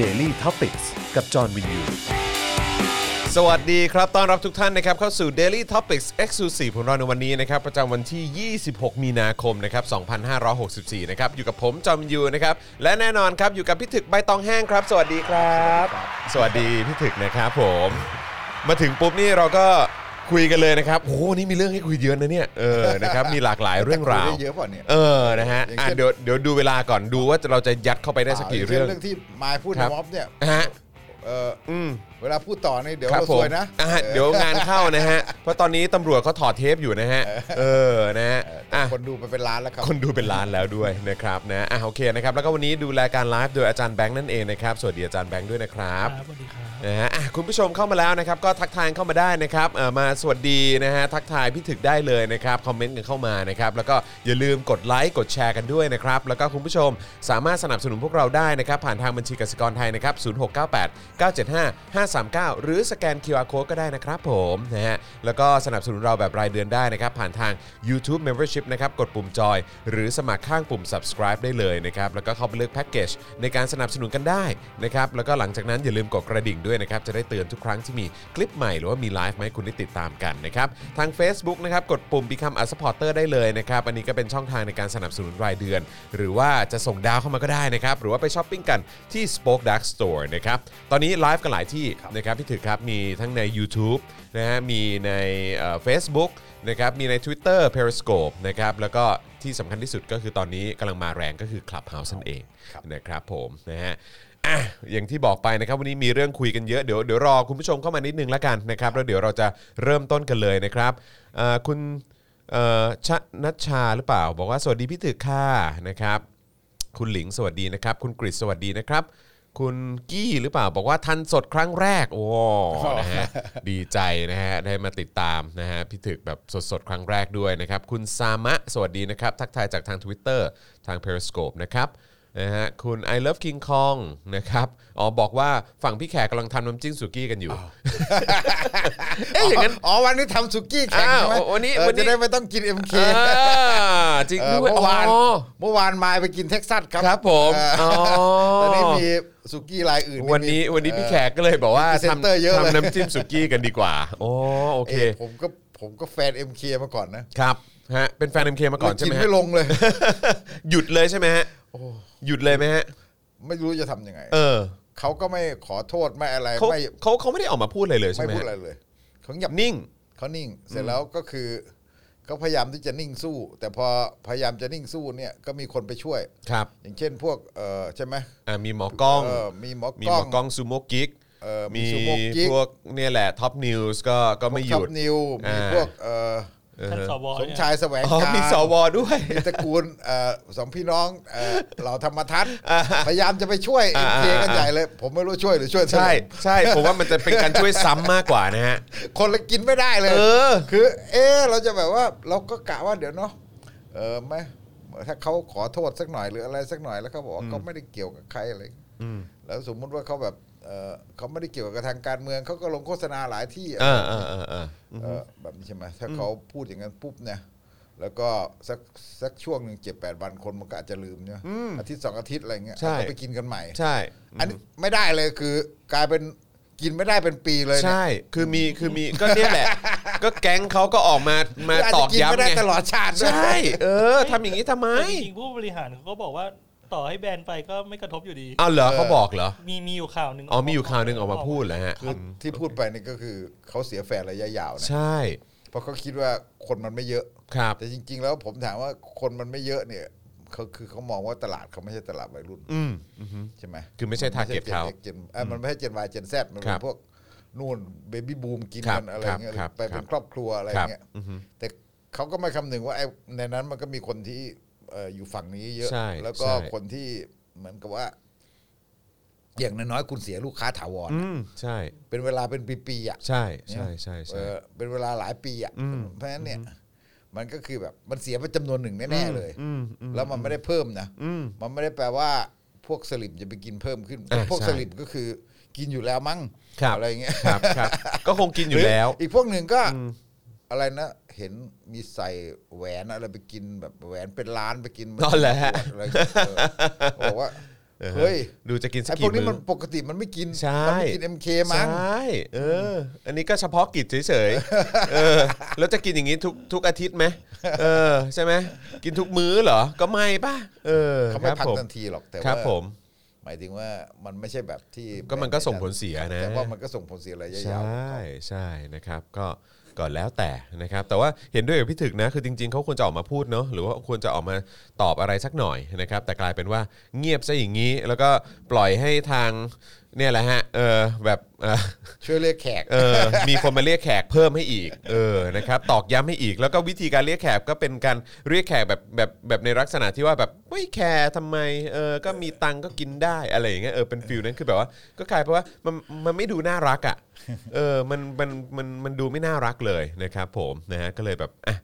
Daily t o p i c กกับจอห์นวินยู สวัสดีครับ ต้อนรับทุกท่านนะครับเข้าสู่ Daily Topics Exclusive ของเราในวันนี้นะครับประจำวันที่ 26 มีนาคมนะครับ 2564 นะครับอยู่กับผมจอมยูนะครับและแน่นอนครับอยู่กับพี่ถึกใบตองแห้งครับ สวัสดีครับ สวัสดีพี่ถึกนะครับผม มาถึงปุ๊บนี่เราก็คุยกันเลยนะครับโอ้โหวันนี่มีเรื่องให้คุยเยอะนะเนี่ยเออนะครับมีหลากหลายเรื่องราว แต่คุยได้เยอะกว่าเนี่ย เออนะฮะ อย่าง อ่ะ เช่น เดี๋ยวเดี๋ยวดูเวลาก่อนดูว่าเราจะยัดเข้าไปได้สักกี่เรื่อง เรื่องที่มายพูด ค ใน รับ ม็อบเนี่ย ฮะ เอออเวลาพูดต่อเนี่ยเดี๋ยว ครับ เรา ผ ซ ม วยนะ อ่ะเดี๋ยวงานเข้านะฮะ เพราะตอนนี้ตำรวจเขาถอดเทปอยู่นะฮะ เออ นะฮะอ่ะ คนดูไปเป็นล้านแล้วครับ คนดูเป็นล้านแล้วด้วยนะครับนะอ่ะโอเคนะครับ แล้วก็วันนี้ดูแลการไลฟ์โดยอาจารย์แบงค์นั่นเองนะครับ สวัสดีอาจารย์แบงค์ด้วยนะครับ สวัสดีครับ นะฮะอ่ะคุณผู้ชมเข้ามาแล้วนะครับ ก็ทักทายเข้ามาได้นะครับเอ่อมาสวัสดีนะฮะ ทักทายพี่ถึกได้เลยนะครับ คอมเมนต์กันเข้ามานะครับ แล้วก็อย่าลืมกดไลค์ กดแชร์กันด้วยนะครับ แล้วก็คุณผู้ชมสามารถสนับสนุนพวกเราได้นะครับ ผ่านทางบัญชีกสิกรไทยนะครับ 0698 975 539 หรือสแกน QR Code ก็ได้นะครับผมนะฮะ แล้วก็สนับสนุนเราแบบรายเดือนได้นะครับ ผ่านทาง YouTube Membership นะครับ กดปุ่มจอย หรือสมัครข้างปุ่ม subscribe ได้เลยนะครับ แล้วก็เข้าไปเลือกแพ็กเกจในการสนับสนุนกันได้นะครับ แล้วก็หลังจากนั้นอย่าลืมกดกระดิ่งด้วยนะครับ จะได้เตือนทุกครั้งที่มีคลิปใหม่หรือว่ามีไลฟ์ไหมาให้คุณได้ติดตามกันนะครับ ทาง Facebook นะครับ กดปุ่ม Become a supporter ได้เลยนะครับ อันนี้ก็เป็นช่องทางในการสนับสนุนรายเดือน หรือว่าจะส่งดาวเข้ามาก็ได้นะครับ หรือว่าไปช้อปปิ้งกันที่ Spoke Dark Store นะครับ ตอนนี้ไลฟ์กันหลายที่นะครับพี่ถือครับมีทั้งใน YouTube นะฮะมีในเอ่อ Facebook นะครับมีใน Twitter Periscope นะครับแล้วก็ที่สำคัญที่สุดก็คือตอนนี้กำลังมาแรงก็คือ Clubhouse นั่นเองนะครับผมนะฮะอ่ะอย่างที่บอกไปนะครับวันนี้มีเรื่องคุยกันเยอะเดี๋ยวเดี๋ยวรอคุณผู้ชมเข้ามานิดนึงละกันนะครับแล้วเดี๋ยวเราจะเริ่มต้นกันเลยนะครับเอ่อคุณเอ่อชะนัชชาหรือเปล่า บอกว่าสวัสดีพี่ถึกค่ะนะครับ คุณหลิงสวัสดีนะครับ คุณกริชสวัสดีนะครับ คุณกี้หรือเปล่าบอกว่าทันสดครั้งแรก โอ้นะฮะ ดีใจนะฮะได้มาติดตามนะฮะพี่ถึกแบบสดๆ ครั้งแรกด้วยนะครับ คุณซามะสวัสดีนะครับ ทักทายจากทาง Twitter ทาง Periscope นะครับนะฮะคุณ I love King Kong นะครับอ๋อบอกว่าฝั่งพี่แขกกำลังทำน้ำจิ้มสุกี้กันอยู่ เอ๊ะอย่างนั้น อ๋อวันนี้ทำสุกี้แข่งใช่ไหม อ้าววันนี้ เออ วันนี้ จะได้ไม่ต้องกิน MK อ่าจริง เออ ด้วย เมื่อวาน อ๋อ เมื่อวานมายไปกินเท็กซัสครับ ครับผม เออ อ ตอนนี้มีสุกี้รายอื่น วันนี้ มี วันนี้พี่แขกก็เลยบอกว่า มีพรีเซนเตอร์ ทำ เยอะเลย ทำน้ำจิ้มสุกี้กันดีกว่า โอ้โอเค เอ๊ะผมก็ผมก็แฟน MK มาก่อนนะครับ ฮะเป็นแฟนเอ็มเคมาก่อนใช่ กิน ไหมฮะ ไม่ลงเลย หยุดเลยใช่ไหมฮะหยุดเลยไหมฮะ ไม่รู้จะทำยังไง เออ เขาก็ไม่ขอโทษไม่อะไร เขา ไม่ เขาเขาไม่ได้ออกมาพูดอะไรเลยใช่ไหไม่ม พูด ฮะ อะไรเลยเขาเงียบ นิ่ง เขานิ่งเสร็จแล้วก็คือเขาพยายามที่จะนิ่งสู้ แต่พอพยายามจะนิ่งสู้เนี่ยก็มีคนไปช่วย ครับ อย่างเช่นพวกเออใช่ไหม อ่ามีหมอกล้อง เมีหมอ มี ก ห ล้ ม อ อง กล้องซูโม่กิ๊ก เออมี มี Sumo Geek พวกเนี่ยแหละท็อปนิวส์ก็ก็ไม่หยุดพวก Top New มี อ่า พวกเออ ท่านสว สม เนี่ย ชายแสวง อ๋อ การ มีสวด้วย มีตระกูลเออสองพี่น้องเออเหล่าธรรมทัศน์ อ่า พยายามจะไปช่วย อ่า เคกันใหญ่เลย ผมไม่รู้ช่วยหรือช่วยเท่า ใช่ ไหร่ ใช่ผมว่ามันจะเป็นการช่วยซ้ำมากกว่านะฮะ คนละกินไม่ได้เลย เออ คือ เอ๊ะเราจะแบบว่าเราก็กะว่าเดี๋ยวเนาะเออไหมถ้าเขาขอโทษสักหน่อยหรืออะไรสักหน่อยแล้วเขาบอกว่าก็ไม่ได้เกี่ยวกับใครอะไรแล้วสมมุติว่าเขาแบบเออเขาไม่ได้เกี่ยวกับทางการเมืองเขาก็ลงโฆษณาหลายที่อะ เออเออเออเออ เออแบบนี้ใช่ไหมถ้าเขาพูดอย่างนั้นปุ๊บเนี่ยแล้วก็สักสักช่วงหนึ่งเจ็ดแปดวันคนมันก็อาจจะลืมเนี่ยอาทิตย์สองอาทิตย์อะไรเงี้ย ใช่ ก็ไปกินกันใหม่ ใช่ อันนี้ไม่ได้เลยคือกลายเป็นกินไม่ได้เป็นปีเลยเนี่ย ใช่ คือมี คือมี ก็เนี่ยแหละ ก็แก๊งเขาก็ออกมา มา อาจ ตอ จะ ก กินไม่ ย้ำ ได้ ไง ตลอดชาติด้วยใช่ เออ ทำอย่างนี้ทำไม แต่จริงๆผู้บริหารเขาก็บอกว่าต่อให้แบนไปก็ไม่กระทบอยู่ดี เอาเหรอเขาบอกเหรอ มีมีอยู่ข่าวหนึ่ง อ๋อ มีอยู่ข่าวหนึ่งออกมาพูดแล้วฮะ คือที่พูดไปนี่ก็คือเขาเสียแฟนระยะยาวนะ ใช่ เพราะเขาคิดว่าคนมันไม่เยอะ ครับ แต่จริง ๆ แล้วผมถามว่าคนมันไม่เยอะเนี่ยเขาคือเขามองว่าตลาดเขาไม่ใช่ตลาดวัยรุ่น อืมอือฮึ ใช่ไหม คือไม่ใช่ target มันไม่ใช่ Gen X Gen เอ้ยมันไม่ใช่เจนวายเจนแซมันเป็ ครั น บ พวกนู่นเบบี้บูมกิน ครับ กันอะไรเงี้ย ครับ ไปคเป็รั น บ ครอบครัวอะไร ครับ เงี้ย อือฮึ แต่เขาก็ไม่คำนึงว่าไอ้ในนั้นมันก็มีคนที่เอ่ออยู่ฝั่งนี้เยอะ ใช่ แล้วก็ ใช่ คนที่เหมือนกับว่า อย่างน้อยๆคุณเสียลูกค้าถาวร อืม ใช่ เป็นเวลาเป็นปีๆอ่ะ ใช่ ใช่ ใช่ใช่ เอ่อเป็นเวลาหลายปีอ่ะ อืม เพราะฉะนั้นเนี่ย มันก็คือแบบมันเสียไปจำนวนหนึ่งแน่ๆเลย อืมอืม แล้วมันไม่ได้เพิ่มนะ อืม มันไม่ได้แปลว่าพวกสลิมจะไปกินเพิ่มขึ้น อ่า พวก ใช่ สลิมก็คือกินอยู่แล้วมั้ง ครับ อะไรเงี้ย ครับครับ ก็คงกินอยู่แล้ว หรือีกพวกหนึ่งก็อะไรนะเห็นมีใส่แหวนอะไรไปกินแบบแหวนเป็นล้านไปกิน อ๋อเหรอฮะ อะไรเงี้ยเออบอกว่า ออ เฮ้ย ดูจะกินสัก ไอ้พ กี่ วกนี้ มื้อ มันปกติมันไม่กิน ใช่ มันไม่กินเอ็มเคมั้ง ใช่เออ อันนี้ก็เฉพาะกิจเฉยๆ เออ แล้วจะกินอย่างนี้ทุกทุกอาทิตย์ไหมเออ ใช่ไหมกินทุกมื้อเหรอ ก็ไม่ป่ะ เออ เขาคไม่รับ พัก ผม ทันทีหรอกแต่ ครั ว่า บผม หมายถึงว่ามันไม่ใช่แบบที่ ก็มันก็ส่งผลเสียนะ แต่ว่ามันก็ส่งผลเสียระยะ ใช ยาว่ ใช่นะครับก็ก็แล้วแต่นะครับ แต่ว่าเห็นด้วยกับพี่ถึกนะคือจริง ๆเขาควรจะออกมาพูดเนาะหรือว่าควรจะออกมาตอบอะไรสักหน่อยนะครับ แต่กลายเป็นว่าเงียบซะอย่างนี้ แล้วก็ปล่อยให้ทางเนี่ยแหละฮะเออแบบเอ่อ ช่วยเรียกแขก เออมีคนมาเรียกแขกเพิ่มให้อีกเออนะครับตอกย้ำให้อีก แล้วก็วิธีการเรียกแขกก็เป็นการเรียกแขกแบบแบบแบบในลักษณะที่ว่าแบบไม่แคร์ทำไมเออก็มีตังค์ก็กินได้อะไรอย่างเงี้ยเออเป็นฟิลนั้นคือแบบว่า ก็กลายเป็นว่ามันมันไม่ดูน่ารักอ่ะ เออ มัน มัน มัน มันดูไม่น่ารักเลยนะครับผมนะฮะ ก็เลยแบบอ่ะ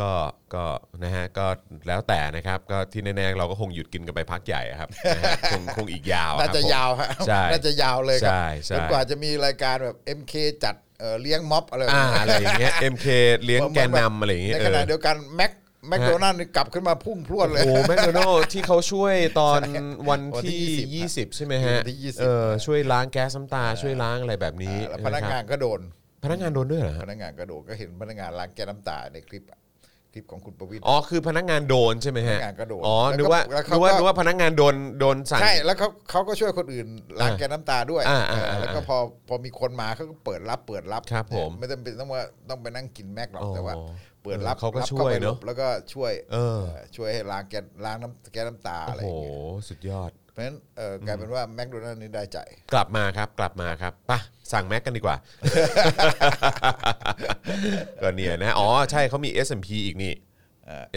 ก็ ก็นะฮะ ก็แล้วแต่นะครับ ก็ที่แน่ๆเราก็คงหยุดกินกันไปพักใหญ่อะครับนะฮะคงคงอีกยาวอ น่า ครับ จะ ผม ยาวฮะ ใช่ น่าจะยาวเลยครั ใช่ใช่ จนกว่าจะมีรายการแบบ MK จัดเอ่อเลี้ยงม็อบอะไรแบบ อ่า นี้ อะไรอย่างเงี้ย MK เลี้ยงแกนนำอะไรอย่างเงี้ย ใน เอ ขณะ อ เดียวกันแม็กแม็กโดนัลกลับขึ้นมาพุ่งพรวดเลย โอ้แมคโดนัลที่เขาช่วยตอนวัน วันที่ ที่ 20 20 ใช่ไหมฮะ วันที่20 เออช่วยล้างแก๊สน้ำตา ช่วยล้างอะไรแบบนี้ แล้วพนักงาน นะครั ก็โดน บพนักงานโดนด้วยเหรอ พ ฮะ นักงานก็โดนก็เห็นพนักงานล้างแก้น้ำตาในคลิปอะคลิปของคุณประวิตร อ๋อ คือพนักงานโดนใช่ไหมฮะ พนักงานก็โดน อ๋อนึแล้วก็กว่า แล้วเขา นึกว่า ก็ นึกว่าพนักงานโดน โดนสั่ง ใช่แล้วเขาเขาก็ช่วยคนอื่นล้างแก้น้ำตาด้วย อ่าอ่า เออแล้วก็ อ่า พอพอมีคนมาเขาก็เปิดรับเปิดรับ ครับผม ไม่จำเป็นต้องว่าต้องไปนั่งกินแม็กหรอก อ๋อ แต่ว่า เปิดรับ เออเขาก็ รับ ช่วย ไปหลบ เนอะ แล้วก็ช่วย เออ เอ่อช่วยให้ล้างแก้ล้างน้ำแก้น้ำตาอะ โอ้ ไรอ โห ย่างเงี้ย สุดยอด เพราะฉะนั้นเอ่อกลายเป็นว่าแม็กโดนัลนี่ได้ใจ กลับมาครับกลับมาครับไปะสั่งแม็กกันดีก ว่า ก็เนี่ยนะ อ๋อ ใช่เขามี S&P อีกนี่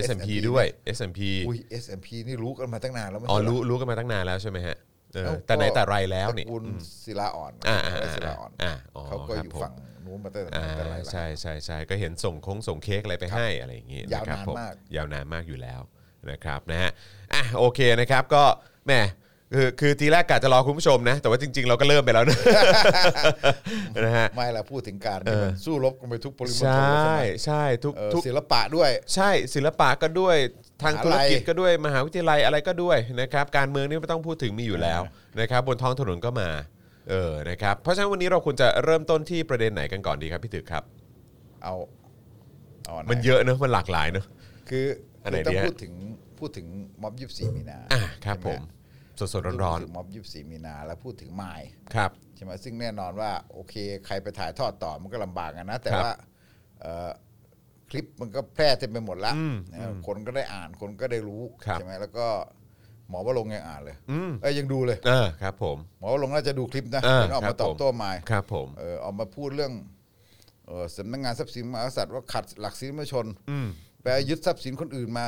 S&P ด้วย S&P อุ้ย SMP นี่รู้กันมาตั้งนานแล้วไม่ อ๋อ ใช่เหร รู้รู้กันมาตั้งนานแล้วใช่ไหมฮะเออ เอ้า แต่ไหน ก็ แต่ไรแล้วนี่ ตระกูลศิลาอ่อน อ่าอ่า ตระกูลศิลาอ่อน อ่าอ๋อ เขาก็ ครับ อยู่ ผม ฝั่งนู้นมาตั้งแต่ อ่า แต่ไรแล้ว ใช่ใช่ใช่ก็เห็นส่งคงส่งเค้กอะไรไปให้อะไรอย่างงี้ ยาว ะครับ นาน ผม าก ยาวนานมากอยู่แล้วนะครับนะฮะอ่ะโอเคนะครับก็แหมคือคือทีแรกกะจะรอคุณผู้ชมนะ แต่ว่าจริง ๆ เราก็เริ่มไปแล้วนะ นะฮะ ไม่ละพูดถึงการ เออ สู้รบกันไปทุกปริมณฑล ใช เลยใช่ ่ ไหม ใช่ทุก เออ ทุก ศิลปะด้วย ใช่ศิลปะก็ด้วยทาง มหาลัย ธุรกิจก็ด้วยมหาวิทยาลัยอะไรก็ด้วยนะครับการเมืองนี่ไม่ต้องพูดถึงมีอยู่แล้วนะครับบนท้องถนนก็มาเออนะครับเพราะฉะนั้นวันนี้เราควรจะเริ่มต้นที่ประเด็นไหนกันก่อนดีครับพี่ตึกครับ เอาเอาไห มันเยอะเนอะมันหลากหลายเนอะ คือ อันไห คื น อต้อง ดีฮะ พูดถึงพูดถึงม็อบยี่สี่มีนา อ่ะครับผ ใช่ ม ไห สดๆร้อน พูดถึงม็อบยี่สี่มีนา แล้วพูดถึงไม้ ๆครับ ใช่ไหมซึ่งแน่นอนว่า โอเค ใครไปถ่ายทอดต่อมันก็ลำบากอะนะ แต่ ครับ ว่าเอ่อคลิปมันก็แพร่เต็มไปหมดละนะคนก็ได้อ่านคนก็ได้รู้ ครับ ใช่ไหมแล้วก็หมอวรงค์ยังอ่านเลย อืม เอ้ยยังดูเลย เออครับผม หมอวรงค์น่าจะดูคลิปนะ อ่า เห็นออก ครั มา บ ตอ ผ บ ม โต้ไม้ ครับผม เออออกมาพูดเรื่องเออสำนักงานทรัพย์สินมหากษัตริย์ว่าขัดหลักสิทธิมนุษยชน อืม ไปยึดทรัพย์สินคนอื่นมา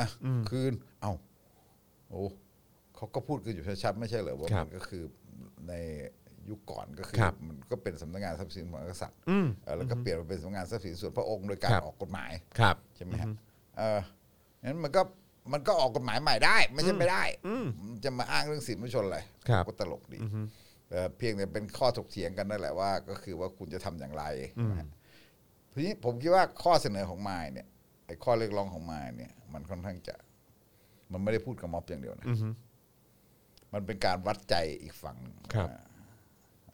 คืน เอ้าโอ้เขาก็พูดกันอยู่ชัดๆไม่ใช่เหรอว่า ครับ มันก็คือในยุคก่อนก็คือ ครับ มันก็เป็นสำนักงานทรัพย์สินมหากษัตริย์ อืม เออแล้วก็เปลี่ยนมาเป็นสำนักงานทรัพย์สินส่วนพระองค์โดยการ ครับ ออกกฎหมาย ครับ ใช่ไหมฮะเออนั้นมันก็มันก็ออกกฎหมายใหม่ได้ ไม่ใช่ไม่ได้มันจะมาอ้างเรื่องสิทธิมนุษยชนอะไร ครับ ก็ตลกดี เอ่อเพียงแต่เป็นข้อถกเถียงกันนั่นแหละว่า ก็คือว่าคุณจะทำอย่างไรนะฮะทีนี้ผมคิดว่าข้อเสนอของมายเนี่ยไอ้ข้อเรียกร้องของมายเนี่ย มันค่อนข้างจะ มันไม่ได้พูดกับม็อบอย่างเดียวนะมันเป็นการวัดใจอีกฝั่งหนึ่ง ครับ ว่า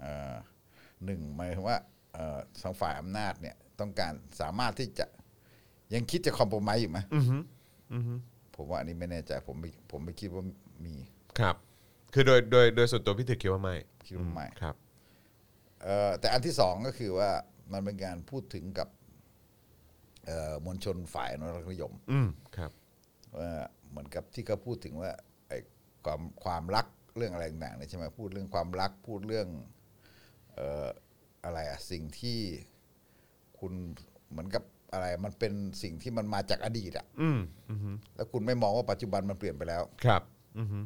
เอ่อหนึ่งหมายถึงว่าเอ่อสองฝ่ายอำนาจเนี่ย ต้องการสามารถที่จะ ยังคิดจะคอมโพมไมอยู่ไหมผมว่าอันนี้ไม่แน่ใจ ผมไม่ผมไม่คิดว่ามี ครับ คือโดยโดยโดยส่วนตัวพี่ถึกคิดว่าไม่ คิดว่าไม่ ครับ เอ่อแต่อันที่สองก็คือว่ามันเป็นการพูดถึงกับเอ่อมวลชนฝ่ายอนุรักษนิยม อืมครับ ว่าเหมือนกับที่เขาพูดถึงว่าไอ้ความความรักเรื่องอะไรต่างๆเนี่ยใช่ไหมพูดเรื่องความรักพูดเรื่องเอ่ออะไรอะสิ่งที่คุณเหมือนกับอะไร มันเป็นสิ่งที่มันมาจากอดีตอะ อืมอือฮึ แล้วคุณไม่มองว่าปัจจุบันมันเปลี่ยนไปแล้ว ครับอือฮึ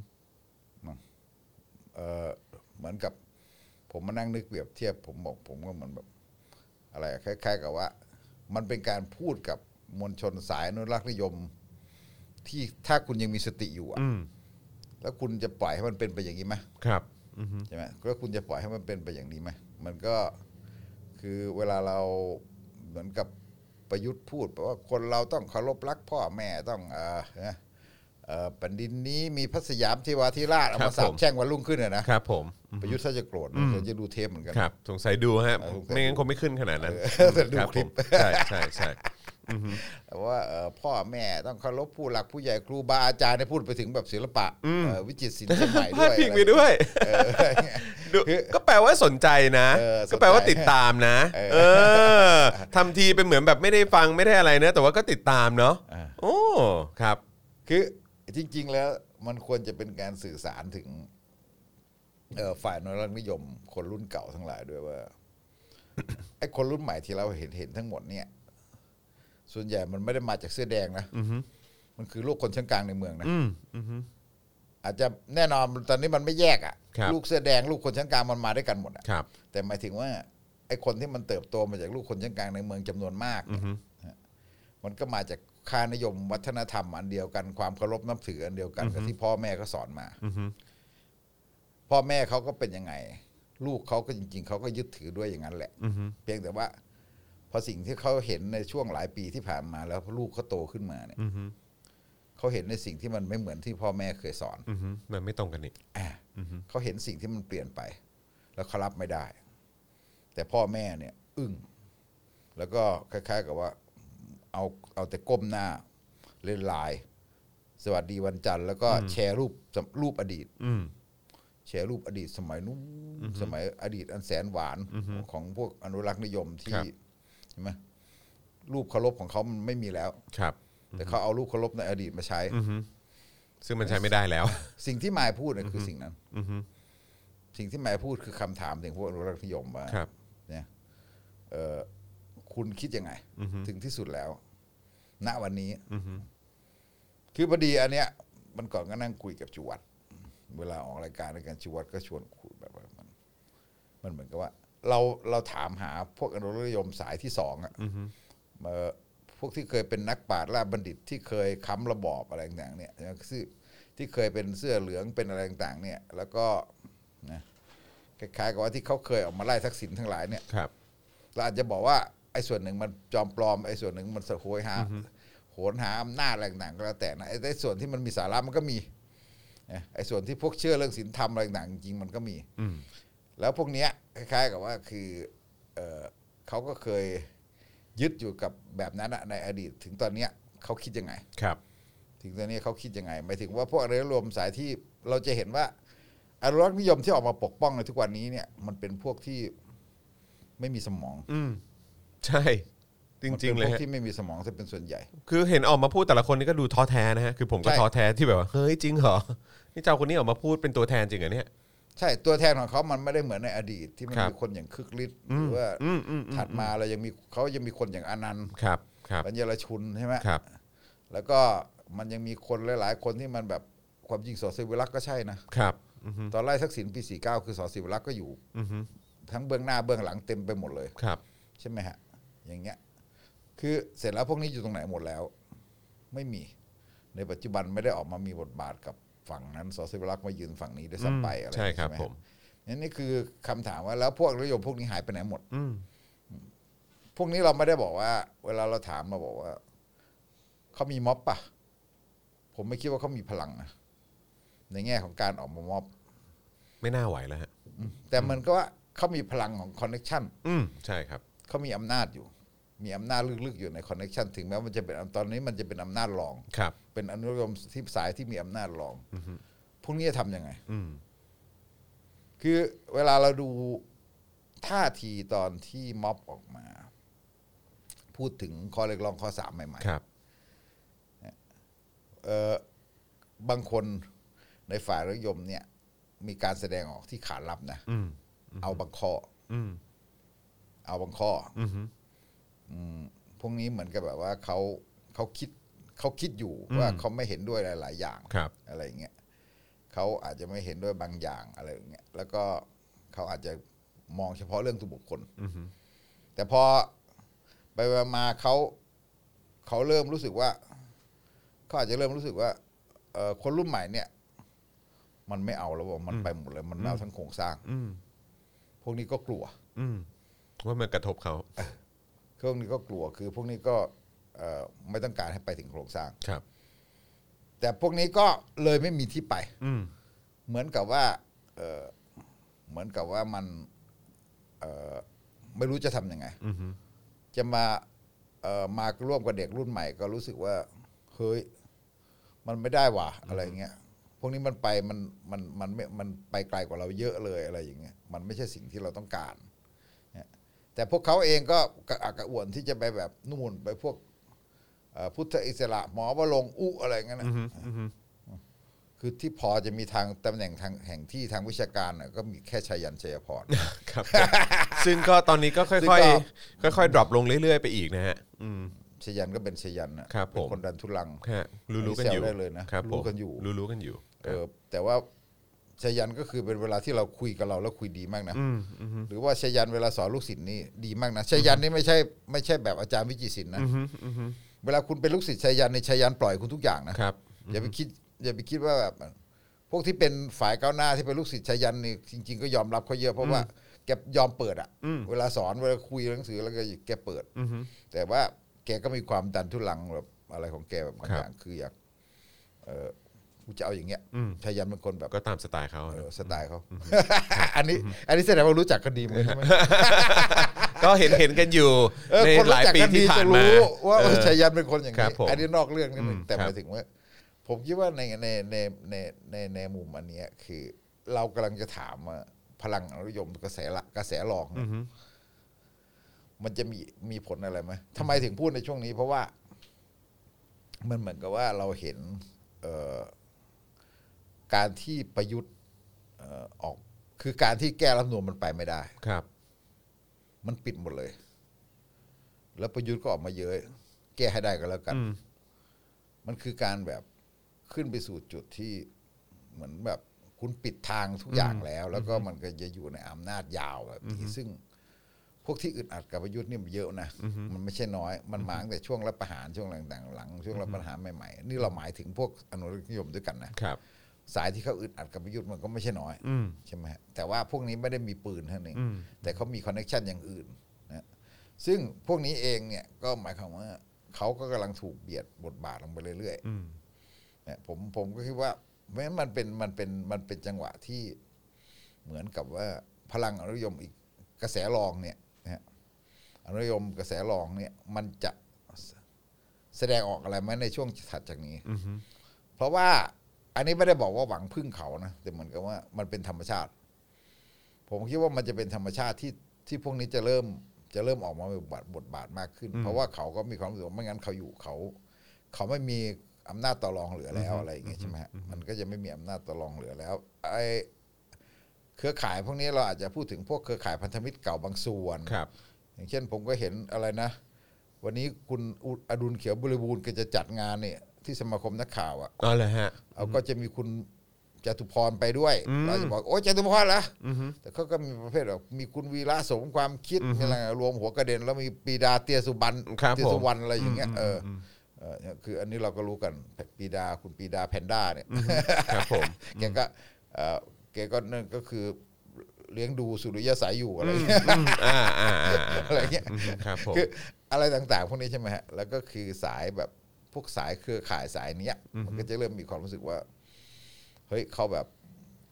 เอ่อเหมือนกับผมมานั่งนึกเปรียบเทียบผมบอกผมก็เหมือนแบบ อะไรอะคล้าย ๆ กับว่า มันเป็นการพูดกับมวลชนสายอนุรักษ์นิยม ที่ถ้าคุณยังมีสติอยู่อะ อืม แล้วคุณจะปล่อยให้มันเป็นไปอย่างนี้ไหม ครับอือฮึ ใช่ไหมแล้วคุณจะปล่อยให้มันเป็นไปอย่างนี้ไหมมันก็คือเวลาเราเหมือนกับประยุทธ์พูดแปลว่าคนเราต้องเคารพรักพ่อแม่ต้องเอ่อนะ เอ่อแผ่นดินนี้มีพระสยามเทวาธิราชเอา ครั มา บ สา ผ บ ม แช่งวันรุ่งขึ้นอะนะครับ ผม ประยุทธ์ถ้าจะโกรธนะเดี๋ยวจะดูเทปเหมือนกัน ครับสงสัยดูฮะ เออสงสัย ไม่งั้นคงไม่ขึ้นขนาดนั้น เออแต่ดู รับ คลิผปมใช่ใช่ใช่ แต่ว่าเอ่อพ่อแม่ต้องเคารพผู้หลักผู้ใหญ่ครูบาอาจารย์ได้พูดไปถึงแบบศิลปะเอ่อวิจิตรศิลป์สมัย พ ด้ ลา วย ดพิง อะไร ไปด้วย เออ ดู คือ ก็แปลว่าสนใจนะ เออสนใจ ก็แปลว่าติดตามนะ เออ เออทำทีเป็นเหมือนแบบไม่ได้ฟังไม่ได้อะไรนะแต่ว่าก็ติดตามเนาะโอ้ครับ คือจริง ๆ แล้วมันควรจะเป็นการสื่อสารถึงเอ่อฝ่ายอนุรักษ์นิยม คนรุ่นเก่าทั้งหลายด้วยว่า ไอ้คนรุ่นใหม่ที่เราเห็นเห็นทั้งหมดเนี่ย ส่วนใหญ่มันไม่ได้มาจากเสื้อแดงนะมันคือลูกคนชั้นกลางในเมืองนะอาจจะแน่นอนตอนนี้มันไม่แยกอะ ครับ ลูกเสื้อแดงลูกคนชั้นกลางมันมาด้วยกันหมดอะ ครับ แต่หมายถึงว่าไอ้คนที่มันเติบโตมาจากลูกคนชั้นกลางในเมืองจำนวนมากเนี่ยฮะมันก็มาจากค่านิยมวัฒนธรรมอันเดียวกันความเคารพนับถืออันเดียวกันกับที่พ่อแม่ก็สอนมาพ่อแม่เขาก็เป็นยังไง ลูกเขาก็จริง ๆเขาก็ยึดถือด้วยอย่างนั้นแหละเพียงแต่ว่า พอสิ่งที่เขาเห็นในช่วงหลายปีที่ผ่านมาแล้วลูกเขาโตขึ้นมาเนี่ยเขาเห็นในสิ่งที่มันไม่เหมือนที่พ่อแม่เคยสอน อือฮึมันไม่ตรงกันนี่ อ่ะเขาเห็นสิ่งที่มันเปลี่ยนไป แล้วเขารับไม่ได้ แต่พ่อแม่เนี่ย อึ้งแล้วก็คล้าย ๆ กับว่า เอาเอาแต่ก้มหน้า เล่นไลน์สวัสดีวันจันทร์แล้วก็แชร์รูปสำรูปอดีต อืม แชร์รูปอดีตสมัยนู้นสมัยอดีตอันแสนหวานของพวกอนุรักษ์นิยม ค ที่ รับ เห็นไหมรูปเคารพของเขามันไม่มีแล้ว ครับ แต่เขาเอารูปเคารพในอดีตมาใช้ ซึ่งมันใช้ไม่ได้แล้ว สิ่งที่หมายพูดน่ะคือสิ่งนั้นสิ่งที่หมายพูดคือคำถามถึงพวกอนุรักษ์นิยมว่า ครับ เนี่ยเอ่อคุณคิดยังไง ถึงที่สุดแล้ว ณวันนี้คือพอดีอันเนี้ย มันก่อนก็นั่งคุยกับชูวัตรเวลาออกรายการในการชูวัตรก็ชวนคุยแบบว่ามัน มันเหมือนกับว่า เราเราถามหาพวกอนุรักษ์นิยมสายที่สองอะเอ่อพวกที่เคยเป็นนักปราชญ์ล่าบัณฑิตที่เคยค้ำระบอบอะไรต่างๆเนี่ยซึ่งที่เคยเป็นเสื้อเหลืองเป็นอะไรต่างๆ เนี่ย แล้วก็นะคล้ายๆกับว่าที่เขาเคยออกมาไล่ทักษิณทั้งหลายเนี่ย ครับ เราอาจจะบอกว่าไอ้ส่วนหนึ่งมันจอมปลอมไอ้ส่วนหนึ่งมันสะโหยหาโหนหาอำนาจอะไรต่างๆก็แล้วแต่นะไอ้ไอ้ส่วนที่มันมีสาระมันก็มีนะไอ้ส่วนที่พวกเชื่อเรื่องศีลธรรมอะไรต่างๆจริงๆมันก็มีแล้วพวกเนี้ยคล้ายๆกับว่าคือเอ่อเขาก็เคยยึดอยู่กับแบบนั้นอะในอดีต ถึงตอนเนี้ยเขาคิดยังไง ครับ ถึงตอนนี้เขาคิดยังไงหมายถึงว่าพวกอนุรักษ์นิยมสายที่เราจะเห็นว่าอนุรักษ์นิยมที่ออกมาปกป้องในทุกวันนี้เนี่ย มันเป็นพวกที่ไม่มีสมอง อืม ใช่ จริง ๆ เลย มันป็นพวก ฮะ ที่ไม่มีสมองจะเป็นส่วนใหญ่ คือเห็นออกมาพูดแต่ละคนนี่ก็ดูท้อแท้นะฮะ คือผมก็ ใช่ ท้อแท้ที่แบบว่าเฮ้ยจริงเหรอ นี่เจ้าคนนี้ออกมาพูดเป็นตัวแทนจริงเหรอเนี่ย ใช่ตัวแทนของเขามันไม่ได้เหมือนในอดีต ที่มัน ครับ มีคนอย่างคึกฤทธิ์หรือว่า อืมอืม ถัดมาเรายังมีเขายังมีคนอย่างอนันต์ ครับ ครับ ปัญญรชุนใช่ไหม ครับ แล้วก็มันยังมีคนหลาย ๆ คนที่มันแบบความจริงสอสิวิลักษณ์ก็ใช่นะครับ ตอนไล่ทักษิณปี49คือสอสิวิลักษณ์ก็อยู่ทั้งเบื้องหน้าเบื้องหลังเต็มไปหมดเลย ครับ ใช่ไหมฮะ อย่างเงี้ย คือเสร็จแล้วพวกนี้อยู่ตรงไหนหมดแล้ว ไม่มี ในปัจจุบันไม่ได้ออกมามีบทบาทกับฝั่งนั้นสอสิวรักษ์มายืนฝั่งนี้ด้วยซ้ำไปอะไรอย่าง ใช่ เงี้ย ครับ ไห ผม นั่นนี่คือคำถามว่าแล้วพวกนโยมพวกนี้หายไปไหนหมดพวกนี้เราไม่ได้บอกว่า เวลาเราถามมาบอกว่าเขามีม็อบปะผมไม่คิดว่าเขามีพลังนะในแง่ของการออกมาม็อบ ไม่น่าไหวแล้วฮะ แต่มันก็ว่าเขามีพลังของคอนเน c t ชัน อืม ใช่ครับ เขามีอำนาจอยู่ มีอำนาจลึกๆอยู่ในคอนเน t ชันถึงแม้มันจะเป็นตอนนี้มันจะเป็นอำนาจรอง ครับ เป็นอนุรมที่สายที่มีอำนาจรองพวกนี้จะทำยังไง อืม คือเวลาเราดูท่าทีตอนที่ม็อบออกมา พูดถึงข้อเรียกร้องข้อสามใหม่ ครับ ๆเออบางคนในฝ่ายรัฐยมเนี่ย มีการแสดงออกที่ขานรับนะ อืม เอาบางข้ออ ม เอาบางข้ออ อืม อืมพวกนี้เหมือนกับแบบว่าเขาเขาคิดเขาคิดอยู่ว่าเขาไม่เห็นด้วยหลาย ๆ อย่าง ครับ อะไรอย่างเงี้ยเขาอาจจะไม่เห็นด้วยบางอย่างอะไรอย่างเงี้ยแล้วก็เขาอาจจะมองเฉพาะเรื่องตัวบุคคลแต่พอไปมาๆเขาเขาเริ่มรู้สึกว่าเขาอาจจะเริ่มรู้สึกว่าเอ่อคนรุ่นใหม่เนี่ย มันไม่เอาแล้วว่ะมันไปหมดเลย มันไม่เอาทั้งโครงสร้างพวกนี้ก็กลัว อืม ว่ามันกระทบเขา พวกนี้ก็กลัวคือพวกนี้ก็เอ่อไม่ต้องการให้ไปถึงโครงสร้าง ครับ แต่พวกนี้ก็เลยไม่มีที่ไป อืม เหมือนกับว่าเอ่อเหมือนกับว่ามันเอ่อไม่รู้จะทำยังไง อืม จะมาเอ่อมาร่วมกับเด็กรุ่นใหม่ ก็รู้สึกว่าเฮ้ยมันไม่ได้ว่ะอะไรเงี้ยพวกนี้มันไปมันมันมันไม่มันไปไกลกว่าเราเยอะเลยอะไรอย่างเงี้ยมันไม่ใช่สิ่งที่เราต้องการเนี่ยแต่พวกเขาเองก็กระอักกระอ่วนที่จะไปแบบนู่นไปพวกเอ่อพุทธอิสระหมอวาลงค์อุอะไรเงี้ยนะ อืมอืม คือที่พอจะมีทางตำแหน่งทางแห่งที่ทางวิชาการน่ะก็มีแค่ชัยยันชัยพร ครับ ซึ่งก็ตอนนี้ก็ค่ ซึ่งก็ อยๆค่อยๆดรอปลงเรื่อยๆไปอีกนะฮะ อืม ชัยยันก็เป็นชัยยันนะครับ เป็น ผม คนดันทุลัง ฮะรู้ๆกันอยู่ อันนี้แซวได้เลยนะครับ ผม รู้กันอยู่ รู้ๆกันอยู่ เออแต่ว่าชัยยันก็คือเป็นเวลาที่เราคุยกับเราแล้วคุยดีมากนะ อืมอืม หรือว่าชัยยันเวลาสอนลูกศิษย์นี่ดีมากนะชัยยันนี่ไม่ใช่ไม่ใช่แบบอาจารย์วิจิตรศิลป์นะ อืมอืม เวลาคุณเป็นลูกศิษย์ชัยยันในยชัยยันปล่อยคุณทุกอย่างนะครับ อย่าไปคิดอย่าไปคิดว่าแบบพวกที่เป็นฝ่ายก้าวหน้าที่เป็นลูกศิษย์ชัยยันนี่จริง ๆ ก็ยอมรับเขาเยอะเพราะว่าแกยอมเปิดอะ อืม เวลาสอนเวลาคุยหนังสือแล้วก็แกเปิด อืม แต่ว่าแกก็มีความดันทุลังแบบอะไรของแกแบบบาง ครับ อย่างคืออยากเออกูจะเอาอย่างเงี้ย อืม ชายันเป็นคนแบบ ก็ตามสไตล์เขาอะ เอ นะ อสไตล์เขา อันนี้ อันนี้แสดงว่ารู้จักกันดีเหมือนกันใช่ไหม ก็เห็นเห็นกันอยู่ เออ ใน คน ห รู้ ลาย จัก ปี กันดี ที่ผ่า จะ นมา รู้ว่า เออ ชายันเป็นคนอย่าง ครั นี้ บผม อันนี้นอกเรื่องนิดนึง อืม แต่ห ครั มาย บ ถึงว่า ผมคิดว่าในในในในในในมุมอันเนี้ยคือ เรากำลังจะถามว่าพลังอนุยมกระแสหลักกระแสรองเนี่ย อืม มันจะมีมีผลอะไรไหมทำไมถึงพูดในช่วงนี้ เพราะว่า มันเหมือนกับว่าเราเห็น เอ่อการที่ประยุทธ์เอ่อออก คือการที่แก้รัฐธรรมนูญมันไปไม่ได้ ครับ มันปิดหมดเลย แล้วประยุทธ์ก็ออกมาเยอะ แก้ให้ได้ก็แล้วกัน อืม มันคือการแบบขึ้นไปสู่จุดที่เหมือนแบบคุณปิดทางทุกอย่างแล้ว แล้วก็มันก็จะอยู่ในอำนาจยาวแบบนี้ซึ่ง พวกที่อึดอัดกับประยุทธ์นี่มันเยอะนะมันไม่ใช่น้อย มันมาตั้งแต่ช่วงรัฐประหารช่วงต่างๆหลังช่วงรัฐประหารใหม่ๆนี่เราหมายถึงพวกอนุรักษนิยมด้วยกันนะครับ สายที่เขาอึดอัดกับประยุทธ์มันก็ไม่ใช่น้อย อืม ใช่ไหมฮะแต่ว่าพวกนี้ไม่ได้มีปืนเท่านั้นเอง อืม แต่เขามีคอนเน็ชันอย่างอื่นนะซึ่งพวกนี้เองเนี่ยก็หมายความว่าเขาก็กำลังถูกเบียดบทบาทลงไปเรื่อย อืม ๆเนี่ยผมผมก็คิดว่าเพราะฉะนั้นมันเป็นมันเป็นมันเป็นจังหวะที่เหมือนกับว่าพลังอนุนิยมอีกกระแสรองเนี่ยนะฮะอนุนิยมกระแสรองเนี่ยมันจะแสดงออกอะไรไหมในช่วงถัดจากนี้ อืม เพราะว่าอันนี้ไม่ได้บอกว่าหวังพึ่งเขานะแต่เหมือนกับว่ามันเป็นธรรมชาติ ผมคิดว่ามันจะเป็นธรรมชาติที่ที่พวกนี้จะเริ่มจะเริ่มออกมามีบทบาทบทบาทมากขึ้น เพราะว่าเขาก็มีความรู้สึกว่าไม่งั้นเขาอยู่เขา เขาไม่มีอำนาจต่อรองเหลือแล้วอะไรอย่างเงี้ยใช่ไหมฮะมันก็จะไม่มีอำนาจต่อรองเหลือแล้วไอเครือข่ายพวกนี้เราอาจจะพูดถึงพวกเครือข่ายพันธมิตรเก่าบางส่วน ครับ อย่างเช่นผมก็เห็นอะไรนะ วันนี้คุณอุอดุลเขียวบริบูรณ์ก็จะจัดงานเนี่ยที่สมาคมนักข่าวอ่ะ เอาเลยฮะ เอาก็จะมีคุณจตุพรไปด้วย อืม เราจะบอกโอ้ยจตุพรเหรอ อืม แต่เขาก็มีประเภทแบบมีคุณวีระสมความคิด อือฮึ มีอะไรรวมหัวกระเด็น แล้วมีปีดาเตียสุบัน ครับ เตียสุวรรณอะไรอย่างเงี้ย ผม เอออเออเนี่ยคืออันนี้เราก็รู้กันปีดาคุณปีดาแพนด้าเนี่ย ครับผม แกก็เออแกก็นั่นก็คือเลี้ยงดูสุริยะสายอยู่อะไรอย่างเงี้ย อืมอ่าอ่าอ่าา อะไรเงี้ย มครับผม คืออะไรต่างๆ พวกนี้ใช่ไหมฮะ แล้วก็คือสายแบบพวกสายเครือข่ายสายเนี้ย มันก็จะเริ่มมีความรู้สึกว่า เฮ้ยเขาแบบ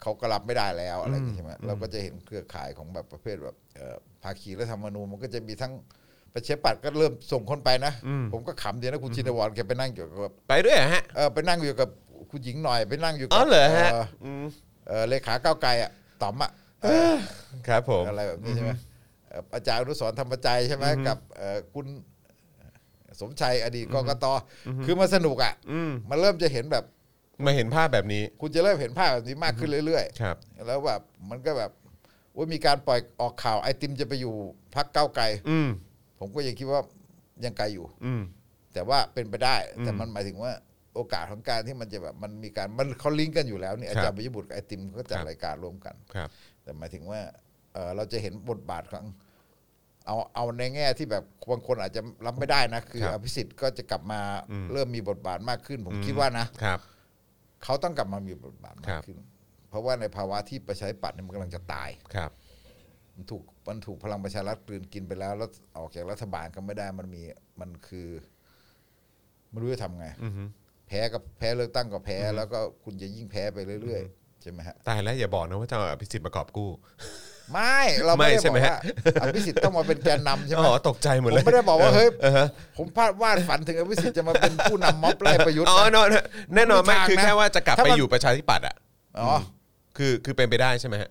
เขาก็รับไม่ได้แล้วอะไรอย่างเงี้ยใช่ไหมเราก็จะเห็นเครือข่ายของแบบประเภทแบบเอ่อภาคีรัฐธรรมนูญมันก็จะมีทั้งประชาธิปัตย์ก็เริ่มส่งคนไปนะ อืม ผมก็ขำดีนะคุณชินวรแกไปนั่งอยู่กับ ไปด้วยเหรอฮะ เออไปนั่งอยู่กับคุณหญิงหน่อยไปนั่งอยู่กั อ๋อเหรอฮะ อืม เออเลขาก้าวไกลอ่ะต๋อมอ่ะ ครับผม อะไรแบบนี้ใช่ไหมเอ่ออาจารย์อนุสรณ์ธรรมจัยใช่ไหมกับเอ่อคุณสมชัยอดีตกกตคือมันสนุกอ่ะ อืม มันเริ่มจะเห็นแบบ มาเห็นภาพแบบนี้ คุณจะเริ่มเห็นภาพแบบนี้มากขึ้นเรื่อย ครับ ๆ แล้วแบบมันก็แบบว่ามีการปล่อยออกข่าวไอติมจะไปอยู่พักเก้าวไกล อืม ผมก็ยังคิดว่ายังไกลอยู่ อืม แต่ว่าเป็นไปได้ แต่มันหมายถึงว่าโอกาสของการที่มันจะแบบมันมีการมันเขาลิงก์กันอยู่แล้วเนี่ยอาจารย์ปิยบุตรกับไอติมเขาก็จัด ครับ รายการร่วมกัน ครับ แต่หมายถึงว่าเอ่อเราจะเห็นบทบาทของเอาเอาในแง่ที่แบบบางคนอาจจะรับไม่ได้นะ คือ ครับ อภิสิทธิ์ก็จะกลับมา อืม เริ่มมีบทบาทมากขึ้น ผม อื คิดว่านะครับ เขาต้องกลับมามีบทบาท ครั มาก บ ขึ้น เพราะว่าในภาวะที่ประชาธิปัตย์เนี่ยมันกำลังจะตาย ครับ มันถูกมันถูกพลังประชารัฐกลืนกินไปแล้ว แล้วออกจากรัฐบาลก็ไม่ได้มันมีมันคือไม่รู้จะทำไง อืม แผ พ้กับแพ้เลือกตั้งก็แพ้ แล้วก็คุณจะยิ่งแพ้ไปเรื่อยๆใช่ไหมฮะ ตายแล้วอย่าบอกนะว่าจะเอาอภิสิทธิ์มากอบกู้ ไม่เราไม่ ไม่ ได้ ใช่ บอ ไหม ก ฮะ ว่าอภิสิทธิ์ต้องมาเป็นแกนนำใช่ไหม อ๋อตกใจหมด ผ เล ม ย ไม่ได้บอกว่าเฮ้ย ฮะ ผมพลาดวาดฝันถึงอภิสิทธิ์จะมาเป็นผู้นำม็อบไล่ประยุทธ์ อ๋อแน่นะนอนแน่นอนไม่ ไม่มีทาง คือแค่ นะ ว่าจะกลับ ถ้า ไป มัน อยู่ประชาธิปัตย์อ่ะ อ๋อ คือคือเป็นไปได้ใช่ไหมฮะ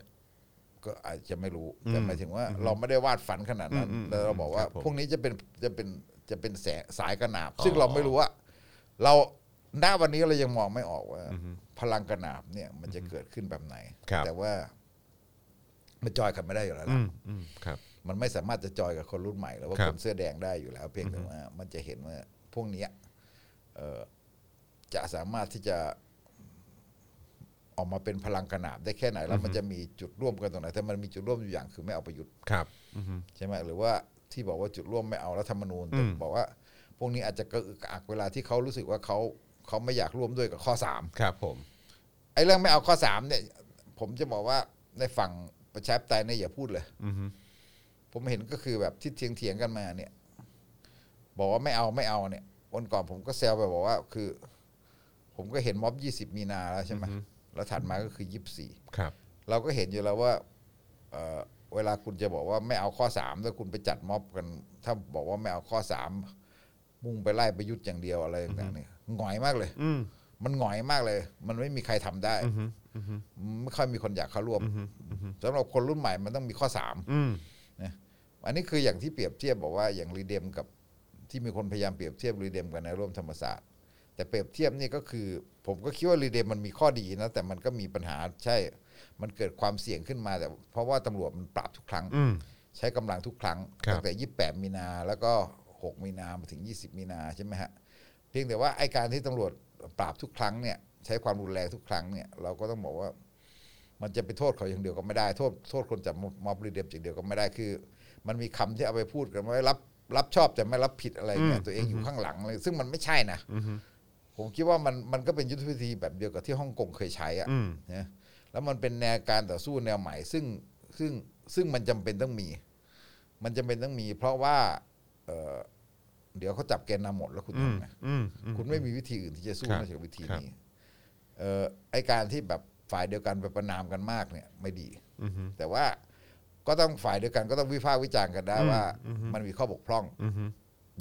ก็อาจจะไม่รู้แต่หมายถึงว่าเราไม่ได้วาดฝันขนาดนั้น อืมอืม แล้วเราบอกว่า ครับผม พวกนี้จะเป็นจะเป็นจะเป็นแสสายกระหนาบ อ๋อ ซึ่งเราไม่รู้ว่า เราณวันนี้เรายังมองไม่ออกว่า พลังกระหนาบเนี่ย มันจะเกิดขึ้นแบบไหน ครับ แต่ว่า มันจอยกันไม่ได้อยู่แล้ว อื ล่ะ มอืมครับ มันไม่สามารถจะจอยกับคนรุ่นใหม่หรือว่า ครับ คนเสื้อแดงได้อยู่แล้ว เพียงแต่ว่า มันจะเห็นว่า พวกเนี้ยเอ่อจะสามารถที่จะ ออกมาเป็นพลังกระหนาบได้แค่ไหนแล้วมันจะมีจุดร่วมกันตรงไหนแต่มันมีจุดร่วมอยู่อย่างคือไม่เอาประยุทธ์ ครับอืม ใช่ไหมหรือว่าที่บอกว่าจุดร่วมไม่เอารัฐธรรมนูญแต่ อืม บอกว่า พวกนี้อาจจะกระอึกกระอักเวลาที่เขารู้สึกว่าเขาเขาไม่อยากร่วมด้วยกับข้อสาม ครับผม ไอ้เรื่องไม่เอาข้อสามเนี่ย ผมจะบอกว่าในฝั่งประชาธิปไตยเนี่ยอย่าพูดเลย อืม ผมเห็นก็คือแบบที่เถียงเถียงๆกันมาเนี่ย บอกว่าไม่เอาไม่เอาเนี่ยวันก่อนผมก็แซวไปบอกว่า คือ ผมก็เห็นม็อบยี่สิบมีนาแล้วใช่ไหมแล้วถัดมาก็คือยี่สิบสี่ ครับ เราก็เห็นอยู่แล้วว่าเอ่อเวลาคุณจะบอกว่าไม่เอาข้อสามถ้าคุณไปจัดม็อบกัน ถ้าบอกว่าไม่เอาข้อสามมุ่งไปไล่ประยุทธ์อย่างเดียวอะไรต่างๆเนี่ยหงอยมากเลย อืม มันหงอยมากเลย มันไม่มีใครทำได้ไม่ค่อยมีคนอยากเข้าร่วมสำหรับคนรุ่นใหม่มันต้องมีข้อสาม อืม นะอันนี้คืออย่างที่เปรียบเทียบบอกว่าอย่างรีเดมกับที่มีคนพยายามเปรียบเทียบรีเดมกับแนวร่วมธรรมศาสตร์ แต่เปรียบเทียบนี่ก็คือ ผมก็คิดว่ารีเดมมันมีข้อดีนะแต่มันก็มีปัญหาใช่ มันเกิดความเสี่ยงขึ้นมาแต่ เพราะว่าตำรวจมันปราบทุกครั้ง อืม ใช้กำลังทุกครั้ง ครับ ตั้งแต่ 28 มีนา แล้วก็ 6 มีนามาถึง 20 มีนาใช่ไหมฮะ เพียงแต่ว่าไอการที่ตำรวจปราบทุกครั้งเนี่ย ใช้ความรุนแรงทุกครั้งเนี่ย เราก็ต้องบอกว่า มันจะไปโทษเขาอย่างเดียวก็ไม่ได้ โทษโทษคนจับม็อบรีเดมอย่างเดียวก็ไม่ได้คือ มันมีคำที่เอาไปพูดกันว่ารับรับชอบแต่ไม่รับผิดอะไรเนี่ยตัวเองอยู่ข้างหลังเลย ซึ่งมันไม่ใช่นะผมคิดว่ามันมันก็เป็นยุทธวิธีแบบเดียวกับที่ฮ่องกงเคยใช้อะ อืม นะแล้วมันเป็นแนวการต่อสู้แนวใหม่ ซึ่งซึ่งซึ่งมันจำเป็นต้องมี มันจำเป็นต้องมี เพราะว่าเอ่อเดี๋ยวเขาจับแกนนำหมดแล้วคุณ อืม ทำไง อืมอืม คุณไม่มีวิธีอื่นที่จะสู้ ครับ นอกจากวิธี ครับ นี้ เอ่อไอการที่แบบฝ่ายเดียวกันไปประนามกันมากเนี่ย ไม่ดี อืม แต่ว่าก็ต้องฝ่ายเดียวกันก็ต้องวิพากษ์วิจารณ์กันได้ว่า มันมีข้อบกพร่อง อืม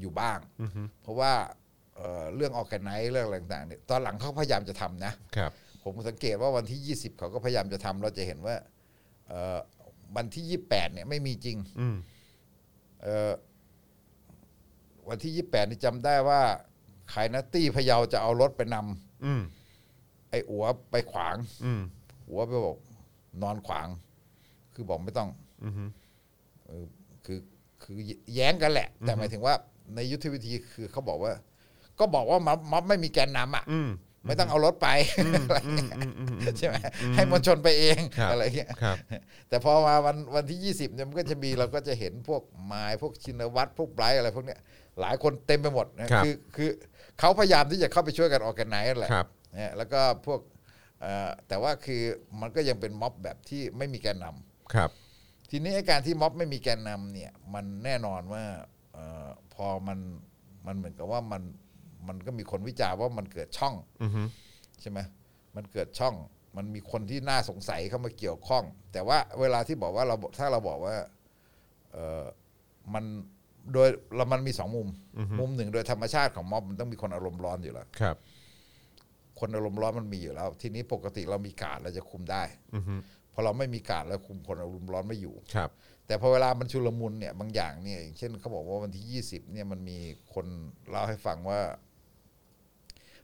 อยู่บ้าง เพราะว่าเอ่อเรื่องออกแกนไนเรื่องอะไรต่างๆเนี่ยตอนหลังเขาพยายามจะทำนะ ครับ ผมสังเกตว่าวันที่ 20 เขาก็พยายามจะทำเราจะเห็นว่าเอ่อวันที่ 28 เนี่ยไม่มีจริง อืม เอ่อวันที่ 28นี่จำได้ว่าขายนัตตี้พะเยาจะเอารถไปน อืม ำไอ้อัวไปขวาง อืม อัวไปบอกนอนขวาง คือบอกไม่ต้อง อืม เออคือคือแย้งกันแหละ แต่หมายถึงว่าในยุทธวิธีคือเขาบอกว่า ก็บอกว่าม็อบม็อบไม่มีแกนนำอ่ะ อืม ไม่ต้องเอารถไปอะไรเงี้ย ใช่ไหมให้มวลชนไปเอง ครับ อะไรเงี้ย ครับ แต่พอมาวันวันที่ 20เนี่ยมันก็จะมีเราก็จะเห็นพวกไม้พวกชินวัตรพวกไบรท์อะไรพวกเนี้ยหลายคนเต็มไปหมดนะครับ อคือเขาพยายามที่จะเข้าไปช่วยกันออกกันไหนแหละ ครับ นะแล้วก็พวกเอ่อแต่ว่าคือมันก็ยังเป็นม็อบแบบที่ไม่มีแกนนำ ครับ ทีนี้ไอ้การที่ม็อบไม่มีแกนนำเนี่ยมันแน่นอนว่าเออพอมันมันเหมือนกับว่ามันมันก็มีคนวิจารณ์ว่ามันเกิดช่อง อืม ใช่ไหมมันเกิดช่อง มันมีคนที่น่าสงสัยเข้ามาเกี่ยวข้อง แต่ว่าเวลาที่บอกว่าเราถ้าเราบอกว่าเออมันโดยเรามันมีสองมุม มุมหนึ่งโดยธรรมชาติของม็อบมันต้องมีคนอารมณ์ร้อนอยู่แล้ว ครับ คนอารมณ์ร้อนมันมีอยู่แล้ว ทีนี้ปกติเรามีการดเราจะคุมได้ อืม พอเราไม่มีการดเราคุมคนอารมณ์ร้อนไม่อยู่ ครับ แต่พอเวลามันชุลมุนเนี่ยบางอย่างเนี่ยอย่างเช่นเขาบอกว่าวันที่ยี่สิบเนี่ยมันมีคนเล่าให้ฟังว่า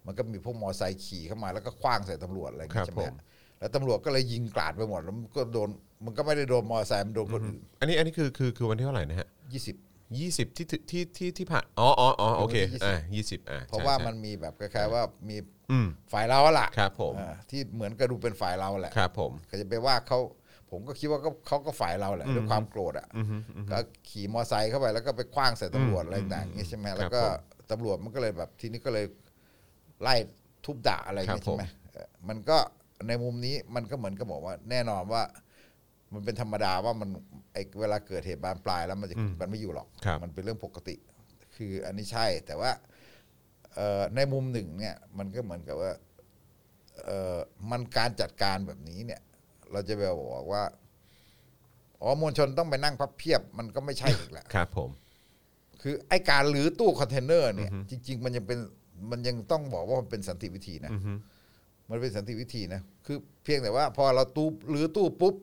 มันก็มีพวกมอไซค์ขี่เข้ามาแล้วก็คว้างใส่ตำรวจอะไรอย่าง ครับเงี้ยใช่ไหม ผม แล้วตำรวจก็เลยยิงกราดไปหมดแล้วมันก็โดน มันก็ไม่ได้โดนมอไซค์มันโดนคนอื่น อันนี้ อันนี้คือ คือ คือวันที่เท่าไหร่นะฮะ ยี่สิบ ยี่สิบที่ ที่ ที่ ที่ผ่าน อ๋ออ๋ออ๋อโอเค วันที่ อ่ายี่สิบอ่า เพราะว่า ใช่ มันมีแบบคล้ายๆว่ามี อืม ฝ่ายเราอะล่ะ ครับผม อ่าที่เหมือนกระดูเป็นฝ่ายเราแหละ ครับผม ก็จะไปว่าเขาผมก็คิดว่าก็เขาก็ฝ่ายเราแหละด้วยความโกรธอ่ะก็ขี่มอไซค์เข้าไปแล้วก็ไปคว้างใส่ตำรวจอะไรต่างๆอย่างเงี้ยใช่ไหม ครับ แล้วก็ ผม ตำรวจมันก็เลยแบบทีนี้ก็เลยไล่ทุบด่าอะไรอย่างเงี้ย ครับผม ใช่ไหมเอ่อมันก็ในมุมนี้มันก็เหมือนกับบอกว่า แน่นอนว่า มันเป็นธรรมดาว่ามันไอเวลาเกิดเหตุบานปลายแล้วมันจะมันไม่อยู่หรอก ครับ มันเป็นเรื่องปกติ คืออันนี้ใช่แต่ว่า เอ่อในมุมหนึ่งเนี่ยมันก็เหมือนกับว่าเอ่อมันการจัดการแบบนี้เนี่ย เราจะไปบอกว่าอ๋อมวลชนต้องไปนั่งพับเพียบมันก็ไม่ใช่อีกแล้ว ครับผม คือไอการรื้อตู้คอนเทนเนอร์เนี่ยจริง ๆ มันยังเป็นมันยังต้องบอกว่ามันเป็นสันติวิธีนะมันเป็นสันติวิธีนะคือเพียงแต่ว่าพอเราตู้รื้อตู้ปุ๊บ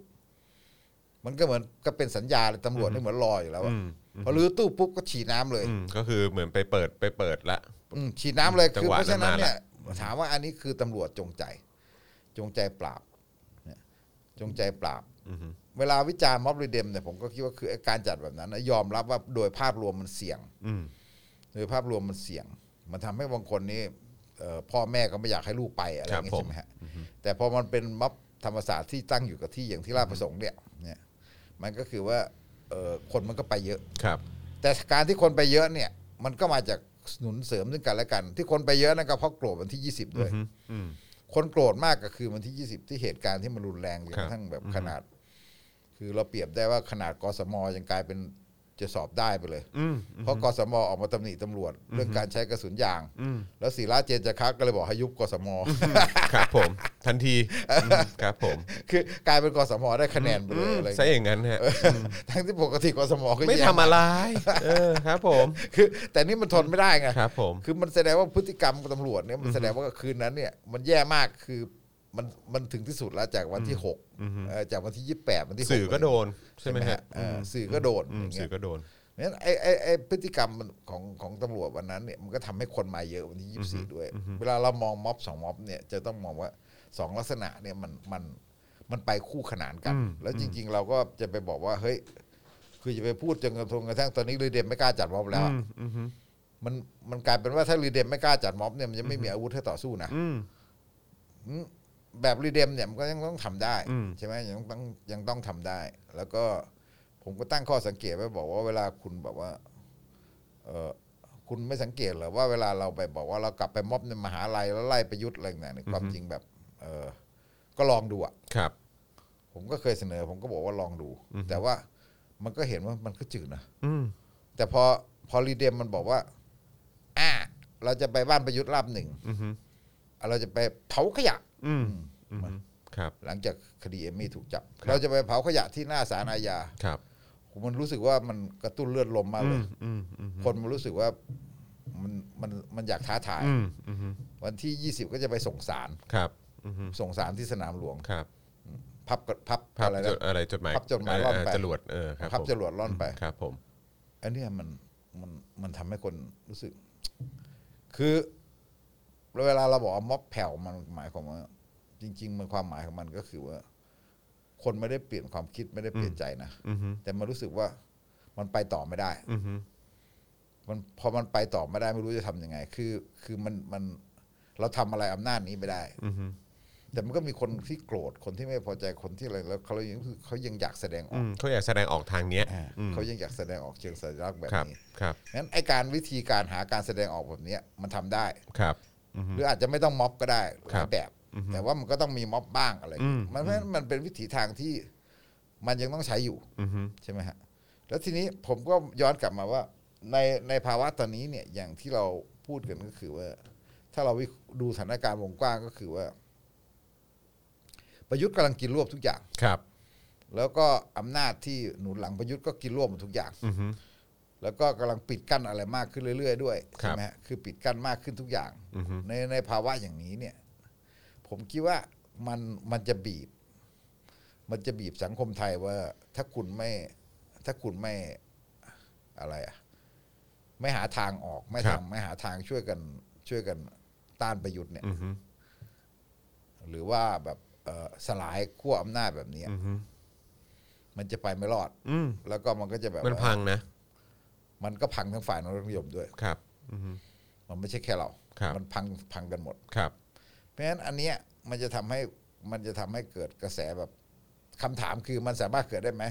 มันก็เหมือนก็เป็นสัญญาเลยตำรวจนี่เหมือนรออยู่แล้วอะ อืม พอรื้อตู้ปุ๊บก็ฉีดน้ำเลย อืมก็คือเหมือนไปเปิดไปเปิดละ อืมฉีดน้ำเลย จัง คือ หวะ เพราะฉะนั้น นั้นมาละ เนี่ยถามว่าอันนี้คือตำรวจจงใจ จงใจปราบเนี่ยจงใจปราบ อือฮึ เวลาวิจารณ์ม็อบรีเดมเนี่ยผมก็คิดว่าคือไอ้การจัดแบบนั้นนะยอมรับว่าโดยภาพรวมมันเสี่ยง อืม โดยภาพรวมมันเสี่ยง มันทำให้บางคนนี่เอ่อพ่อแม่ก็ไม่อยากให้ลูกไปอะไรอย่างเงี้ยใช่ไหมฮะแต่พอมันเป็นม็อบธรรมศาสตร์ที่ตั้งอยู่กับที่อย่างที่ราชประสงค์เนี่ยเนี่ยมันก็คือว่าเอ่อคนมันก็ไปเยอะ ครับ แต่การที่คนไปเยอะเนี่ย มันก็มาจากหนุนเสริมซึ่งกันและกัน ที่คนไปเยอะนั่นก็เพราะโกรธวันที่ 20 ด้วย อืม คนโกรธมากก็คือวันที่ 20 ที่เหตุการณ์ที่มันรุนแรงจน ครับกระทั่งแบบขนาด คือเราเปรียบได้ว่าขนาดกสมยังกลายเป็นจะสอบได้ไปเลย อืม เพราะกสมออกมาตำหนิตำรวจ เรื่องการใช้กระสุนยาง แล้วศิราเจนจาคะก็เลยบอกให้ยุบกสม ครับผม ทันทีอืมครับผม คือกลายเป็นกสมได้คะแนนไปเลยอะไร ใช่อย่างนั้นฮะ ทั้งที่ปกติกสมก็ ไม่ แย่ ทำอะไร เออครับผม คือ แต่นี่มันทนไม่ได้ไง ครับผม คือมันแสดงว่าพฤติกรรมของตำรวจเนี่ยมันแสดงว่าคืนนั้นเนี่ยมันแย่มากคือมันมันถึงที่สุดแล้วจากวันที่หกเอ่อจากวันที่ยี่แปดวันที่ห สื่อก็โดนใช่ ใช่ ไห ไห ม ม ฮะ ฮะเอ่อสื่อก็โดน อื อ ม ย่างเงี้ สื่ ย อก็โดน นั้นไอ้ไอ้ไอ้พฤติกรรมมันของของตำรวจวันนั้นเนี่ยมันก็ทำให้คนมาเยอะวันที่ยี่สี่ด้วย เวลาเรามองม็อบสองม็อบเนี่ยจะต้องมองว่าสองลักษณะเนี่ยมันมันมันไปคู่ขนานกัน อืม แล้วจริง ๆ เราก็จะไปบอกว่าเฮ้ยคือจะไปพูดจนกระทั่งกระทั่งตอนนี้เลยเดมไม่กล้าจัดม็อบแล้วอะ อืมอืมฮึ มันมันกลายเป็นว่าถ้ารีเดมไม่กล้าจัดม็อบเนี่ยมันจะไม่มีอาวุธให้ต่อสู้นะ อืม อืมแบบรีเดมเนี่ยมันก็ยังต้องทำได้ อืม ใช่ไหมยังต้องยังต้องทำได้ แล้วก็ผมก็ตั้งข้อสังเกตไว้บอกว่าเวลาคุณบอกว่า เออคุณไม่สังเกตเหรอว่าเวลาเราไปบอกว่าเรากลับไปม็อบในมหาลัยแล้วไล่ประยุทธ์อะไรต่างๆเนี่ยความจริงแบบ เออก็ลองดูอะ ครับ ผมก็เคยเสนอ ผมก็บอกว่าลองดู แต่ว่ามันก็เห็นว่ามันก็จืดนะ อืม แต่พอพอรีเดมมันบอกว่า อ่า เราจะไปบ้านประยุทธ์ราบหนึ่ง อืมฮึ เราจะไปเผาขยะ อืมอืมฮึครับ หลังจากคดีเอมมี่ถูกจับ ครับ เราจะไปเผาขยะที่หน้าศาลอาญา ครับ ผมมันรู้สึกว่ามันกระตุ้นเลือดลมมาก อื เลย มอืมอืม คนมันรู้สึกว่ามันมันมันอยากท้าทาย อืมอืมฮึ วันที่ยี่สิบก็จะไปส่งสาร ครับอืมฮึ ส่งสารที่สนามหลวง ครับ พับกระพับ ภาพ อะไร จ นะ ดอะไรจดหมาย ภาพจดหมายร่อนไป จรวดเออครับ พับ ผม จรวดล่อนไป ครับผม อันเนี้ยมันมันมันทำให้คนรู้สึก คือเวลาเราบอกว่าม็อบแผ่วมันหมายความว่า จริง ๆ มันความหมายของมันก็คือว่า คนไม่ได้เปลี่ยนความคิดไม่ได้เปลี่ยนใจนะ อืมฮึ แต่มันรู้สึกว่ามันไปต่อไม่ได้ อืมฮึ มันพอมันไปต่อไม่ได้ไม่รู้จะทำยังไง คือ คือมันมันเราทำอะไรอำนาจนี้ไม่ได้ อืมฮึ แต่มันก็มีคนที่โกรธคนที่ไม่พอใจคนที่อะไรแล้วเขายังเขายังอยากแสดงอ อื อก มเขาอยากแสดงออกทางเนี้ย อ่าเขายังอยากแสดงออกเชิงสัญลักษณ์แบบ ครับ นี้ ครับ งั้นไอการวิธีการหาการแสดงออกแบบเนี้ยมันทำได้ ครับ หรืออาจจะไม่ต้องม็อบก็ได้ห ครั ลาย บ แบบ แต่ว่ามันก็ต้องมีม็อบบ้างอะไรอย่างเงี้ อื ย ม มันเพราะฉะนั้นมันเป็นวิถีทางที่มันยังต้องใช้อยู่ อืมฮึ ใช่ไหมฮะแล้วทีนี้ผมก็ย้อนกลับมาว่า ในในภาวะตอนนี้เนี่ยอย่างที่เราพูดกันก็คือว่า ถ้าเราวิดูสถานการณ์วงกว้างก็คือว่า ประยุทธ์กำลังกินรวบทุกอย่าง ครับ แล้วก็อำนาจที่หนุนหลังประยุทธ์ก็กินรวบหมดทุกอย่าง อืมฮึ แล้วก็กำลังปิดกั้นอะไรมากขึ้นเรื่อย ๆ ด้วย ครั ใช่ บ ไหมฮะคือปิดกั้นมากขึ้นทุกอย่าง อือฮึ ในในภาวะอย่างนี้เนี่ย ผมคิดว่ามันมันจะบีบ มันจะบีบสังคมไทยว่า ถ้าคุณไม่ ถ้าคุณไม่อะไรอะไม่หาทางออกไม่ ครับทำไม่หาทางช่วยกันช่วยกันต้านประยุทธ์เนี่ย อืมฮึ หรือว่าแบบเอ่อสลายขั้วอำนาจแบบเนี้ย อืมฮึ มันจะไปไม่รอด อืม แล้วก็มันก็จะแบบ มันพังนะ มันก็พังทั้งฝ่ายนรนิยมด้วย ครับอืมฮึ มันไม่ใช่แค่เรา ครับ มันพังพังกันหมด ครับ เพราะฉะนั้นอันเนี้ยมันจะทำให้มันจะทำให้เกิดกระแสแบบคำถามคือมันสามารถเกิดได้ไหม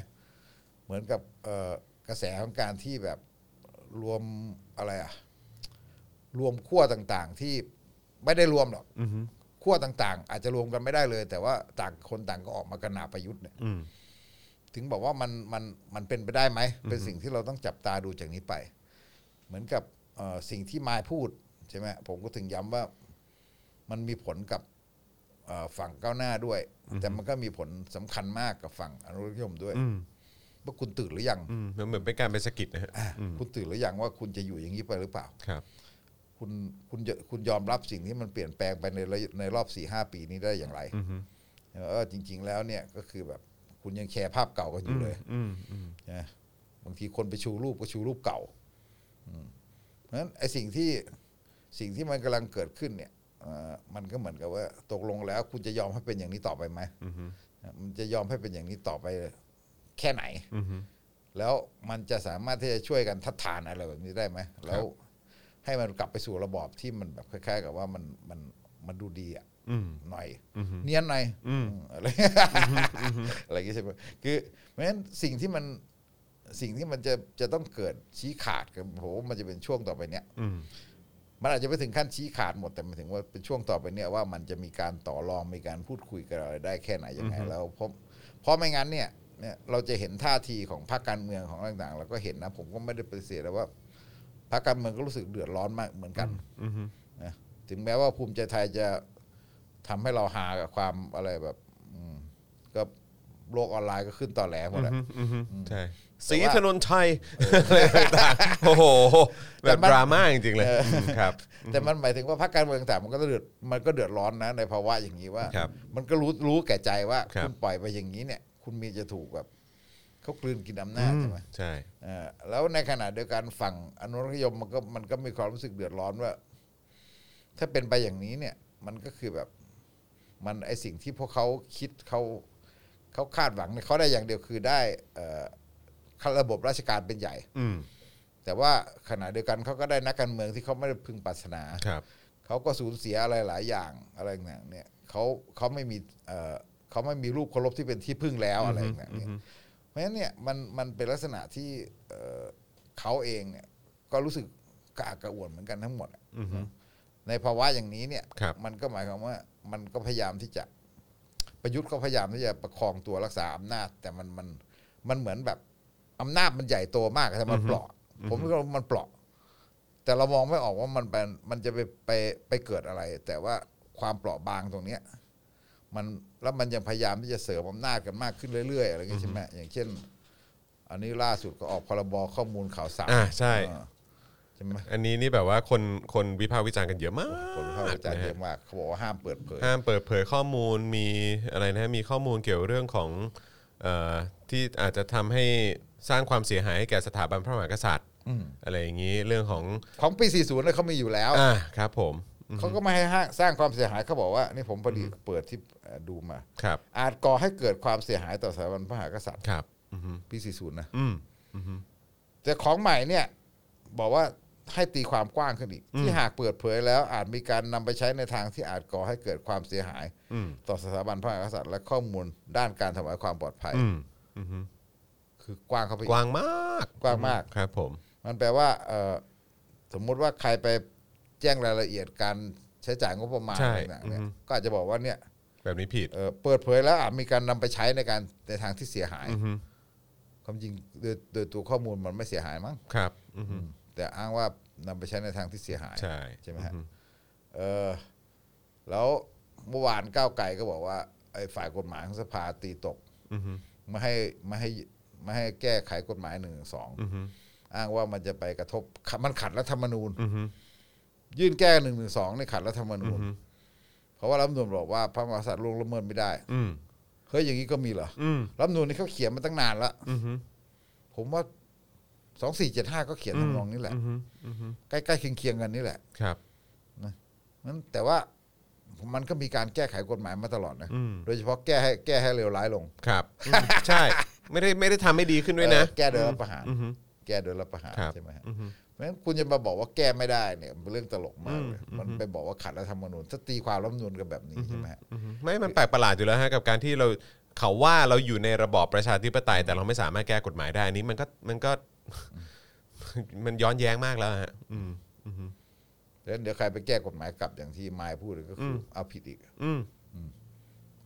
เหมือนกับเอ่อกระแสของการที่แบบรวมอะไรอะรวมขั้วต่างๆที่ไม่ได้รวมหรอก อืมฮึ ขั้วต่างๆ อาจจะรวมกันไม่ได้เลย แต่ว่าต่างคนต่างก็ออกมากระหนาประยุทธ์เนี่ย อืม ถึงบอกว่ามันมันมันเป็นไปได้ไหม เป็นสิ่งที่เราต้องจับตาดูจากนี้ไป เหมือนกับเอ่อสิ่งที่มายพูดใ ช่ไหมผมก็ถึงย้ำว่ามันมีผลกับเอ่อฝั่งก้าวหน้าด้วย แต่มันก็มีผลสำคัญมากกับฝั่งอนุรักษนิยมด้วย อืม ว่าคุณตื่นหรือยัง อืมมันเหมือนเป็นการไปสะกิดนะฮะ อ่ะคุณตื่นหรือยังว่าคุณจะอยู่อย่างนี้ไปหรือเปล่า ครับ คุณคุณจะคุณยอมรับสิ่งที่มันเปลี่ยนแปลงไปในระยะในรอบสี่ห้าปีนี้ได้อย่างไร อือฮึ เออจริง ๆ แล้วเนี่ยก็คือแบบคุณยังแชร์ภาพเก่ากันอยู่เลย อืมอืม นะบางทีคนไปชูรูปก็ชูรูปเก่าอืมเพราะฉะนั้นไอ้สิ่งที่สิ่งที่มันกำลังเกิดขึ้นเนี่ยเอ่อมันก็เหมือนกับว่าตกลงแล้ว คุณจะยอมให้เป็นอย่างนี้ต่อไปไหม อืม มันจะยอมให้เป็นอย่างนี้ต่อไปแค่ไหน อืม แล้วมันจะสามารถที่จะช่วยกันทัดทานอะไรแบบนี้ได้ไหมแล้วให้มันกลับไปสู่ระบอบที่มันแบบคล้ายๆ กับว่ามันมันมันดูดีอะ อืม หน่อย อืม เนียนหน่อย อืม อะไรอะไรอย่างเงี้ยใช่ไหมคือเพราะฉะนั้นสิ่งที่มันสิ่งที่มันจะจะต้องเกิดชี้ขาดกันผมว่ามันจะเป็นช่วงต่อไปเนี้ย อืม มันอาจจะไม่ถึงขั้นชี้ขาดหมดแต่หมายถึงว่าเป็นช่วงต่อไปเนี้ยว่ามันจะมีการต่อรองมีการพูดคุยกันอะไรได้แค่ไหนยังไงแล้วเพราะเพราะไม่งั้นเนี่ยเนี่ยเราจะเห็นท่าทีของพรรคการเมืองของต่างๆเราก็เห็นนะผมก็ไม่ได้ปฏิเสธนะว่าพรรคการเมืองก็รู้สึกเดือดร้อนมากเหมือนกัน อืม นะถึงแม้ว่าภูมิใจไทยจะทำให้เราหากับความอะไรแบบอืมก็โลกออนไลน์ก็ขึ้นต่อแหลหมดแหละ ใช่สี แต่ว่า ถนนชัยอะไรต่างๆโอ้โห แต่ แบบ มัน ดราม่าจริงๆเลยมครับ แต่มันหมายถึงว่าพรรคการเมืองต่างมันก็เดือดมันก็เดือดร้อนนะในภาวะอย่างนี้ว่า ครับ มันก็รู้รู้แก่ใจว่า ครับ คุณปล่อยไปอย่างนี้เนี่ย คุณมีจะถูกแบบเขากลืนกินอำนาจใช่ไหม ใช่ เอ่อแล้วในขณะเดียวกันฝั่งอนุรักษนิยมมันก็มันก็มีความรู้สึกเดือดร้อนว่า ถ้าเป็นไปอย่างนี้เนี่ย มันก็คือแบบมันไอสิ่งที่พวกเขาคิดเขาเขาคาดหวังเนี่ยเขาได้อย่างเดียวคือได้เอ่อข้าระบบราชการเป็นใหญ่ อืม แต่ว่าขณะเดียวกันเขาก็ได้นักการเมืองที่เขาไม่ได้พึงปรารถนา ครับ เขาก็สูญเสียอะไรหลายอย่างอะไรต่างๆเนี่ยเขาเขาไม่มีเอ่อเขาไม่มีรูปเคารพที่เป็นที่พึ่งแล้วอะไรต่างๆเนี่ยเพราะฉะนั้นเนี่ยมันมันเป็นลักษณะที่เอ่อเขาเองเนี่ยก็รู้สึกกระอักกระอ่วนเหมือนกันทั้งหมดอะในภาวะอย่างนี้เนี่ย ครับ มันก็หมายความว่ามันก็พยายามที่จะประยุทธ์ก็พยายามที่จะประคองตัวรักษาอำนาจ แต่มันมันมันเหมือนแบบอำนาจมันใหญ่โตมากแต่มันเปราะผมก็มันเปราะ แต่เรามองไม่ออกว่ามันเป็นมันจะไปไปไปเกิดอะไร แต่ว่าความเปราะบางตรงเนี้ยมันแล้วมันยังพยายามที่จะเสริมอำนาจกันมากขึ้นเรื่อยๆอะไรอย่างเงี้ยใช่ไหมอย่างเช่น อันนี้ล่าสุดก็ออกพรบข้อมูลข่าวสาร อ่าใช่ อ่าใช่ไหม อันนี้นี่แบบว่าคนคนวิพากษ์วิจารณ์กันเยอะมาก ผลเข้าใจารย์เยอะ นะฮะ มากเขาบอกว่าห้ามเปิดเผย ห้ามเปิดเผยข้อมูลมีอะไรนะฮะมีข้อมูลเกี่ยวเรื่องของเอ่อที่อาจจะทำให้สร้างความเสียหายให้แก่สถาบันพระมหากษัตริย์ อืม อะไรอย่างนี้เรื่องของ ของปี 40เนี่ยเขามีอยู่แล้ว อ่าครับผมอืม เขาก็ไม่ให้ห้างสร้างความเสียหายเขาบอกว่านี่ผมพอดีเปิดที่เอ่อดูมา ครับ อาจก่อให้เกิดความเสียหายต่อสถาบันพระมหากษัตริย์ ครับอือฮึ ปี 40นะ อืม แต่ของใหม่เนี่ยบอกว่าให้ตีความกว้างขึ้นอีก ที่หากเปิดเผยแล้วอาจมีการนำไปใช้ในทางที่อาจก่อให้เกิดความเสียหาย อืม ต่อสถาบันพระมหากษัตริย์และข้อมูลด้านการทำลายความปลอดภัย อืมอือฮึ คือกว้างเข้าไปอี ก ก ว้างมาก กว้างมาก ครับผม มันแปลว่าเอ่อสมมุติว่าใครไปแจ้งรายละเอียดการใช้จ่ายงบประมาณ ใช่ อะไรต่างๆเนี่ย อือฮึ ก็อาจจะบอกว่าเนี่ย แบบนี้ผิด เอ่อเปิดเผยแล้วอาจมีการนำไปใช้ในการในทางที่เสียหาย อือฮึ ความจริงโดยโดยตัวข้อมูลมันไม่เสียหายมั้ง ครับอือฮึ แต่อ้างว่านำไปใช้ในทางที่เสียหาย ใช่ ใช่ไหมฮะ เออแล้วเมื่อวานก้าวไกลก็บอกว่าไอ้ฝ่ายกฎหมายของสภาตีตก อือฮึ ไม่ให้ไม่ให้ไม่ให้แก้ไขกฎหมายหนึ่งสอง อือฮึ อ้างว่ามันจะไปกระทบขัดมันขัดรัฐธรรมนูญ อือฮึ ยื่นแก้หนึ่งหนึ่งสองในยขัดรัฐธรรมนูญ เพราะว่ารัฐธรรมนูญบอกว่าพระมหากษัตริย์ล่วงละเมิดไม่ได้ อืม เฮ้ยอย่างนี้ก็มีเหรอ อืม รัฐธรรมนูญนี่เขาเขียนมาตั้งนานละ อืม ผมว่าสองสี่เจ็ดห้าก็เขียนทำนองนี้แหละ อืม ใกล้ๆเคียงๆกันนี่แหละ ครับ นั้นแต่ว่ามันก็มีการแก้ไขกฎหมายมาตลอดนะ อืม โดยเฉพาะแก้ให้แก้ให้เลวร้ายลง ครับอืมใช่ ไม่ได้ไม่ได้ทำให้ดีขึ้นด้วยนะ เออแก้โดยรัฐประหาร อือฮึ แก้โดยรัฐประหาร ครับ ใช่ไหมฮะ อือฮึ เพราะฉะนั้นคุณจะมาบอกว่าแก้ไม่ได้เนี่ยมันเป็นเรื่องตลกมากเลย อืม มันไปบอกว่าขัดรัฐธรรมนูญถ้าตีความรัฐธรรมนูญกันแบบนี้ใช่ไหมฮะ อือฮึไม่ มันแปลกประหลาดอยู่แล้วฮะกับการที่เราเขาว่าเราอยู่ในระบอบประชาธิปไตย แต่เราไม่สามารถแก้กฎหมายได้อันนี้มันก็มันก็ มันย้อนแย้งมากแล้วฮะ อืมอือฮึ แล้วเดี๋ยวใครไปแก้กฎหมายกลับอย่างที่มายพูดก็คืออ ม เอาผิดอีก อืม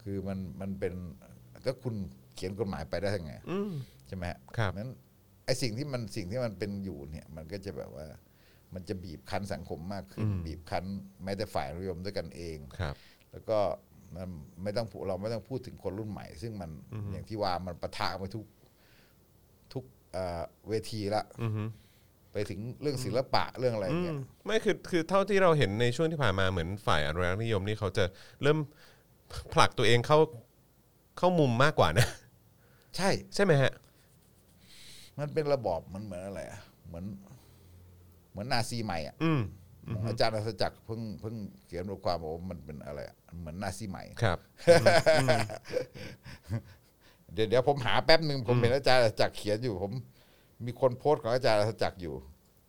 คือมันมันเป็นถ้าคุณเขียนกฎหมายไปได้ยังไง อืม ใช่ไหมฮะ ครับ นั้นไอสิ่งที่มันสิ่งที่มันเป็นอยู่เนี่ย มันก็จะแบบว่า มันจะบีบคั้นสังคมมากขึ้น บีบคั้นแม้แต่ฝ่ายนิยมด้วยกันเอง ครับ แล้วก็มันไม่ต้องพูดเราไม่ต้องพูดถึงคนรุ่นใหม่ ซึ่งมันอย่างที่ว่ามันประทะมาทุกทุกเอ่อเวทีละไปถึงเรื่องศิลปะเรื่องอะไรเนี่ย ไม่คือคือเท่าที่เราเห็นในช่วงที่ผ่านมาเหมือนฝ่ายอนุรักษ์นิยมนี่เขาจะเริ่มผลักตัวเองเข้าเข้ามุมมากกว่านะ ใช่ ใช่ไหมฮะ มันเป็นระบอบมันเหมือนอะไรอะเหมือน เหมือนนาซีใหม่อะ อืม อาจารย์อัศจักรเพิ่งเพิ่งเขียนบทความบอกว่ามันเป็นอะไรอะเหมือนนาซีใหม่ ครับ เดี๋ยวเดี๋ยวผมหาแป๊บหนึ่งผมเห็นอาจารย์อัศจักรเขียนอยู่ ผม มีคนโพสต์ของอาจารย์อัศจักรอยู่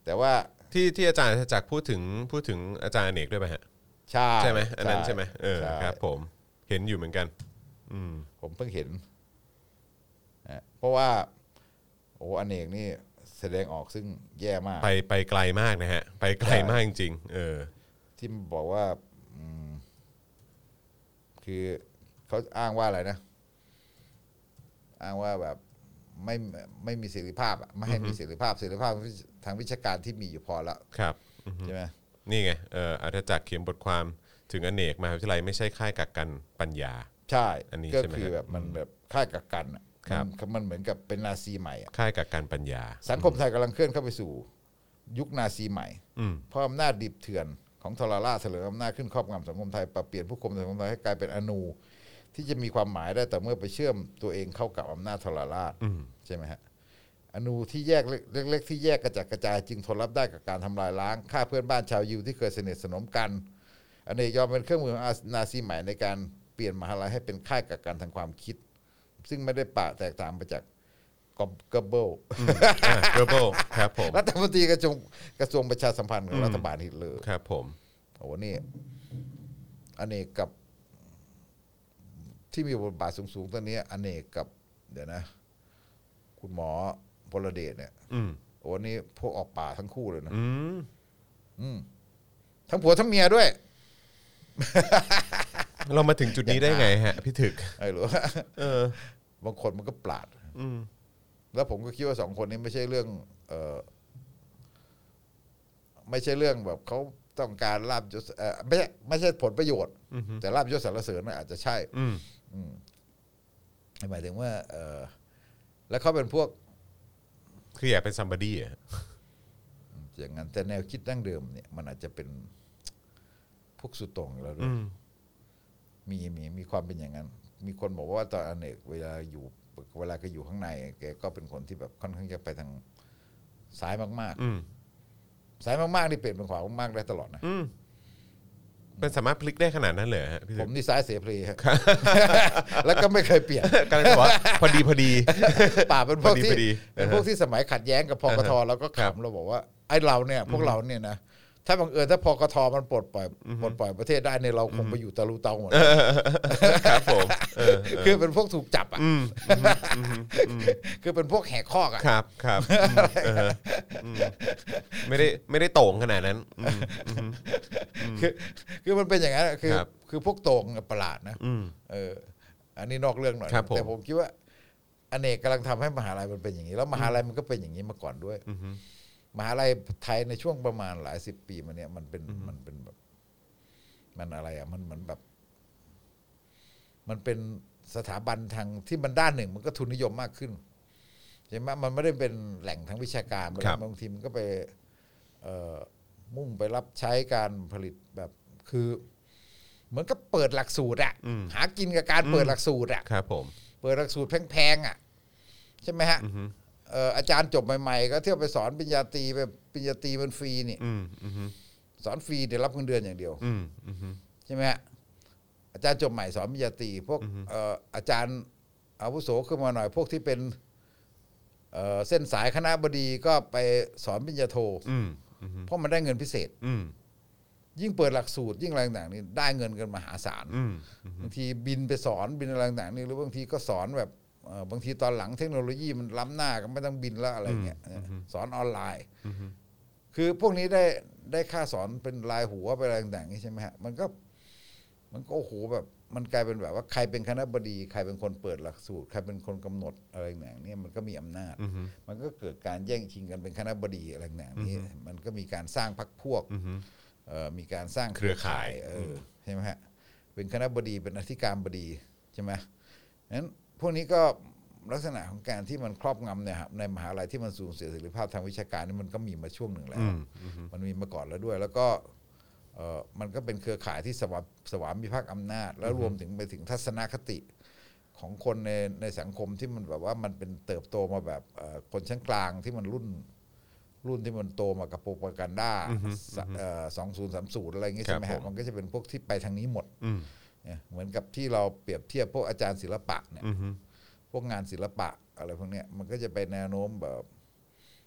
แต่ว่า ที่ที่อาจารย์จักรพูดถึงพูดถึงอาจารย์อเนกด้วยไหมฮะ ใช่ ใช่ไหมอันนั้นใช่ไหมเออ ใช่ ครับ ผมเห็นอยู่เหมือนกัน อืม ผมเพิ่งเห็นนะเพราะว่า โอ้อเนกนี่แสดงออกซึ่งแย่มาก ไปไปไกลมากนะฮะ ไปไกลมากจริงๆเออ ที่มันบอกว่าอืมคือเขาอ้างว่าอะไรนะ อ้างว่าแบบไม่ไม่มีเสรีภาพอะไม่ให้มีเสรีภาพเสรีภาพทางวิชาการที่มีอยู่พอละ ครับ ใช่ไหม นี่ไงเอออาจารย์จักรเขียนบทความถึงอเนกมหาวิทยาลัยไม่ใช่ค่ายกักกันปัญญา ใช่ อันนี้ ก็ ใช่ไหม คือ ฮะ แบบมันแบบค่ายกักกันอะ ครับ มันมันเหมือนกับเป็นนาซีใหม่อะ ค่ายกักกันปัญญา สังคมไทยกำลังเคลื่อนเข้าไปสู่ ยุคนาซีใหม่ อืม เพราะอำนาจดิบเถื่อนของทรราชเสลออำนาจขึ้นครอบงำสังคมไทยปรับเปลี่ยนผู้คนในสังคมไทยให้กลายเป็นอนูที่จะมีความหมายได้แต่เมื่อไปเชื่อมตัวเองเข้ากับอำนาจทรราชใช่ไหมฮะอนูที่แยกเล็กเล็ก ๆ ที่แยกกระจัดกระจายจึงทนรับได้กับการทำลายล้างฆ่าเพื่อนบ้านชาวยิวที่เคยสนิทสนมกันอเนกยอมเป็นเครื่องมือของอานาซีใหม่ในการเปลี่ยนมหาลัยให้เป็นค่ายกักกันทางความคิด ซึ่งไม่ได้ป่าแตกต่างไปจากกอบกเบิล อ่ะ global ครับผม รัฐมนตรีกระทรวงกระทรวงประชาสัมพันธ์ของรัฐบาลฮิตเลอร์ ครับผม โอ้โหนี่อเนกกับ ที่มีบทบาทสูงๆตอนนี้อเนกกับ เดี๋ยวนะ คุณหมอพลเดชเนี่ย อืม โอ้โหนี่พวกออกป่าทั้งคู่เลยนะ อืม ทั้งผัวทั้งเมีย ด้วย เรามาถึงจุดนี้ได้ไงฮะ พี่ถึก ไอ้หรือว่า เออ บางคนมันก็ปลาด อืม แล้วผมก็คิดว่าสองคนนี้ไม่ใช่เรื่อง เออไม่ใช่เรื่องแบบเขาต้องการลาบยศเออไม่ใช่ไม่ใช่ผลประโยชน์ แต่ลาบยศสรรเสริญน่ะอาจจะใช่ อืม หมายถึงว่า เออแล้วเขาเป็นพวก คืออยากเป็นซัมบอดี้อ่ะ อย่างนั้นแต่แนวคิดดั้งเดิมเนี่ยมันอาจจะเป็นพวกสุดโต่งอยู่แล้วด้ว อื ย ม มีมีมีความเป็นอย่างนั้น มีคนบอกว่าตอนอเนกเวลาอยู่เวลาแก็อยู่ข้างในแกก็เป็นคนที่แบบค่อนข้างจะไปทางสายมาก อืม ๆสายมากๆนี่เปลี่ยนเป็นขวามากๆได้ตลอดนะ อืม เป็นสามารถพลิกได้ขนาดนั้นเลยเหรอฮะพี่ ผ ถึ ม ก นี่สายเสเพลย์ฮะ แล้วก็ไม่เคยเปลี่ยน กำลังจะบอกว่าพอดีพอดี ป่าเป็นพวก พ ที่ อดีพอดี เป็นพวกที่สมัยขัดแย้งกับพกทเราก็ ครับ ขำเราบอกว่าไอ้เราเนี่ยพวกเราเนี่ยนะถ้าบังเอิญถ้าพกทมันปลดปล่อยปลดปล่อยประเทศได้เนี่ยเราคงไปอยู่ตะลุเตาหมด ครับผม เออ คือเป็นพวกถูกจับอ่ะ อืม คือเป็นพวกแหกคอกอ่ะ ครับครับอืมเอออืมไม่ได้ไม่ได้โต่งขนาดนั้นอืม คือคือมันเป็นอย่างนั้นอะคือ ครับ คือพวกโต่งอะประหลาดนะ อืม เออ อันนี้นอกเรื่องหน่อย ครับผม แต่ผมคิดว่าอเนกกำลังทำให้มหาลัยมันเป็นอย่างนี้ แล้วมหาลัยมันก็เป็นอย่างนี้มาก่อนด้วยมหาลัยไทยในช่วงประมาณหลายสิบปีมาเนี่ยมันเป็นมันเป็นแบบ มันอะไรอ่ะมันเหมือนแบบ มันเป็นสถาบันทางที่มันด้านหนึ่ง มันก็ทุนนิยมมากขึ้นใช่ไหมมันไม่ได้เป็นแหล่งทางวิชาการ ครั ั บ บางทีมันก็ไปเอ่อมุ่งไปรับใช้การผลิตแบบคือ เหมือนก็เปิดหลักสูตรอะหากินกับการเปิดหลักสูตรอะ ครับผม เปิดหลักสูตรแพงๆอะใช่ไหมฮะเอ่ออาจารย์จบใหม่ๆ ก็เที่ยวไปสอนปริญญาตรีไปปริญญาตรีมันฟรีนี่ อืมอืม สอนฟรีเดี๋ยวรับเงินเดือนอย่างเดียว อืมอืม ใช่ไหมฮะอาจารย์จบใหม่สอนปริญญาตรีพวกเอ่ออาจารย์อาวุโสขึ้นมาหน่อย พวกที่เป็นเอ่อเส้นสายคณะบดีก็ไปสอนปริญญาโท อืมอืม เพราะมันได้เงินพิเศษ อืม ยิ่งเปิดหลักสูตร ยิ่งอะไรต่างๆนี่ได้เงินกันมหาศาล อืม บางทีบินไปสอนบินอะไรต่างๆนี่หรือบางทีก็สอนแบบเอ่อบางทีตอนหลังเทคโนโลยีมันล้ำหน้าก็ไม่ต้องบินแล้วอะไรเงี้ยสอนออนไลน์ คือพวกนี้ได้ได้ค่าสอนเป็นรายหัวไปนอะไรต่างๆนี่ใช่ไหมฮะมันก็ มันก็โอ้โหแบบ มันกลายเป็นแบบว่าใครเป็นคณะบดี ใครเป็นคนเปิดหลักสูตร ใครเป็นคนกำหนดอะไรอย่างเนี้ยมันก็มีอำนาจ มันก็เกิดการแย่งชิงกันเป็นคณะบดีอะไรอย่างนี้มันก็มีการสร้างพรรคพวกเอ่อมีการสร้าง เครือข่าย เออใช่ไหมฮะเป็นคณะบดีเป็นอธิการบดีใช่ไหมนั้นพวกนี้ก็ลักษณะของการที่มันครอบงำเนี่ยครับในมหาลัยที่มันสูญเสียเสรีภาพทางวิชาการนี่มันก็มีมาช่วงหนึ่งแล้ว มันมีมาก่อนแล้วด้วย แล้วก็ เอ่อมันก็เป็นเครือข่ายที่สวาสวามิภักดิ์อำนาจ แล้วรวมถึงไปถึงทัศนคติของคนในในสังคมที่มันแบบว่ามันเป็นเติบโตมาแบบเอ่อคนชั้นกลางที่มันรุ่น รุ่นที่มันโตมากับโปรปากันด้าสองศูนย์สามศูนย์อะไรอย่างเงี้ย ครับ ใช่ไหมฮะ ผม มันก็จะเป็นพวกที่ไปทางนี้หมด อืม เนี่ยเหมือนกับที่เราเปรียบเทียบพวกอาจารย์ศิลปะเนี่ย อือฮึ พวกงานศิลปะอะไรพวกเนี้ยมันก็จะไปแนวโน้มแบบ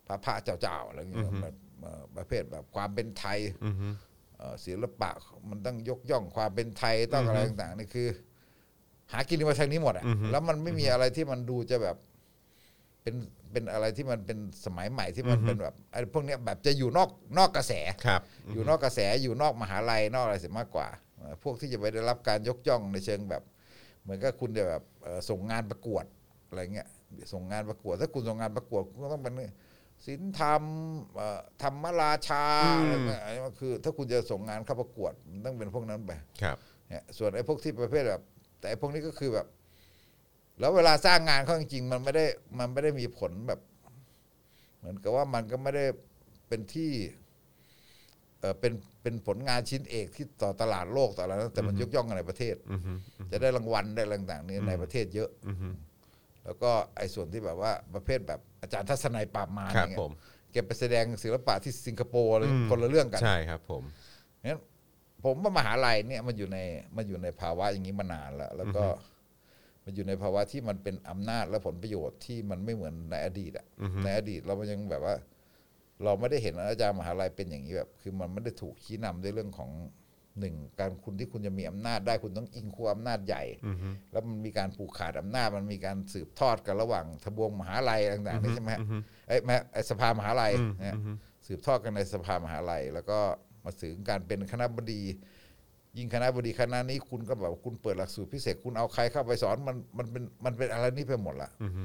พระพระเจ้าๆอะไรอย่างเงี้ยแบบเอ่อประเภทแบบความเป็นไทย อือฮึ เอ่อศิลปะมันต้องยกย่องความเป็นไทยต้องอะไรต่างๆนี่คือ หากินมาทางนี้หมดอะ อือฮึ แล้วมันไม่มีอะไรที่มันดูจะแบบ เป็นเป็นอะไรที่มันเป็นสมัยใหม่ที่มัน อือฮึ เป็นแบบไอ้พวกเนี้ยแบบจะอยู่นอกนอกกระแส ครับ อยู่นอกกระแสอยู่นอกมหาลัยนอกอะไรเสียมากกว่าเอ่อพวกที่จะไปได้รับการยกย่องในเชิงแบบ เหมือนกับคุณจะแบบเอ่อส่งงานประกวดอะไรเงี้ยส่งงานประกวด ถ้าคุณส่งงานประกวดคุณก็ต้องเป็นศิลธรรมเอ่อธรรมราชา อืม อะไรเงี้ยอันนี้มันคือ ถ้าคุณจะส่งงานเข้าประกวดมันต้องเป็นพวกนั้นไป ครับ เนี่ยส่วนไอ้พวกที่ประเภทแบบ แต่ไอ้พวกนี้ก็คือแบบ แล้วเวลาสร้างงานเขาจริงๆมันไม่ได้มันไม่ได้มีผลแบบ เหมือนกับว่ามันก็ไม่ได้เป็นที่ เออเป็นเป็นผลงานชิ้นเอกที่ต่อตลาดโลกต่ออะไรนะแต่มันยกย่องกันในประเทศ อือฮึ จะได้รางวัลได้อะไรต่างๆนี่ในประเทศเยอะ อือฮึ แล้วก็ไอ้ส่วนที่แบบว่าประเภทแบบอาจารย์ทัศนัยปราบมาร ครับ เนี่ย ผม แกไปแสดงศิลปะที่สิงคโปร์เลย อืม คนละเรื่องกัน ใช่ครับผม งั้นผมว่ามหาลัยเนี่ยมันอยู่ในมันอยู่ในภาวะอย่างนี้มานานแล้ว แล้วก็มันอยู่ในภาวะที่มันเป็นอำนาจและผลประโยชน์ที่มันไม่เหมือนในอดีตอะในอดีตเรายังแบบว่า เราไม่ได้เห็นอาจารย์มหาลัยเป็นอย่างนี้แบบ คือมันไม่ได้ถูกชี้นำด้วยเรื่องของหนึ่งการคุณที่คุณจะมีอำนาจได้คุณต้องอิงคู่อำนาจใหญ่ อือฮึ แล้วมันมีการผูกขาดอำนาจมันมีการสืบทอดกันระหว่างทบวงมหาลัยต่างๆนี่ใช่ไหมฮะเอ้ยแม่ไอ้สภามหาลัยเนี่ยสืบทอดกันในสภามหาลัย แล้วก็มาถึงการเป็นคณะบดี ยิ่งคณะบดีคณะนี้คุณก็แบบว่าคุณเปิดหลักสูตรพิเศษคุณเอาใครเข้าไปสอนมันมันเป็นมันเป็นอะไรนี่ไปหมดละ อือฮึ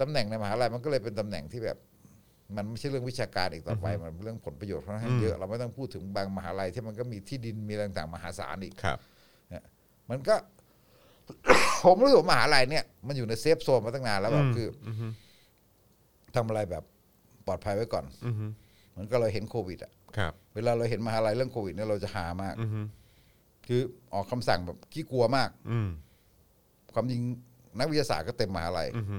ตำแหน่งในมหาลัยมันก็เลยเป็นตำแหน่งที่แบบ มันไม่ใช่เรื่องวิชาการอีกต่อไป มันเป็นเรื่องผลประโยชน์ค่อนข้างเยอะเราไม่ต้องพูดถึงบางมหาลัยที่มันก็มีที่ดินมีอะไรต่างๆมหาศาลอีก ครับ มันก็ ผมรู้สึกว่ามหาลัยเนี่ย มันอยู่ในเซฟโซนมาตั้งนานแล้วแบบ อืม คืออทำอะไรแบบปลอดภัยไว้ก่อน อือฮึ เหมือนก็เราเห็นโควิดอะ ครับ เวลาเราเห็นมหาลัยเรื่องโควิดเนี่ยเราจะหามาก อือฮึ คือออกคำสั่งแบบขี้กลัวมาก อืม ความจริงนักวิทยาศาสตร์ก็เต็มมหาลัย อือฮึ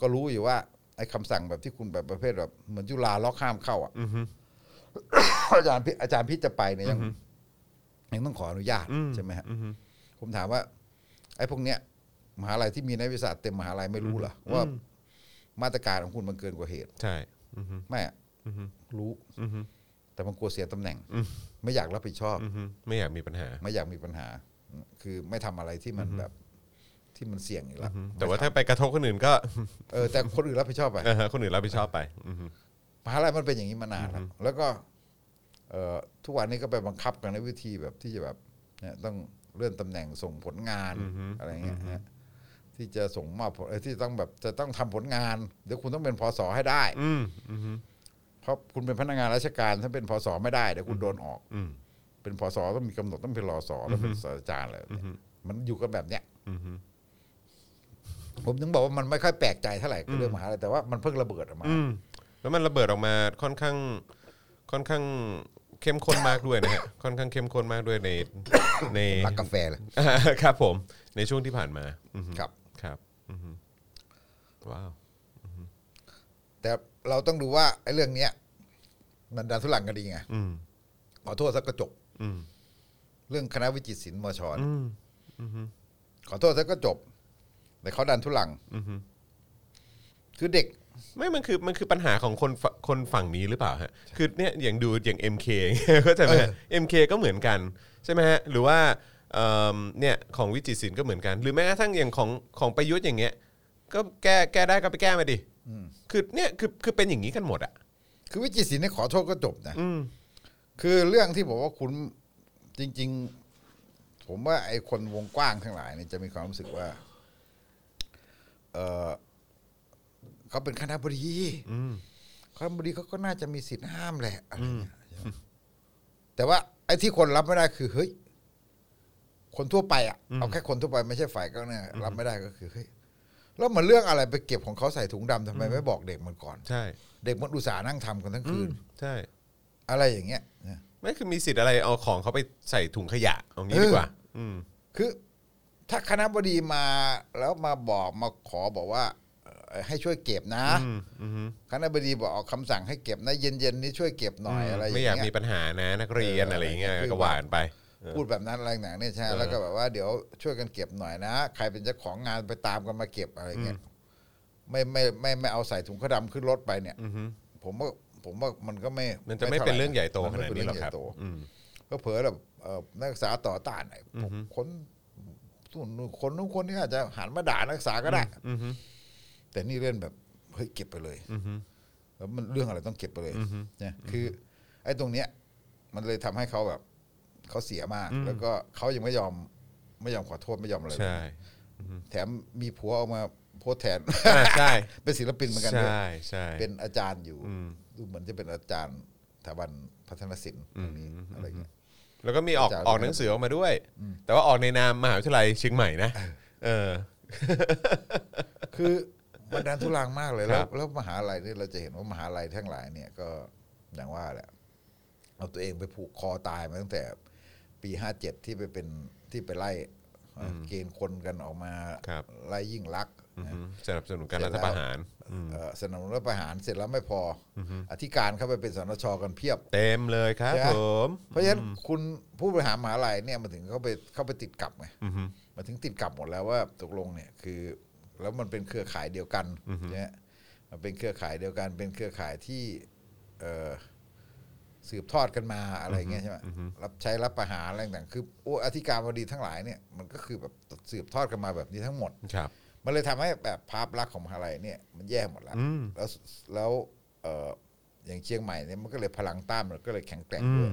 ก็รู้อยู่ว่าไอ้คำสั่งแบบที่คุณแบบประเภทแบบเหมือนจุฬาล็อกห้ามเข้าอะ อือฮึ อาจารย์พิอาจารย์พิจะไปเนี่ยยังยังต้องขออนุญาต อืม ใช่ไหมฮะ อือฮึ ผมถามว่า ไอ้พวกเนี้ยมหาลัยที่มีนักวิชาสตร์เต็มมหาลัยไม่รู้เหรอว่า มาตรการของคุณมันเกินกว่าเหตุ ใช่ อือฮึ ไม่อะ อือฮึ รู้ อือฮึ แต่มันกลัวเสียตำแหน่ง ไม่อยากรับผิดชอบ อือฮึไม่อยากมีปัญหา ไม่อยากมีปัญหา คือไม่ทำอะไรที่มันแบบ ที่มันเสี่ยงอีกแล้ว แต่ว่าถ้าไปกระทบคนอื่นก็ เออแต่คนอื่นรับผิดชอบไป เออฮะคนอื่นรับผิดชอบไป อือฮึ มหาลัยมันเป็นอย่างนี้มานานแล้วแล้วก็ เอ่อทุกวันนี้ก็ไปบังคับกันในวิธีแบบที่จะแบบเนี่ยต้องเลื่อนตำแหน่งส่งผลงาน อือฮึ อะไรเงี้ยฮะที่จะส่งมอบผลเอ้ยที่ต้องแบบจะต้องทำผลงาน เดี๋ยวคุณต้องเป็นพศให้ได้ อืมอือฮึ เพราะคุณเป็นพนักงานราชการถ้าเป็นพศไม่ได้เดี๋ยวคุณโดนออก อืม เป็นพศต้องมีกำหนดต้องเป็นรอสอแล้วเป็นศาสตราจารย์อะไรแบบเนี้ยมันอยู่กันแบบเนี้ย อือฮึ ผมถึงบอกว่ามันไม่ค่อยแปลกใจเท่าไหร่กับเรื่องมหาลัยแต่ว่ามันเพิ่งระเบิดออกมา อืมแล้วมันระเบิดออกมาค่อนข้างค่อนข้างเข้มข้นมากด้วยนะฮะ ค่อนข้างเข้มข้นมากด้วยในใน รักกาแฟเลย ครับผม ในช่วงที่ผ่านมาอือฮึ ครับ ครับอือฮึว้าว แต่เราต้องดูว่าไอ้เรื่องเนี้ยมันดันทุลังกันดีไง อืม ขอโทษสักกระจก อืม เรื่องคณะวิจิตรศิลป์มช อืม ขอโทษสักกระจกแต่เขาดันทุลังคือเด็ก ไม่มันคือมันคือปัญหาของคนฝคนฝั่งนี้หรือเปล่าฮะ คือเนี่ยอย่างดูอย่าง MK เข้าใจไหมฮะ MK ก็เหมือนกันใช่ไหมฮะ หรือว่าเอิ่มเนี่ยของวิจิตรศิลป์ก็เหมือนกัน หรือแม้กระทั่งอย่างของของประยุทธ์อย่างเงี้ย ก็แก้แก้ได้ก็ไปแก้มาดิคือเนี่ยคือคือเป็นอย่างนี้กันหมดอ่ะ คือวิจิตรศิลป์เนี่ยขอโทษก็จบนะ อืม คือเรื่องที่บอกว่าคุณจริง ๆ ผ ผมว่าไอ้คนวงกว้างทั้งหลายเนี่ยจะมีความรู้สึกว่า เออเขาเป็นคณะบดีคณะบดีเขาก็น่าจะมีสิทธิ์ห้ามแหละอะไรเงี้ยใช่ไหมแต่ว่า ไอ้ที่คนรับไม่ได้คือเฮ้ย คนทั่วไปอ่ะเอาแค่คนทั่วไปไม่ใช่ฝ่ายก็เนี่ยรับไม่ได้ก็คือเฮ้ยแล้วมันเรื่องอะไรไปเก็บของเขาใส่ถุงดำทำไมไม่บอกเด็กมันก่อน ใช่ เด็กมันอุตส่าห์นั่งทำกันทั้ง อื คื ม น ใช่ อะไรอย่างเงี้ยนะ ไม่คือมีสิทธิ์อะไรเอาของเขาไปใส่ถุงขยะเอางี้ดีกว่า อืม คือถ้าคณะบดีมาแล้วมาบอกมาขอบอกว่าเอ่อให้ช่วยเก็บนะ อืมอืม คณะบดีบอกออกคำสั่งให้เก็บนะ เย็นๆนี้ช่วยเก็บหน่อยอะไรอย่าง ไม่อ เงี้ ยาก ย มีปัญหานะนักเรียน เอออ อะไรอย่างเงี้ย คือ ก็หวานไป พูดแบบนั้นอะไรหนังเนี่ยใช่ไหม เออ แล้วก็แบบว่าเดี๋ยวช่วยกันเก็บหน่อยนะ ใครเป็นเจ้าของงานไปตามกันมาเก็บอะไรเงี้ยไม่ไม่ไม่ไม่เอาใส่ถุงขาวดำขึ้นรถไปเนี่ยผมว่าผมว่ามันก็ไม่ มันจะไม่เป็นเรื่องใหญ่โต มั ข ไม่ นาด ป็ นี้หรอก เง ครับ ใญ่โต อืม ก็เผลอแบบเอ่อนักศึกษาต่อต้านไอ้พวกคนส่วนนู้นคนนู้นคนนี้อาจจะหันมาด่านักศึกษาก็ได้แต่นี่เล่นแบบเฮ้ยเก็บไปเลยแล้วมันเรื่องอะไรต้องเก็บไปเลยเนี่ยคืออไอ้ตรงเนี้ย มันเลยทำให้เขาแบบเขาเสียมาก แล้วก็เขายังไม่ยอมไม่ยอมขอโทษไม่ยอมอะไรเลย ใช่ แถมมีผัวออกมาโพสต์แทน อ่าใช่ เป็นศิลปินเหมือนกันด้วย ใช่ใช่ เป็นอาจารย์อยู่ดูเหมือนจะเป็นอาจารย์สถาบันพัฒนศิลป์ตรงนี้อะไรเงี้ย แล้วก็มีออก อาจารย์ ออกหนังสือออกมาด้วย แต่ว่าออกในนามมหาวิทยาลัยเชียงใหม่นะ เออ คือมันดันทุรังมากเลยแล้ ครั ว บ แล้วมหาลัยเนี่ยเราจะเห็นว่ามหาลัยทั้งหลายเนี่ยก็อย่างว่าแหละเอาตัวเองไปผูกคอตายมาตั้งแต่ปีห้าเจ็ดที่ไปเป็นที่ไปไล่เอ่ออเกณฑ์คนกันออกมา ครับ ไล่ยิ่งลักษณ์ อือ นะ หือสนับสนุนการรัฐประหาร เอ่อสนับสนุนรัฐประหารเสร็จแล้วไม่พอออธิการเข้าไปเป็นสนชกันเพียบ เต็มเลยครับ ใช่ไหม ผม เพราะฉะนั้นคุณผู้บริหารมหาลัยเนี่ยมันถึงเข้าไปเข้าไปติดกับไงมันถึงติดกับหมดแล้วว่าตกลงเนี่ยคือ แล้วมันเป็นเครือข่ายเดียวกันเนี่ยมันเป็นเครือข่ายเดียวกัน เป็นเครือข่ายที่เอ่อสืบทอดกันมาอะไรเงี้ยใช่ไหมรับใช้รับประหารอะไรต่างๆคือโอ้อธิการบดีทั้งหลายเนี่ยมันก็คือแบบสืบทอดกันมาแบบนี้ทั้งหมด ครับ มันเลยทำให้แบบภาพลักษณ์ของมหาลัยเนี่ยมันแย่หมดแล้ว แล้วแล้วเอ่ออย่างเชียงใหม่เนี่ยมันก็เลยพลังต้านมันก็เลยแข็งแกร่งด้วย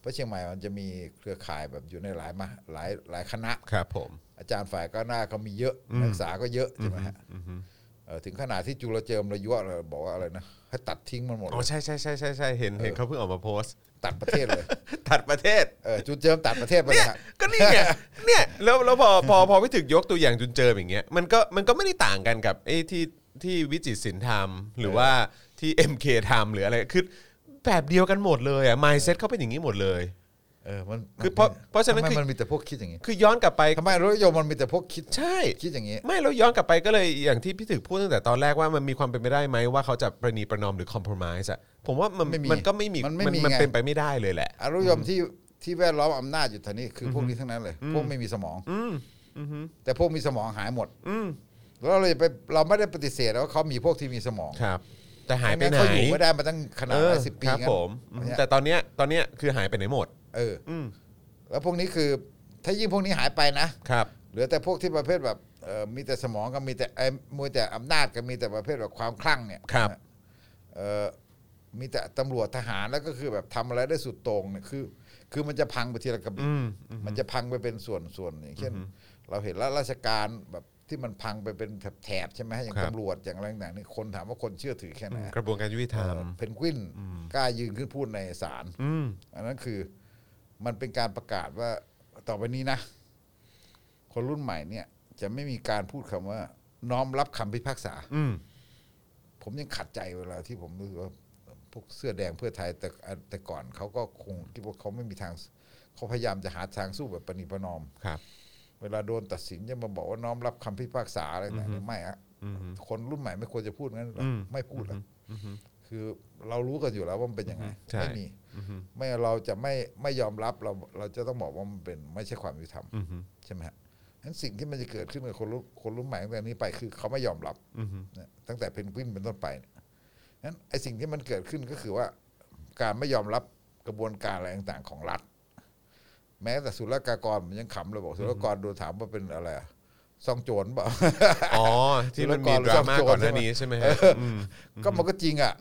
เพราะเชียงใหม่มันจะมีเครือข่ายแบบอยู่ในหลายมาหลายหลายคณะ ครับผม อาจารย์ฝ่ายก็หน้าก็มีเยอะนักศึกษาก็เยอะใช่ไหมฮะเอ่อถึงขนาดที่จุลเจิมระยวเราบอกว่าอะไรนะให้ตัดทิ้งมันหมดเล อ๋อย ใช่ใช่ใช่ใช่ใช่เห็นเห็นเขาเพิ่งออกมาโพสต์ ตัดประเทศเลย ตัดประเทศ เออจุลเจิมตัดประเทศไปเลยฮะ ก็นี่ ไง เนี่ยแล้วแล้วพอพอพอพี่ถึกยกตัวอย่างจุนเจิมอย่างเงี้ยมันก็มันก็ไม่ได้ต่างกันกับไอ้ที่ที่วิจิตรศิลป์ทำหรือว่าที่ MK ทำหรืออะไรคือแบบเดียวกันหมดเลยอ่ะ mindset เขาเป็นอย่างนี้หมดเลย เออมัน คือเพราะเพราะฉะนั้น ทำไม คือ มันมีแต่พวกคิดอย่างงี้ คือย้อนกลับไป ทำไมรถยนต์มันมีแต่พวกคิด ใช่ คิดอย่างงี้ ไม่แล้วย้อนกลับไปก็เลยอย่างที่พี่ถึกพูดตั้งแต่ตอนแรกว่ามันมีความเป็นไปได้ไหมว่าเขาจะประนีประนอมหรือ compromise อะผมว่ามัน ไม่มี มันก็ไม่มี มันไม่มี มัน ไง เป็นไปไม่ได้เลยแหละ อารมณ์ที่ที่แวดล้อมอำนาจอยู่ท่านี้คือพวกนี้ทั้งนั้นเลย พวกไม่มีสมองแต่พวกมีสมองหายหมดแล้วเราจะไปเราไม่ได้ปฏิเสธว่าเขามีพวกที่มีสมอง ครับ แต่หายไป งั้ ไหน เขาอยู่ไม่ได้มาตั้งขนาด เอ ห อ ลายสิบปี ครับ งั้น ผมอืม เนี่ย แต่ตอนเนี้ยตอนเนี้ยคือหายไปไหนหมด เอออ ม แล้วพวกนี้คือ ถ้ายิ่งพวกนี้หายไปนะครับ เหลือแต่พวกที่ประเภทแบบเอ่อมีแต่สมองกับมีแต่เอ่อมีแต่อำนาจกับมีแต่ประเภทแบบความคลั่งเนี่ย ครับ เอ่อมีแต่ตำรวจทหารแล้วก็คือแบบทำอะไรได้สุดโต่งเนี่ยคือ คือมันจะพังไปทีละกระบ อืม มันจะพังไปเป็นส่วนส่วนอย่างเช่น เราเห็นแล้วราชการแบบที่มันพังไปเป็นแถบๆใช่ไหมฮะอย่าง ครับ ตำรวจอย่างอะไรต่างๆนี่คนถามว่าคนเชื่อถือแค่ไหน กระบวนการยุติธรรม เอ่อเพนกวินกล้ายืนขึ้นพูดในศาล อืม อันนั้นคือมันเป็นการประกาศว่าต่อไปนี้นะ คนรุ่นใหม่เนี่ย จะไม่มีการพูดคำว่า น้อมรับคำพิพากษา อืม ผมยังขัดใจเวลาที่ผมรู้สึกว่าพวกเสื้อแดงเพื่อไทยแต่แต่ก่อนเขาก็คงคิดว่าเขาไม่มีทางเขาพยายามจะหาทางสู้แบบประนีประนอม ครับ เวลาโดนตัดสินจะมาบอกว่าน้อมรับคำพิพากษาอะไรต่างๆไม่อะคนรุ่นใหม่ไม่ควรจะพูดงั้นหรอกไม่พูดแล้วคือเรารู้กันอยู่แล้วว่ามันเป็นยังไง ใช่ ไม่มีไม่เราจะไม่ไม่ยอมรับเราเราจะต้องบอกว่ามันเป็นไม่ใช่ความยุติธรรมใช่ไหมฮะนั้นสิ่งที่มันจะเกิดขึ้นกับคนรุ่นคนรุ่นใหม่ตั้งแต่นี้ไปคือเขาไม่ยอมรับนะตั้งแต่เพนกวินเป็นต้นไปเนี่ยนั้นไอ้สิ่งที่มันเกิดขึ้นก็คือว่า การไม่ยอมรับกระบวนการอะไรต่างๆ ของรัฐ แม้แต่ศุลกากรผมยังขำเลยบอกศุลกากรโดนถามว่าเป็นอะไรอะซองโจรเปล่า อ๋อ ที่มันมีดราม่าก่อนหน้านี้ใช่ไหมฮะ ก็มันก็จริงอ่ะ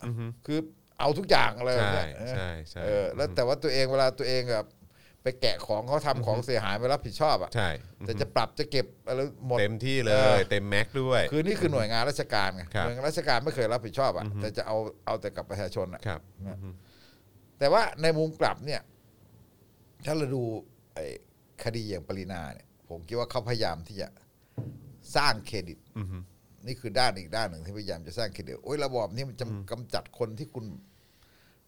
คือเอาทุกอย่างอะไรแบบเนี้ย ใช่ใช่ใช่ เออแล้วแต่ว่าตัวเองเวลาตัวเองแบบ ไปแกะของเขาทำของเสียหายไปรับผิดชอบอ่ะ ใช่ แต่จะปรับจะเก็บอะไรหมด เต็มที่เล เอย อ เต็มแม็กซ์ด้วย คือนี่คือหน่วยงานราชการไง ครับ หน่วยงานราชการไม่เคยรับผิดชอบอ่ะ อือฮึ แต่จะเอาเอาแต่กับประชาชนอ่ะ ครับ นะ อืม แต่ว่าในมุมกลับเนี่ย ถ้าเราดูไอ้คดีอย่างปรินาเนี่ย ผมคิดว่าเขาพยายามที่จะสร้างเครดิต อืม นี่คือด้านอีกด้านหนึ่งที่พยายามจะสร้างเครดิตโอ้ยระบอบนี้มันจะกำจัดคนที่คุณ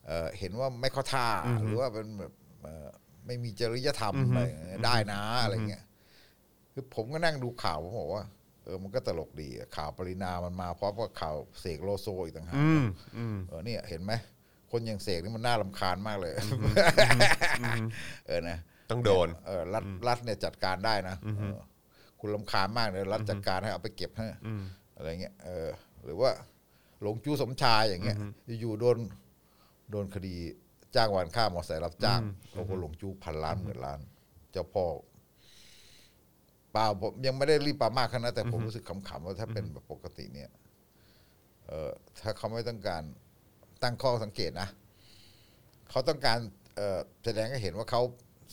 เอ่อเห็นว่าไม่เข้าท่า อือฮึ หรือว่าเป็นแบบเอ่อไม่มีจริยธรรม อือฮึ อะไรอย่างเงี้ยได้นะอะไรเงี้ยคือผมก็นั่งดูข่าวผมบอกว่าเออมันก็ตลกดีอะข่าวปรินามันมาพร้อมกับข่าวเสกโลโซอีกต่างหาก อืมอืม เออเนี่ยเห็นไหมคนอย่างเสกนี่มันน่าลำคาญมากเลย เออนะ ต้องโดน เออรัฐรัฐเนี่ยจัดการได้นะเออคุณลำคาญมากเลยรัฐจัดการให้เอาไปเก็บให้อะไรเงี้ยเออ หรือว่าหลงจูสมชายอย่างเงี้ยอยู่ๆโดนโดนคดีจ้างวานฆ่ามอเตอร์ไซค์รับจ้างโอ้โหหลงจูพันล้านหมื่นล้าน เจ้าพ่อเปล่าผมยังไม่ได้รีบปรามากขนาดนั้นแต่ผมรู้สึกขำๆว่าถ้าเป็นแบบปกติเนี่ย เออถ้าเขาไม่ต้องการตั้งข้อสังเกตนะ เขาต้องการเอ่อแสดงให้เห็นว่าเขา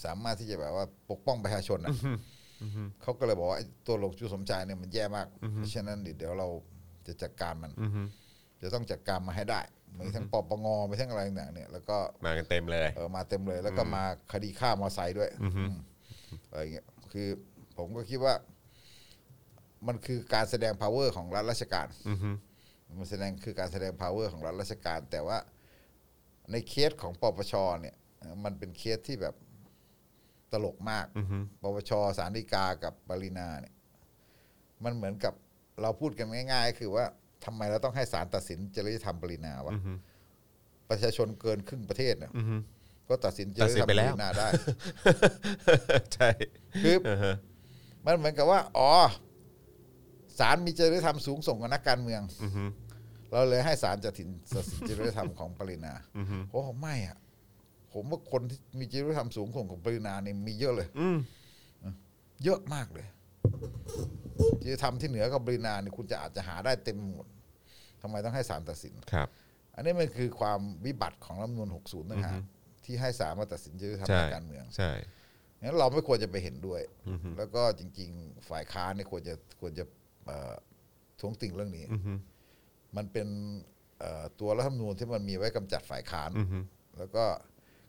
สามารถที่จะแบบว่าปกป้องประชาชนนะเขาก็เลยบอกว่าไอ้ตัวหลงจูสมชายเนี่ยมันแย่มาก เพราะฉะนั้นเดี๋ยวเราจะจัดการมันจะต้องจัดการมาให้ได้มีทั้งปปงมีทั้งอะไรต่างๆเนี่ยแล้วก็ มากันเต็มเลย เออมาเต็มเลยแล้วก็มาคดีฆ่ามอเตอร์ไซค์ด้วยอืมอะไรเงี้ยคือ ผมก็คิดว่า มันคือการแสดง power ของรัฐราชการ อืม มันแสดงคือการแสดง power ของรัฐราชการ แต่ว่าในเคสของปปชเนี่ยเอ่อมันเป็นเคสที่แบบตลกมากปปชสารดีกากับปรินาเนี่ย มันเหมือนกับเราพูดกันง่าย ๆ คือว่าทำไมเราต้องให้ศาลตัดสินจริยธรรมปรินาวะประชาชนเกินครึ่งประเทศเนี่ย อืม ก็ตัดสินจริยธรรมปรินาได้ ใช่ คือ อ่าฮะ มันเหมือนกับว่า อ๋อศาลมีจริยธรรมสูงส่งกว่านักการเมือง อืม เราเลยให้ศาลจัดสินตัดสินจริยธรรมของปรินา อืม โอ้ไม่อะผมว่าคนที่มีจริยธรรมสูงส่งของปรินาเนี่ยมีเยอะเลย อืม เยอะมากเลยจริยธรรมที่เหนือกับปรินาเนี่ยคุณจะอาจจะหาได้เต็มหมดทำไมต้องให้ศาลตัดสิน ครับ อันนี้มันคือความวิบัติของรัฐธรรมนูล60นะฮะที่ให้ศาลมาตัดสินจริยธรรม ใช่ ทางการเมือง ใช่ งั้นเราไม่ควรจะไปเห็นด้วย แล้วก็จริง ๆ ฝ่ายค้านเนี่ยควรจะควรจะเอ่อท้วงติงเรื่องนี้ มันเป็นเอ่อตัวรัฐธรรมนูญที่มันมีไว้กำจัดฝ่ายค้าน แล้วก็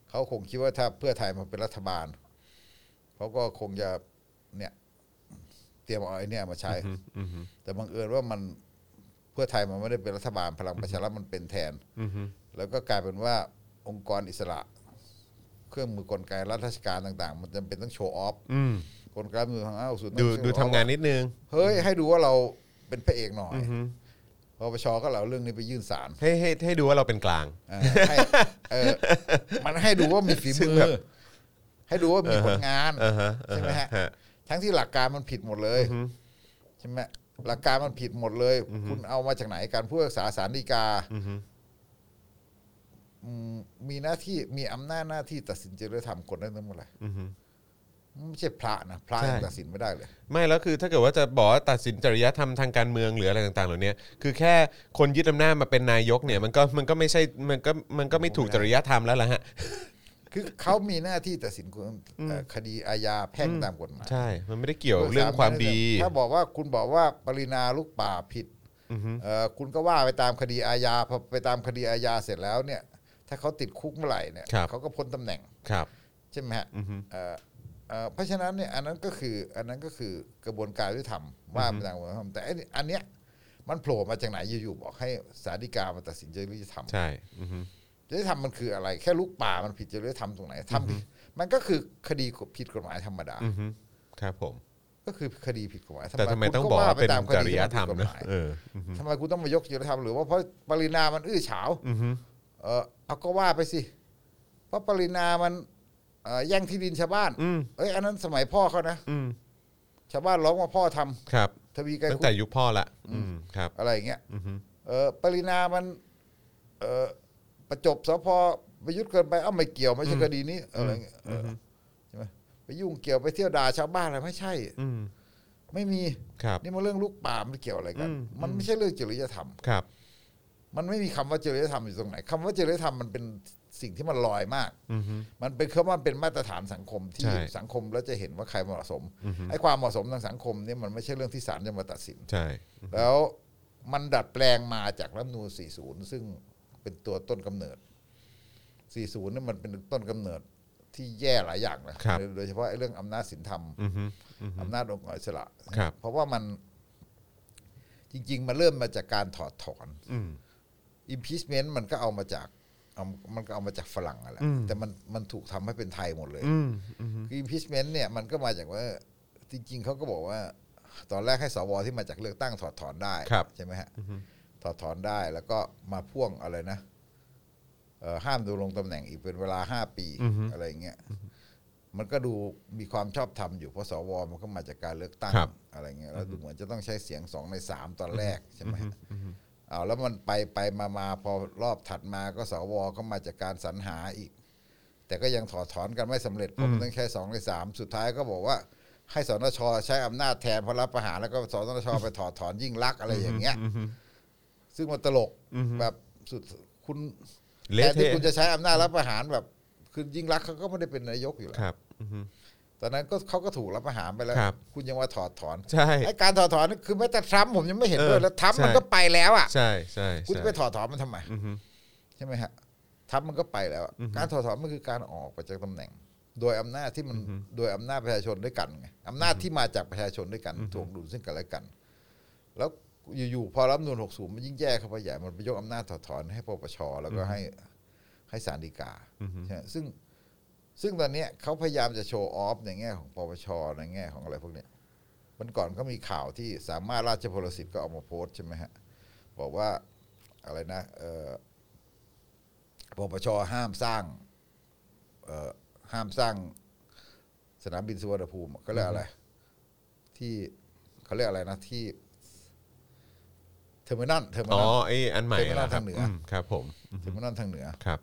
เขาคงคิดว่าถ้าเพื่อไทยมาเป็นรัฐบาลเขาก็คงจะเนี่ยเตรียมเอาไอ้เนี่ยมาใช้ อืม แต่บังเอิญว่ามันเพื่อไทยมันไม่ได้เป็นรัฐบาลพลังประชารัฐมันเป็นแทน อืม แล้วก็กลายเป็นว่าองค์กรอิสระ เครื่องมือกลไกรัฐราชการต่าง ๆ มันจำเป็นต้องโชว์ออฟ อืม กลไกรัฐธรรมนูญทางอ้าวสุด ดู ต้อง ดูทำงานนิดนึง เฮ้ย ให้ดูว่าเราเป็นพระเอกหน่อย อืม ปปชก็เราเรื่องนี้ไปยื่นศาล ให้ให้ให้ดูว่าเราเป็นกลาง เออให้เออมันให้ดูว่ามีฝี ซึ่ง มื แบ อบ ให้ดูว่ามีผลงาน อ่าฮะ ใช่ไหมฮะ อ่า ทั้งที่หลักการมันผิดหมดเลย อือฮึ ใช่ไหมหลักการมันผิดหมดเลย คุณเอามาจากไหนการผู้รักษาสารดีกา อืม อืมมีหน้าที่มีอำนาจหน้าที่ตัดสินจริยธรรมกฎได้ทั้งหมดเลย อืม ไม่ใช่พระนะพระ ใช่ ยังตัดสินไม่ได้เลย ไม่แล้วคือถ้าเกิดว่าจะบอกว่าตัดสินจริยธรรมทางการเมืองหรืออะไรต่างๆเหล่านี้คือแค่คนยึดอำนาจมาเป็นนายกเนี่ยมันก็มันก็ไม่ใช่มันก็มันก็ไม่ถูกจริยธรรมแล้วล่ะฮะ คือเขามีหน้าที่ตัดสินเอ่อคดีอาญาแพ่ง อืม ตามกฎหมาย ใช่ มันไม่ได้เกี่ยวเรื่องความดี ถ้าบอกว่าคุณบอกว่าปรินาลูกป่าผิดเอ่อคุณก็ว่าไปตามคดีอาญาพอไปตามคดีอาญาเสร็จแล้วเนี่ย ถ้าเขาติดคุกเมื่อไหร่เนี่ย ครับ เขาก็พ้นตำแหน่ง ครับ ใช่ไหมฮะ อือฮึ เอ่อเอ่อเพราะฉะนั้นเนี่ยอันนั้นก็คืออันนั้นก็คือกระบวนการยุติธรรมว่าไปตามกระบวนการยุติธรรมแต่ไอ้นี่อันเนี้ยมันโผล่มาจากไหนอยู่ๆบอกให้สาธิกามาตัดสินจริยธรรม ใช่อืม จริยธรรมมันคืออะไร แค่ลูกป่ามันผิดจริยธรรมตรงไหนทำผิดมันก็คือคดีผิดกฎหมายธรรมดา อืมครับผม ก็คือคดีผิดกฎหมาย แต่ทำไม คุณ ต้องบอกว่าเป็น ไต จ คดี ริยธรรม ผิดกฎ นะ หาย เออ ทำไมกูต้องมายกจริยธรรมหรือว่าเพราะปรินามันอื้อฉาว อือฮึ เออเอาก็ว่าไปสิเพราะปรินามันเอ่อแย่งที่ดินชาวบ้าน อืม เอ้ยอันนั้นสมัยพ่อเขานะ อืม ชาวบ้านร้องว่าพ่อทำ ครับ ทวีไกร ตั้ง คุ แต่ ณ ยุคพ่อละอืมครับ อะไรอย่างเงี้ย อือฮึ เออปรินามันเออประจบสพประยุทธ์เกินไปเอ้าไม่เกี่ยวไม่ใช่คดีนี้อะไรอย่างเงี้ยเอออใช่ไหมไปยุ่งเกี่ยวไปเที่ยวด่าชาวบ้านอะไรไม่ใช่ อืม ไม่มี ครับ นี่มันเรื่องลูกป่ามันเกี่ยวอะไรกัน อืม มันไม่ใช่เรื่องจริยธรรม ครับ มันไม่มีคำว่าจริยธรรมอยู่ตรงไหนคำว่าจริยธรรมมันเป็นสิ่งที่มันลอยมาก อือฮึ มันเป็นคำว่าเป็นมาตรฐานสังคมที่ ใช่ สังคมแล้วจะเห็นว่าใครเหมาะสมไอ้ความเหมาะสมทางสังคมเนี่ยมันไม่ใช่เรื่องที่ศาลจะมาตัดสิน ใช่ แล้วมันดัดแปลงมาจากรัฐธรรมนูญ40 ซึ่งเป็นตัวต้นกำเนิด 40เนี่ยมันเป็นต้นกำเนิดที่แย่หลายอย่างนะครับ โดยเฉพาะไอ้เรื่องอำนาจสินธรรม อือฮึอือฮึ อำนาจองค์กรอิสระ ครับ เพราะว่ามันจริง ๆ มันเริ่มมาจากการถอดถอน อืม impeachment มันก็เอามาจากเอามันก็เอามาจากฝรั่งอะแหละ อืม แต่มันมันถูกทำให้เป็นไทยหมดเลย อืมอือฮึ คือ impeachment เนี่ยมันก็มาจากว่าจริง ๆเขาก็บอกว่า ตอนแรกให้สวที่มาจากเลือกตั้งถอดถอนได้ ครับ ใช่ไหมฮะถอดถอนได้แล้วก็มาพ่วงอะไรนะเอ่อห้ามดูลงตำแหน่งอีกเป็นเวลาห้าปี อือฮึ อะไรอย่างเงี้ยมันก็ดูมีความชอบธรรมอยู่เพราะสวมันก็มาจากการเลือกตั้ง ครับ อะไรเงี้ยแล้วดูเหมือนจะต้องใช้เสียงสองในสามตอนแรกใช่ไหมฮะเอาแล้วมันไปไปมามาพอรอบถัดมาก็สวก็มาจากการสรรหาอีก แต่ก็ยังถอดถอนกันไม่สำเร็จผมนต้องใช้สองในสามสุดท้ายก็บอกว่า ให้สนชใช้อำนาจแทนเพราะรับประหารแล้วก็สนชไปถอดถอนยิ่งรักษณ์อะไรอย่างเงี้ย ซึ่งมันตลกแบบสุดคุณ เละ แทนที่ เทะ คุณจะใช้อำนาจรับประหารแบบคือยิ่งรักษณ์เขาก็ไม่ได้เป็นนายกอยู่แล้ว ครับอือฮึ ตอนนั้นก็เขาก็ถูกรับประหารไปแล้ว ครับ คุณยังมาถอดถอน ใช่ ไอ้การถอดถอนนี่คือแม้แต่ทรัมป์ผมยังไม่เห็น เออ ด้วยแล้วทรัมป์มัน ใช่ ก็ไปแล้วอ่ะ ใช่ใช่ คุณ ใช่ จะไปถอดถอนมันทำไม อือฮึ ใช่ไหมฮะทรัมป์มันก็ไปแล้วอะการถอดถอนมันคือการออกไปจากตำแหน่ง โดยอำนาจที่มันโดยอำนาจประชาชนด้วยกันไงอำนาจที่มาจากประชาชนด้วยกันทวงดุลซึ่งกันและกัน แล้วอยู่ๆพอรัฐธรรมนูน60 มันยิ่งแย่เข้าไปใหญ่ มันไปยกอำนาจถอดถอนให้ปปช แล้วก็ให้ให้ศาลฎีกาใช่ไหมซึ่งซึ่งตอนเนี้ยเขาพยายามจะโชว์ออฟในแง่ของปปช ในแง่ของอะไรพวกเนี้ยมันก่อนก็มีข่าวที่สามารถราชพลสิทธิ์ก็ออกมาโพสต์ใช่ไหมฮะ บอกว่าอะไรนะเอ่อปปช ห้ามสร้างเอ่อห้ามสร้างสนามบินสุวรรณภูมิก็เรียกอะไร ที่เขาเรียกอะไรนะที่เทอร์มินอลเทอร์มิ อ๋อนอล ไออันใหม่ เป็น แล้วครั ทาง บ เหนืออื มครับผม เทอร์มินอลทางเหนือ ครับ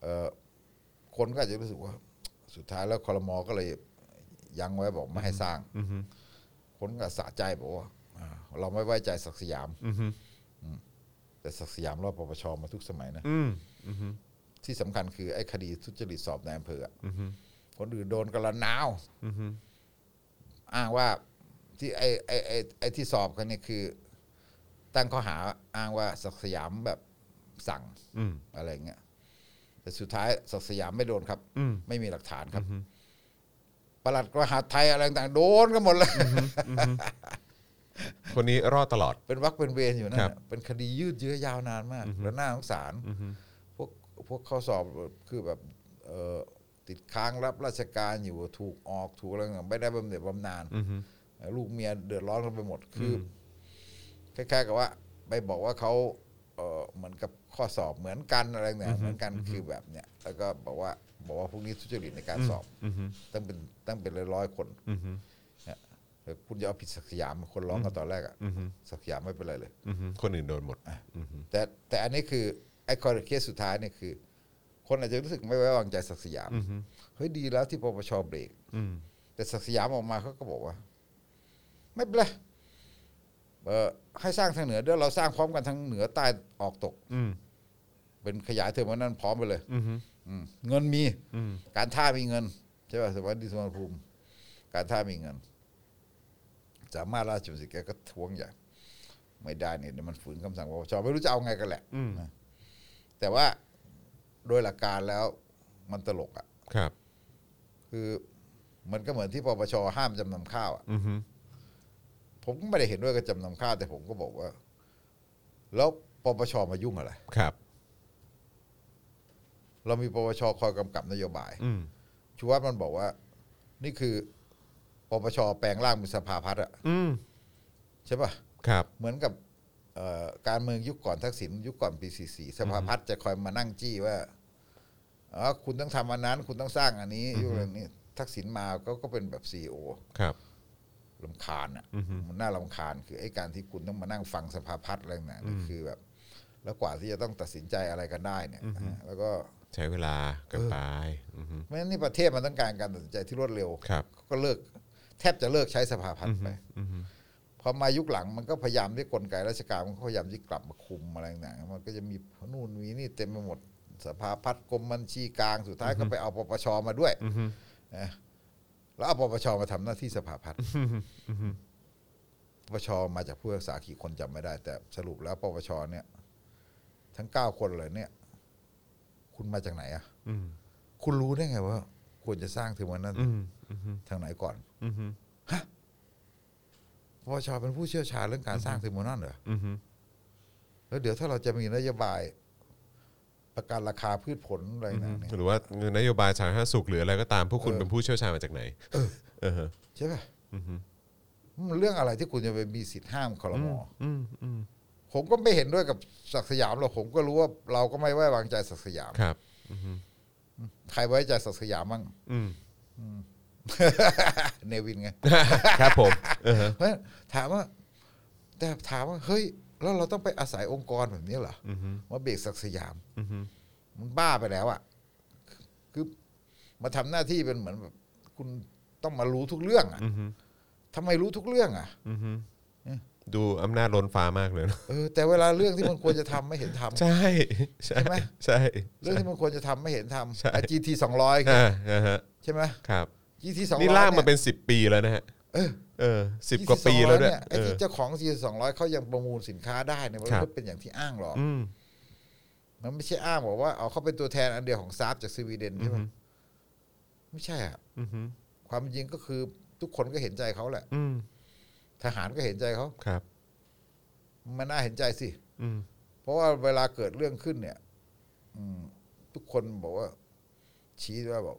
เอ่อคนก็อาจจะรู้สึกว่า สุดท้ายแล้วคอรมอก็เลยยั้งไว้บอกไม่ให้สร้าง อือฮึ คนก็สะใจบอกว่าอ่าเราไม่ไว้ใจศักดิ์สยาม อือฮึ แต่ศักดิ์สยามรอบปปชมาทุกสมัยนะ อืมอือฮึ ที่สำคัญคือไอ้คดีทุจริตสอบในอำเภออะ อือฮึ คนอื่นโดนกันละนาว อือฮึ อ้างว่าที่ไอ้ไอ้ไอ้ไอ้ที่สอบกันเนี่ยคือ ตั้งข้อหาอ้างว่าศักดิ์สยามแบบสั่ง อืม อะไรอย่างเงี้ยแต่สุดท้ายศักดิ์สยามไม่โดนครับ อืม ไม่มีหลักฐานครับประหลัดกระหัตไทยอะไรต่างๆโดนกันหมดเลย คนนี้รอดตลอด เป็นวักเป็นเวรอยู่นั่น ครับ น่ะเป็นคดียืดเยื้อยาวนานมากแล้วน่าสงสารพวกพวกข้อสอบคือแบบเอ่อติดค้างรับราชการอยู่ถูกออกถูกอะไรต่างๆไม่ได้บำเหน็จบำนาญลูกเมียเดือดร้อนกันไปหมดคืออคล้ายๆกับว่า ไปบอกว่าเขาเอ่อเหมือนกับข้อสอบเหมือนกันอะไรเนี่ยเหมือนกันคือแบบเนี้ยแล้วก็บอกว่าบอกว่าพวกนี้ทุจริตในการสอบตั้งเป็นตั้งเป็นร้อยๆคนเนี่ยแต่คุณจะเอาผิดศักดิ์สยามคนร้องกันตอนแรกอะศักดิ์สยามไม่เป็นไรเลย อือฮึคนอื่นโดนหมด แต่แต่อันนี้คือไอ้คอร์เคสสุดท้ายเนี่ยคือ คนอาจจะรู้สึกไม่ไว้วางใจศักดิ์สยามเฮ้ยดีแล้วที่ปปชเบรกแต่ศักดิ์สยามออกมาเขาก็บอกว่า ไม่เป็นไรเอ่อให้สร้างทางเหนือเดี๋ยวเราสร้างพร้อมกันทั้งเหนือใต้ออกตก อืม เป็นขยายเทอร์มินัลพร้อมไปเลย อือฮึ อืมเงินมี อืม การท่ามีเงินใช่ป่ะสวัสดิสมรภูมิ การท่ามีเงิน สามารถราชบุตรแกก็ทวงอย่าง ไม่ได้เนี่ยเดี๋ยวมันฝืนคำสั่งปปชไม่รู้จะเอาไงกันแหละ อืม นะแต่ว่าโดยหลักการแล้วมันตลกอ่ะ ครับ คือมันก็เหมือนที่ปปชห้ามจำนำข้าวอ่ะ อือฮึ ผมก็ไม่ได้เห็นด้วยกับจำนำข้าวแต่ผมก็บอกว่า แล้วปปชมายุ่งอะไร ครับ เรามีปปชคอยกำกับนโยบาย อืม ชูวัฒน์มันบอกว่า นี่คือปปชแปลงร่างเป็นสภาพัฒน์อ่ะ อืม ใช่ป่ะ ครับ เหมือนกับเอ่อการเมืองยุคก่อนทักษิณยุคก่อนปีสี่สี่สภาพัฒน์จะคอยมานั่งจี้ว่าอ๋อคุณต้องทำอันนั้น คุณต้องสร้างอันนี้ยุคนี้ทักษิณมาก็ก็เป็นแบบซีโอ ครับ ลำคาญอ่ะมันน่าลำคาญ คือไอ้การที่คุณต้องมานั่งฟังสภาพัฒน์อะไรต่างๆนี่คือแบบ แล้วกว่าที่จะต้องตัดสินใจอะไรกันได้เนี่ยนะฮะแล้วก็ ใช้เวลากันไปอือฮึ เพราะฉะนั้นนี่ประเทศมันต้องการการตัดสินใจที่รวดเร็ว ครับ เขาก็เลิก แทบจะเลิกใช้สภาพัฒน์ไป พอมายุคหลังมันก็พยายามที่กลไกราชการมันก็พยายามที่กลับมาคุมอะไรต่างๆมันก็จะมีนู่นมีนี่เต็มไปหมดสภาพัฒน์กรมบัญชีกลางสุดท้ายก็ไปเอาปปชมาด้วย อือฮึ นะแล้วเอาปปชมาทำหน้าที่สภาพัฒน์ อือฮึอือฮึ ปปชมาจากผู้รักษากี่คนจำไม่ได้ แต่สรุปแล้วปปชเนี่ย ทั้งเก้าคนเลยเนี่ย คุณมาจากไหนอะ อืม คุณรู้ได้ไงว่า ควรจะสร้างเทอร์มินัล อืมอือฮึ ทางไหนก่อน อือฮึ ปปชเป็นผู้เชี่ยวชาญเรื่องการสร้างเทอร์มินัลเหรอ อือฮึ แล้วเดี๋ยวถ้าเราจะมีนโยบาย ประกันราคาพืชผลอะไร อือฮึ นะเนี่ย หรือว่านโยบายสาธารณสุขหรืออะไรก็ตามพวกคุณเป็นผู้เชี่ยวชาญมาจากไหนเออฮะ ใช่ป่ะ อือฮึ มันเรื่องอะไรที่คุณจะไปมีสิทธิ์ห้ามคอรมอ อืมอืม ผมก็ไม่เห็นด้วยกับศักดิ์สยามหรอกผมก็รู้ว่าเราก็ไม่ไว้วางใจศักดิ์สยาม ครับอือฮึ ใครไว้ใจศักดิ์สยามบ้าง อืม เนวินไง ครับผมเออฮะ เพราะฉะนั้นถามว่า แต่ถามว่าเฮ้ยแล้วเราต้องไปอาศัยองค์กรแบบนี้เหรอ อือฮึ มาเบรกศักดิ์สยาม อือฮึ มันบ้าไปแล้วอะ่ะ คือมาทำหน้าที่เป็นเหมือนแบบคุณต้องมารู้ทุกเรื่องอะ อือฮึ ทำไมรู้ทุกเรื่องอ่ะ อือฮึดูอำนาจล้นฟ้ามากเลยเนอะ เออแต่เวลาเรื่องที่มันควรจะทำไม่เห็นทำ ใช่ใช่ ใช่ไหม ใช่ เรื่องที่มันควรจะทำไม่เห็นท ใช่ ำไอจีทีสองร้อย อ่าอ่าฮะ ใช่ไหม ครับ จีทีสองร้อย นี่ล่างมาเป็น 10 ปีแล้วนะฮะ เออ เออสิบกว่าปีแล้วด้วย ไอ เออ ที่เจ้าของจีทีสองร้อยเขายังประมูลสินค้าได้เนี่ยมัน ครับ ไม่เป็นอย่างที่อ้างหรอก อืม มันไม่ใช่อ้างบอกว่าเอาเขาเป็นตัวแทนอันเดียวของซาร์จากสวีเดน อือใช่ไหม ฮึ ไม่ใช่อ่ะ อือฮึ ความจริงก็คือทุกคนก็เห็นใจเขาแหละ อืม ทหารก็เห็นใจเขา ครับ มันน่าเห็นใจสิ อืม เพราะว่าเวลาเกิดเรื่องขึ้นเนี่ย อืม ทุกคนบอกว่า ชี้ว่าบอก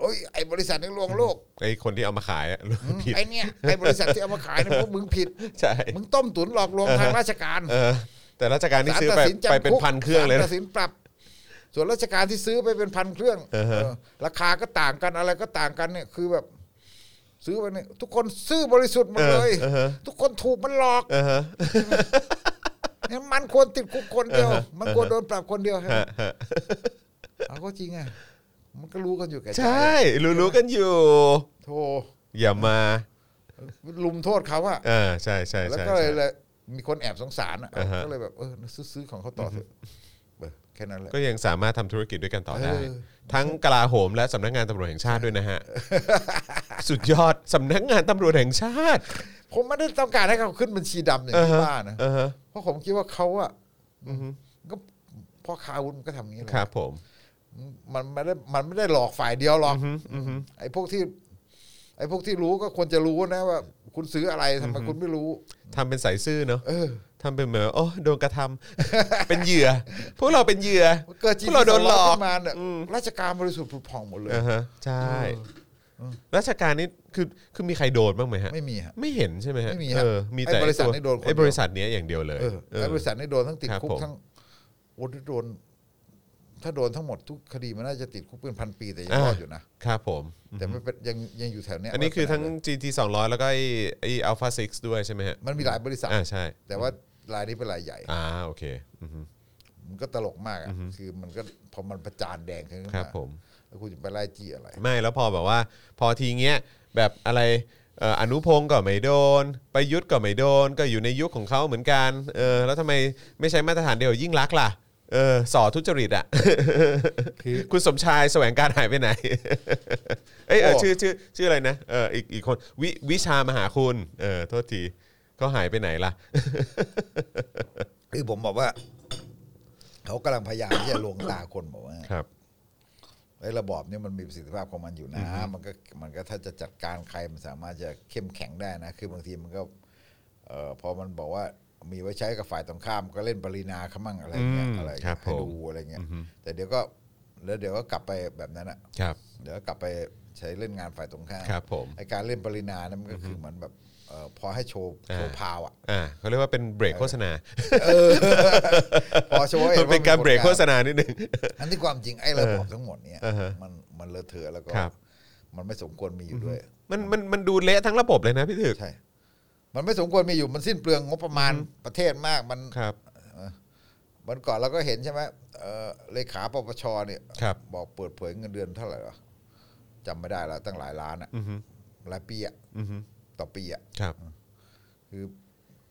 เอ้ยไอบริษัทนี้ลวงโลก ไอคนที่เอามาขายอะ อืม ผิด ไอเนี่ยไอบริษัทที่เอามาขายเนี่ยพวกมึงผิด ใช่ มึงต้มตุ๋นหลอกลวงทางราชการ เออ แต่ราชการที่ ศาล ซื้อ ตัด ไป สินจำ ไป คุก เป็นพันเครื่องเลย ศา นะ ตัดสินปรับ ส่วนราชการที่ซื้อไปเป็นพันเครื่อง เออฮะ เออราคาก็ต่างกันอะไรก็ต่างกันเนี่ย คือแบบ ซื้อไปเนี่ย ทุกคนซื้อบริสุทธิ์หมด เออ เลย เออฮะ ทุกคนถูกมันหลอก เออฮะ เนี่ยมันควรติดคุกคนเดียว เออฮะ มันควรโดนปรับคนเดียว ฮะฮะ เอาก็จริงอ่ะมันก็รู้กันอยู่แก่ใจ ใช่ รู้รู้กันอยู่ โธ่ อย่ามา ลุมโทษเขาอะ เออใช่ใช่ แล้ว ใช่ ก็เลย ใช่ เลยมีคนแอบสงสารอ่ะ อ่าฮะ ก็เลยแบบเออซื้อซื้อของเขาต่อเถอะเออแค่นั้นแหละ ก็ยังสามารถทำธุรกิจด้วยกันต่อได้ เออ ทั้งกลาโหมและสำนักงานตำรวจแห่งชาติด้วยนะฮะ สุดยอดสำนักงานตำรวจแห่งชาติ ผมไม่ได้ต้องการให้เขาขึ้นบัญชีดำอย่างที่ อ่าฮะ บ้านะ เออฮะ เพราะผมคิดว่าเขาอ่ะ อือฮึ ก็พ่อค้าอาวุธมันก็ทำอย่างนี้แหละ ครับผม มันไม่ได้มันไม่ได้หลอกฝ่ายเดียวหรอก อือฮึอือฮึ ไอ้พวกที่ ไอ้พวกที่รู้ก็ควรจะรู้นะว่า คุณซื้ออะไรทำไมคุณไม่รู้ ทำเป็นสายซื่อเนอะ เออ ทำเป็นเหมือนโอ้โดนกระทำ เป็นเหยื่อ พวกเราเป็นเหยื่อ เกิดจี พวกเราโดนหลอก ขึ้นมาเนี่ย อืม ราชการบริสุทธิ์ผุดผ่องหมดเลย อ่าฮะใช่ เออ ราชการนี่คือคือมีใครโดนบ้างไหมฮะ ไม่มีฮะ ไม่เห็นใช่ไหมฮะ ไม่มีฮะ เออมีแต่ ไอ้บริษัท ตัว นี่โดนคนเดียว ไอ้บริษัทเนี้ยอย่างเดียวเลย เออ เออ ไอ้บริษัทนี่โดนทั้งติด ครับ คุก ผม ทั้งโอ้โดน ถ้าโดนทั้งหมดทุกคดีมันน่าจะติดคุกเป็นพันปีแต่ยังรอดอยู่นะ ครับผม แต่ไม่เป็นยังยังอยู่แถวเนี้ย อันนี้คือทั้ง GT 200 แล้วก็ไอ้ไอ้อัลฟา6ด้วยใช่ไหมฮะ มันมีหลายบริษัท อ่าใช่ แต่ว่ารายนี้เป็นรายใหญ่ อ่าโอเคอือฮึ มันก็ตลกมากอะคือมันก็พอมันประจานแดงขึ้นมา ครับผม แล้วคุณจะไปไล่จี้อะไร ไม่แล้วพอแบบว่า พอทีเงี้ยแบบอะไรเอ่ออนุพงศ์ก็ไม่โดน ประยุทธ์ก็ไม่โดน ก็อยู่ในยุคของเขาเหมือนกันเออแล้วทำไมไม่ใช้มาตรฐานเดียวยิ่งรักษณ์ล่ะเออสอทุจริตอ่ะ คุณสมชายแสวงการหายไปไหน เอ้ยเออ โอ้ ชื่อชื่อชื่ออะไรนะเอออีกอีกคนวิวิชามหาคุณเออโทษทีเขาหายไปไหนล่ะ คือผมบอกว่า เขากำลังพยายามที่จะลวงตาคนบอกว่า ครับ ไอ้ระบอบเนี่ยมันมีประสิทธิภาพของมันอยู่นะ มันก็มันก็ถ้าจะจัดการใครมันสามารถจะเข้มแข็งได้นะ คือบางทีมันก็ เอ่อพอมันบอกว่ามีไว้ใช้กับฝ่ายตรงข้ามก็เล่นปรินาเขามั่งอะไรเงี้ย อืม อะไร ครับผให้ม ดูอะไรเงี้ยแต่เดี๋ยวก็แล้วเดี๋ยวก็กลับไปแบบนั้นอะ ครับ เดี๋ยวกลับไปใช้เล่นงานฝ่ายตรงข้าม ครับผม ไอการเล่นปรินาเนี่ยมันก็คือเหมือนแบบเอ่อพอให้โชว์ อ่า โชว์พาวอ่ะ อ่าเขาเรียกว่าเป็นเบรกโฆษณา พอโชว์ให้ มันเป็น ว่ การเบรกโฆษ ผล ณานิดนึง งนอันที่ความจริงไอ้ระบบทั้งหมดเนี่ย อ่าฮะ มันมันเลอะเทอะแล้วก็ ครับ มันไม่สมควรมีอยู่ด้วย มันมันมันดูเละทั้งระบบเลยนะพี่ถึก ใช่ มันไม่สมควรมีอยู่มันสิ้นเปลืองงบประมาณประเทศมากมัน ครับ วันก่อนเราก็เห็นใช่ไหมเอ่อเลขาปปชเนี่ย ครับ บอกเปิดเผยเงินเดือนเท่าไหร่หรอจำไม่ได้แล้วตั้งหลายล้านอะ อือฮึ หลายปีอะ อือฮึ ต่อปีอะ ครับ ค คือ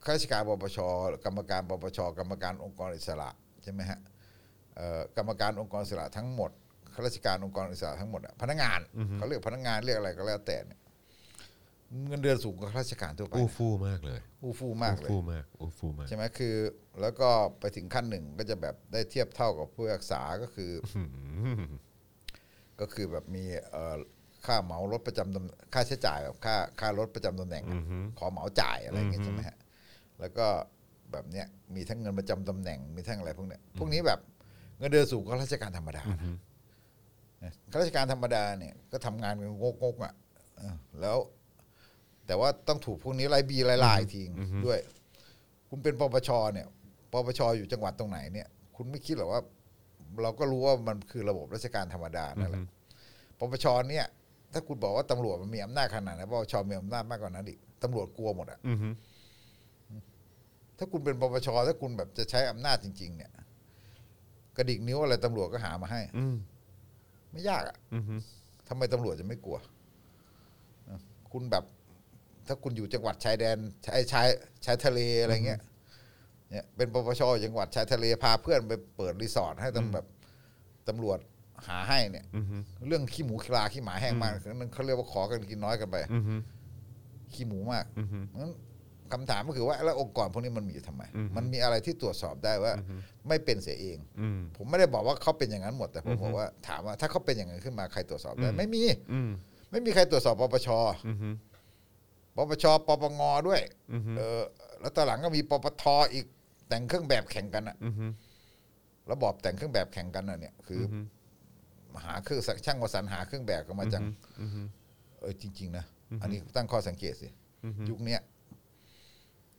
ข้าราชการปปชกรรมการปปชกรรมการองค์กรอิสระใช่ไหมฮะเอ่อกรรมการองค์กรอิสระทั้งหมดข้าราชการองค์กรอิสระทั้งหมดอะพนักงานเขาเรียกพนักงานเรียกอะไรก็แล้วแต่เนี่ยเงินเดือนสูงกว่าข้าราชการทั่วไป อู้ฟู่มากเลย อู้ฟู่มากเลย อู้ฟู่มากอู้ฟู่มาก ใช่ไหมคือ แล้วก็ไปถึงขั้นหนึ่งก็จะแบบได้เทียบเท่ากับผู้รักษาก็คือ ก็คือแบบมีเอ่อค่าเหมารถประจำตำค่าใช้จ่ายแบบค่าค่ารถประจำตำแหน่งอะขอเหมาจ่ายอะไรอย่างเงี้ยใช่ไหมฮะแล้วก็แบบเนี้ยมีทั้งเงินประจำตำแหน่งมีทั้งอะไรพวกเนี้ยพวกนี้แบบเงินเดือนสูงกว่าข้าราชการธรรมดานะข้าราชการธรรมดาเนี่ยก็ทำงานกันงกๆอ่ะเออแล้ว แต่ว่าต้องถูกพวกนี้ไล่บีไล่ลายทิ้งด้วย คุณเป็นปปชเนี่ย ปปชอยู่จังหวัดตรงไหนเนี่ย คุณไม่คิดหรอกว่า เราก็รู้ว่ามันคือระบบราชการธรรมดานั่นแหละ ปปชเนี่ย ถ้าคุณบอกว่าตำรวจมันมีอำนาจขนาดนั้นปปชมีอำนาจมากกว่านั้นอีกตำรวจกลัวหมดอะถ้าคุณเป็นปปชถ้าคุณแบบจะใช้อำนาจจริง ๆ เนี่ย กระดิกนิ้วอะไรตำรวจก็หามาให้ อืม ไม่ยากอะ อือฮึ ทำไมตำรวจจะไม่กลัวอ่ะคุณแบบ ถ้าคุณอยู่จังหวัดชายแดนชายชายชายทะเลอะไรเงี้ย เนี่ย เป็นปปชจังหวัดชายทะเลพาเพื่อนไปเปิดรีสอร์ทให้ตำแบบตำรวจหาให้เนี่ย อือฮึ เรื่องขี้หมูขี้ลาขี้หมาแห้งมากนั่นเขาเรียกว่าขอกันกินน้อยกันไป อือฮึ ขี้หมูมาก อือฮึ นั้นคำถามก็คือว่าแล้วองค์กรพวกนี้มันมีอยู่ทำไม อือฮึ มันมีอะไรที่ตรวจสอบได้ว่า ไม่เป็นเสียเอง อืม ผมไม่ได้บอกว่าเขาเป็นอย่างนั้นหมดแต่ผมบอกว่าถามว่าถ้าเขาเป็นอย่างนั้นขึ้นมาใครตรวจสอบได้ อืม ไม่มี อืม ไม่มีใครตรวจสอบปปช อือฮึ ปปชปปงด้วย อือฮึ เออแล้วตอนหลังก็มีปปทอีกแต่งเครื่องแบบแข่งกันอะ อือฮึ ระบอบแต่งเครื่องแบบแข่งกันอะเนี่ยคือ อือ อ ฮึ หาเครื่องช่างวสรรหาเครื่องแบบกันมาจัง อือฮึ เออจริง ๆ นะ อันนี้ตั้งข้อสังเกตสิ อือฮึ ยุคเนี้ย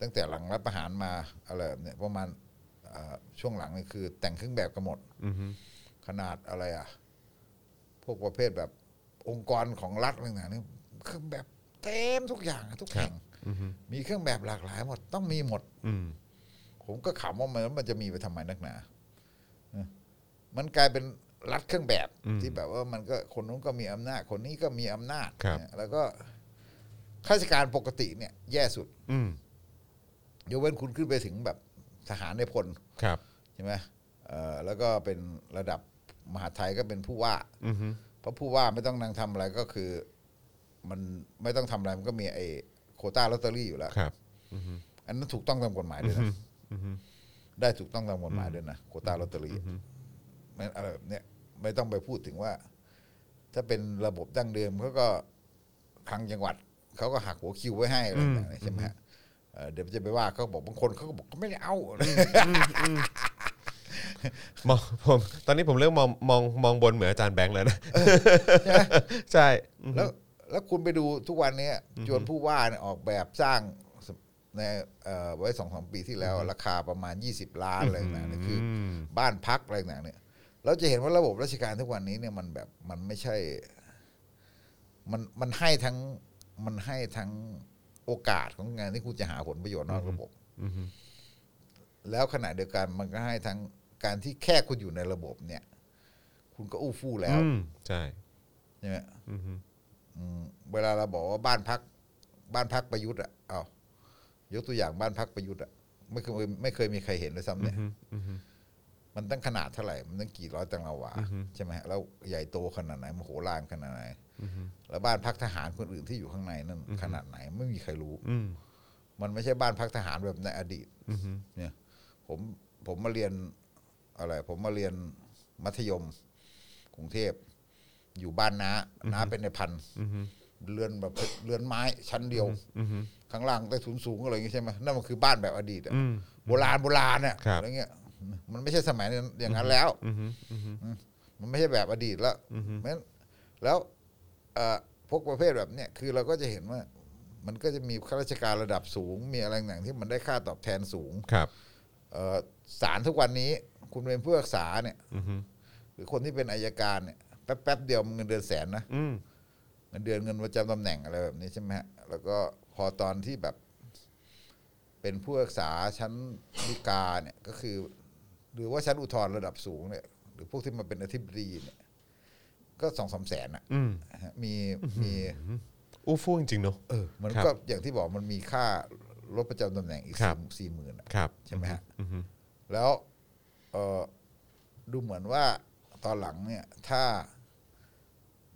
ตั้งแต่หลังรัฐประหารมาอะไรแบบเนี่ยประมาณเอ่อช่วงหลังนี่คือ แต่งเครื่องแบบกันหมด อือฮึ ขนาดอะไรอ่ะ พวกประเภทแบบองค์กรของรัฐอะไรต่างๆเนี่ยเครื่องแบบเต็มทุกอย่างอะทุกแห่ง อือฮึ มีเครื่องแบบหลากหลายหมด ต้องมีหมด อืม ผมก็ขำว่ามันมันจะมีไปทำไมนักหนาเออมันกลายเป็นรัดเครื่องแบบที่แบบว่ามันก็คนนู้นก็มีอำนาจ คนนี้ก็มีอำนาจเนี่ยแล้วก็ข้าราชการปกติเนี่ย แย่สุด อืม ยกเว้นคุณขึ้นไปถึงแบบทหารในพล ครับ ใช่ไหมเอ่อแล้วก็เป็นระดับมหาดไทยก็เป็นผู้ว่า อือฮึ เพราะผู้ว่าไม่ต้องนั่งทำอะไรก็คือ มันไม่ต้องทำอะไรมันก็มีไอ้โควต้าลอตเตอรี่อยู่แล้ว ครับ อันนั้นถูกต้องตามกฎหมายด้วยนะได้ถูกต้องตามกฎหมายด้วยนะโควตาลอตเตอรี่ไม่อะไรแบบเนี้ยไม่ต้องไปพูดถึงว่า ถ้าเป็นระบบดั้งเดิมเขาก็ทางจังหวัดเขาก็หักหัวคิวไว้ให้อะไรอย่างเงี้ยใช่ไหมฮะเอ่อเดี๋ยวจะไปว่าเขาบอกบางคนเขาก็บอกเขาไม่ได้เอา มองผมตอนนี้ผมเริ่มมองมองมองบนเหมือนอาจารย์แบงค์แล้วนะ ใช่ไหม ใช่ แล้วแล้วคุณไปดูทุกวันเนี้ยจวนผู้ว่าเนี่ยออกแบบสร้างในเอ่อไว้สองสามปีที่แล้ว ราคาประมาณ 20 ล้านอะไรอย่างเงี้ยนะคือ อืม บ้านพักอะไรต่างๆเนี่ย เราจะเห็นว่าระบบราชการทุกวันนี้เนี่ยมันแบบมันไม่ใช่ มันมันให้ทั้งมันให้ทั้งโอกาสของงานที่คุณจะหาผลประโยชน์นอกระบบ อือฮึ แล้วขณะเดียวกันมันก็ให้ทั้งการที่แค่คุณอยู่ในระบบเนี่ย คุณก็อู้ฟู่แล้ว อืมใช่ ใช่ไหม อือฮึ อืมเวลาเราบอกว่าบ้านพัก บ้านพักประยุทธ์อะเอายกตัวอย่างบ้านพักประยุทธ์อะไม่เคยไม่เคยมีใครเห็นเลยซ้ำเนี่ย อือฮึอือฮึ มันตั้งขนาดเท่าไหร่ มันตั้งกี่ร้อยตังละวา อือฮึ ใช่ไหมฮะแล้วใหญ่โตขนาดไหนมโหฬารขนาดไหน แล้วบ้านพักทหารคนอื่นที่อยู่ข้างในนั่นขนาดไหนไม่มีใครรู้ อืม มันไม่ใช่บ้านพักทหารแบบในอดีต อือฮึ เนี่ย ผมผมมาเรียนอะไร ผมมาเรียนมัธยมกรุงเทพ อยู่บ้านน้าน้าเป็นในพัน อือฮึ เรือนแบบเรือนไม้ชั้นเดียว อือฮึ ข้างล่างใต้ถุนสูงอะไรอย่างงี้ใช่ไหมนั่นมันคือบ้านแบบอดีตอะ อืม โบราณโบราณเนี่ย ครับ อะไรเงี้ยมันไม่ใช่สมัยนั้นอย่างนั้นแล้ว อือฮึอือฮึ มันไม่ใช่แบบอดีตแล้ว อือฮึ เพราะฉะนั้นแล้วเอ่อพวกประเภทแบบเนี้ยคือเราก็จะเห็นว่า มันก็จะมีข้าราชการระดับสูง มีอะไรต่างๆที่มันได้ค่าตอบแทนสูง ครับ เอ่อศาลทุกวันนี้ คุณเป็นผู้รักษาเนี่ย อือฮึ หรือคนที่เป็นอายการเนี่ยแป๊บๆเดียวมันเงินเดือนแสนนะ อืม เงินเดือนเงินประจำตำแหน่งอะไรแบบนี้ใช่ไหมฮะแล้วก็พอตอนที่แบบ เป็นผู้รักษาชั้นฎีกาเนี่ยก็คือ หรือว่าชั้นอุทธรณ์ระดับสูงเนี่ยหรือพวกที่มาเป็นอธิบดีเนี่ยก็สองสามแสนอะ อืม ฮะมีมี อู้ฟู่จริงๆเนาะ เออมัน ครับ ก็อย่างที่บอกมันมีค่า ลดประจำตำแหน่งอีก ครับ สี่หมื่นอะ ครับ ใช่ไหมฮะ อือฮึ แล้วเออดูเหมือนว่าตอนหลังเนี่ย ถ้า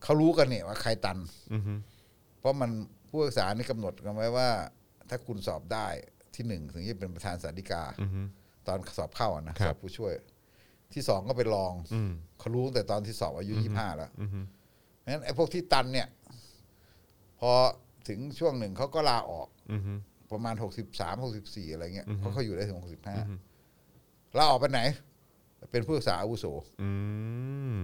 เขารู้กันเนี่ยว่าใครตัน อือฮึ เพราะมันผู้ศึกษานี่กำหนดกันไว้ว่า ถ้าคุณสอบได้ที่หนึ่งถึงจะเป็นประธานสาธิกา อือฮึ ตอนสอบเข้าอะนะครับ สอบผู้ช่วย ที่สองก็เป็นรอง อืม เขารู้ตั้งแต่ตอนที่สอบอายุยี่ห้าแล้ว อือฮึ เพราะฉะนั้นไอ้พวกที่ตันเนี่ย พอถึงช่วงหนึ่งเขาก็ลาออก อือฮึ ประมาณหกสิบสามหกสิบสี่อะไรเงี้ย อือฮึ เพราะเขาอยู่ได้ถึงหกสิบห้า อือฮึ ลาออกไปไหน เป็นผู้ศึกษาอาวุโส อืม